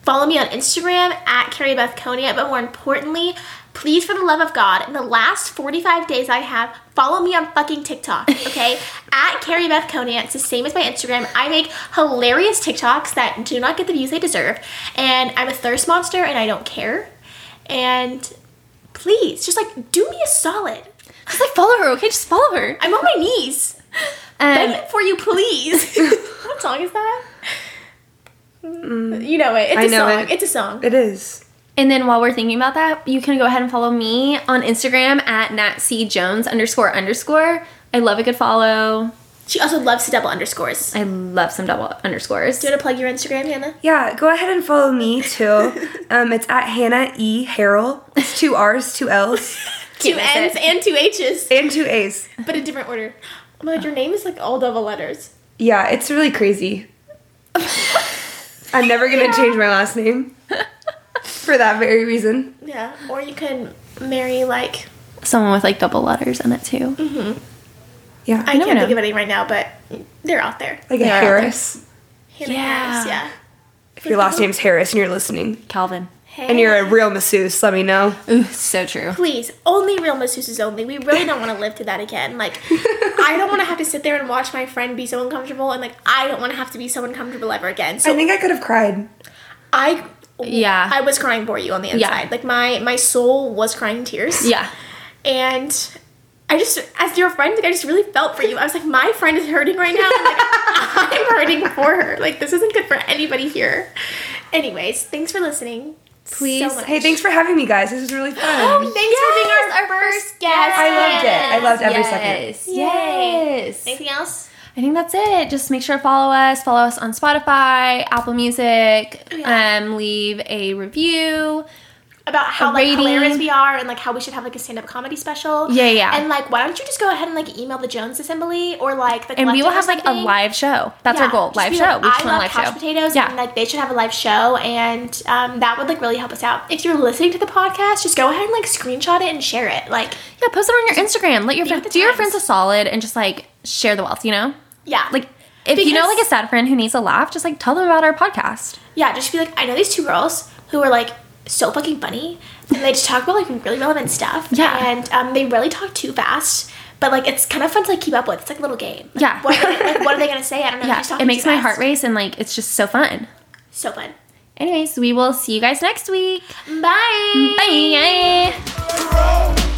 Speaker 2: Follow me on Instagram at Carrie Beth Konya. But more importantly, please, for the love of God, in the last 45 days I have, follow me on fucking TikTok, okay? at Carrie Beth Konya. It's the same as my Instagram. I make hilarious TikToks that do not get the views they deserve. And I'm a thirst monster and I don't care. And please, just like, do me a solid.
Speaker 1: Just like follow her, okay? Just follow her.
Speaker 2: I'm on my knees.
Speaker 1: Um,
Speaker 2: Begging for you, please. what song is that? You know it. It's a
Speaker 3: Mm. I know
Speaker 2: song.
Speaker 3: it.
Speaker 2: It's a song.
Speaker 3: It is.
Speaker 1: and then while we're thinking about that, you can go ahead and follow me on Instagram at natcjones underscore underscore. I love a good follow.
Speaker 2: She also loves to double underscores.
Speaker 1: I love some double underscores.
Speaker 2: Do you want to plug your Instagram, Hannah?
Speaker 3: Yeah, go ahead and follow me too. um, it's at Hannah E. Harrell. It's two R's, two L's,
Speaker 2: Two
Speaker 1: miss
Speaker 2: N's
Speaker 1: it.
Speaker 2: and two H's,
Speaker 3: and two A's.
Speaker 2: but in different order. Oh my god, your name is like all double letters.
Speaker 3: Yeah, it's really crazy. I'm never gonna change my last name. for that very reason.
Speaker 2: Yeah. Or you could marry like
Speaker 1: Someone with like double letters in it too.
Speaker 3: Yeah.
Speaker 2: I
Speaker 1: never
Speaker 2: can't
Speaker 1: know.
Speaker 2: think of any right now, but they're out there.
Speaker 3: like a
Speaker 1: Yeah.
Speaker 3: Harris.
Speaker 2: Hannah
Speaker 1: Yeah.
Speaker 2: Harris, yeah.
Speaker 3: If your last name's Harris and you're listening
Speaker 1: Calvin.
Speaker 2: Hey,
Speaker 3: and you're a real masseuse, let me know.
Speaker 1: Ooh, so true.
Speaker 2: please only real masseuses only. We really don't want to live through that again. Like I don't want to have to sit there and watch my friend be so uncomfortable, and like I don't want to have to be so uncomfortable ever again. So
Speaker 3: I think I could have cried.
Speaker 2: I
Speaker 1: Yeah.
Speaker 2: I was crying for you on the inside. Like my my soul was crying tears.
Speaker 1: Yeah.
Speaker 2: And I just as your friend, like, I just really felt for you. I was like, my friend is hurting right now. and, like, I'm hurting for her. Like this isn't good for anybody here. Anyways, thanks for listening.
Speaker 3: Please. hey, thanks for having me, guys. This was really
Speaker 2: Oh,
Speaker 3: fun.
Speaker 2: thanks for being our, first guest.
Speaker 3: I loved it. I loved every
Speaker 1: yes.
Speaker 2: Yay.
Speaker 1: Yes.
Speaker 2: Anything else?
Speaker 1: I think that's it. Just make sure to follow us. Follow us on Spotify, Apple Music.
Speaker 2: Yeah.
Speaker 1: Um, leave a review.
Speaker 2: About how
Speaker 1: A
Speaker 2: like
Speaker 1: rating.
Speaker 2: hilarious we are and like how we should have like a stand-up comedy special.
Speaker 1: Yeah, yeah.
Speaker 2: And like why don't you just go ahead and like email the Jones Assembly or like the
Speaker 1: And we will have
Speaker 2: Collective or
Speaker 1: like a
Speaker 2: something?
Speaker 1: live show. That's
Speaker 2: Yeah,
Speaker 1: our goal.
Speaker 2: just
Speaker 1: Live
Speaker 2: be
Speaker 1: show.
Speaker 2: Like,
Speaker 1: we just want
Speaker 2: I
Speaker 1: a
Speaker 2: love
Speaker 1: live
Speaker 2: couch
Speaker 1: show.
Speaker 2: potatoes,
Speaker 1: Yeah.
Speaker 2: and like they should have a live show, and um, that would like really help us out. If you're listening to the podcast, just go ahead and like screenshot it and share it. Like,
Speaker 1: yeah, post it on your Instagram. Let your
Speaker 2: Be
Speaker 1: friends
Speaker 2: with
Speaker 1: do
Speaker 2: the
Speaker 1: your
Speaker 2: times.
Speaker 1: friends a solid and just like share the wealth, you know?
Speaker 2: yeah,
Speaker 1: Like if you know
Speaker 2: Because-
Speaker 1: like a sad friend who needs a laugh, just like tell them about our podcast.
Speaker 2: yeah, just be like, I know these two girls who are like so fucking funny, and they just talk about like really relevant stuff.
Speaker 1: Yeah.
Speaker 2: and um, they really talk too fast. But like it's kind of fun to like keep up with. It's like a little game. Like,
Speaker 1: Yeah.
Speaker 2: What are they, like, what are they gonna say? I don't know.
Speaker 1: Yeah.
Speaker 2: Just talking
Speaker 1: It makes
Speaker 2: too
Speaker 1: my
Speaker 2: fast.
Speaker 1: heart race and like it's just so fun.
Speaker 2: So fun.
Speaker 1: Anyways, we will see you guys next week.
Speaker 2: Bye.
Speaker 1: Bye.
Speaker 4: road.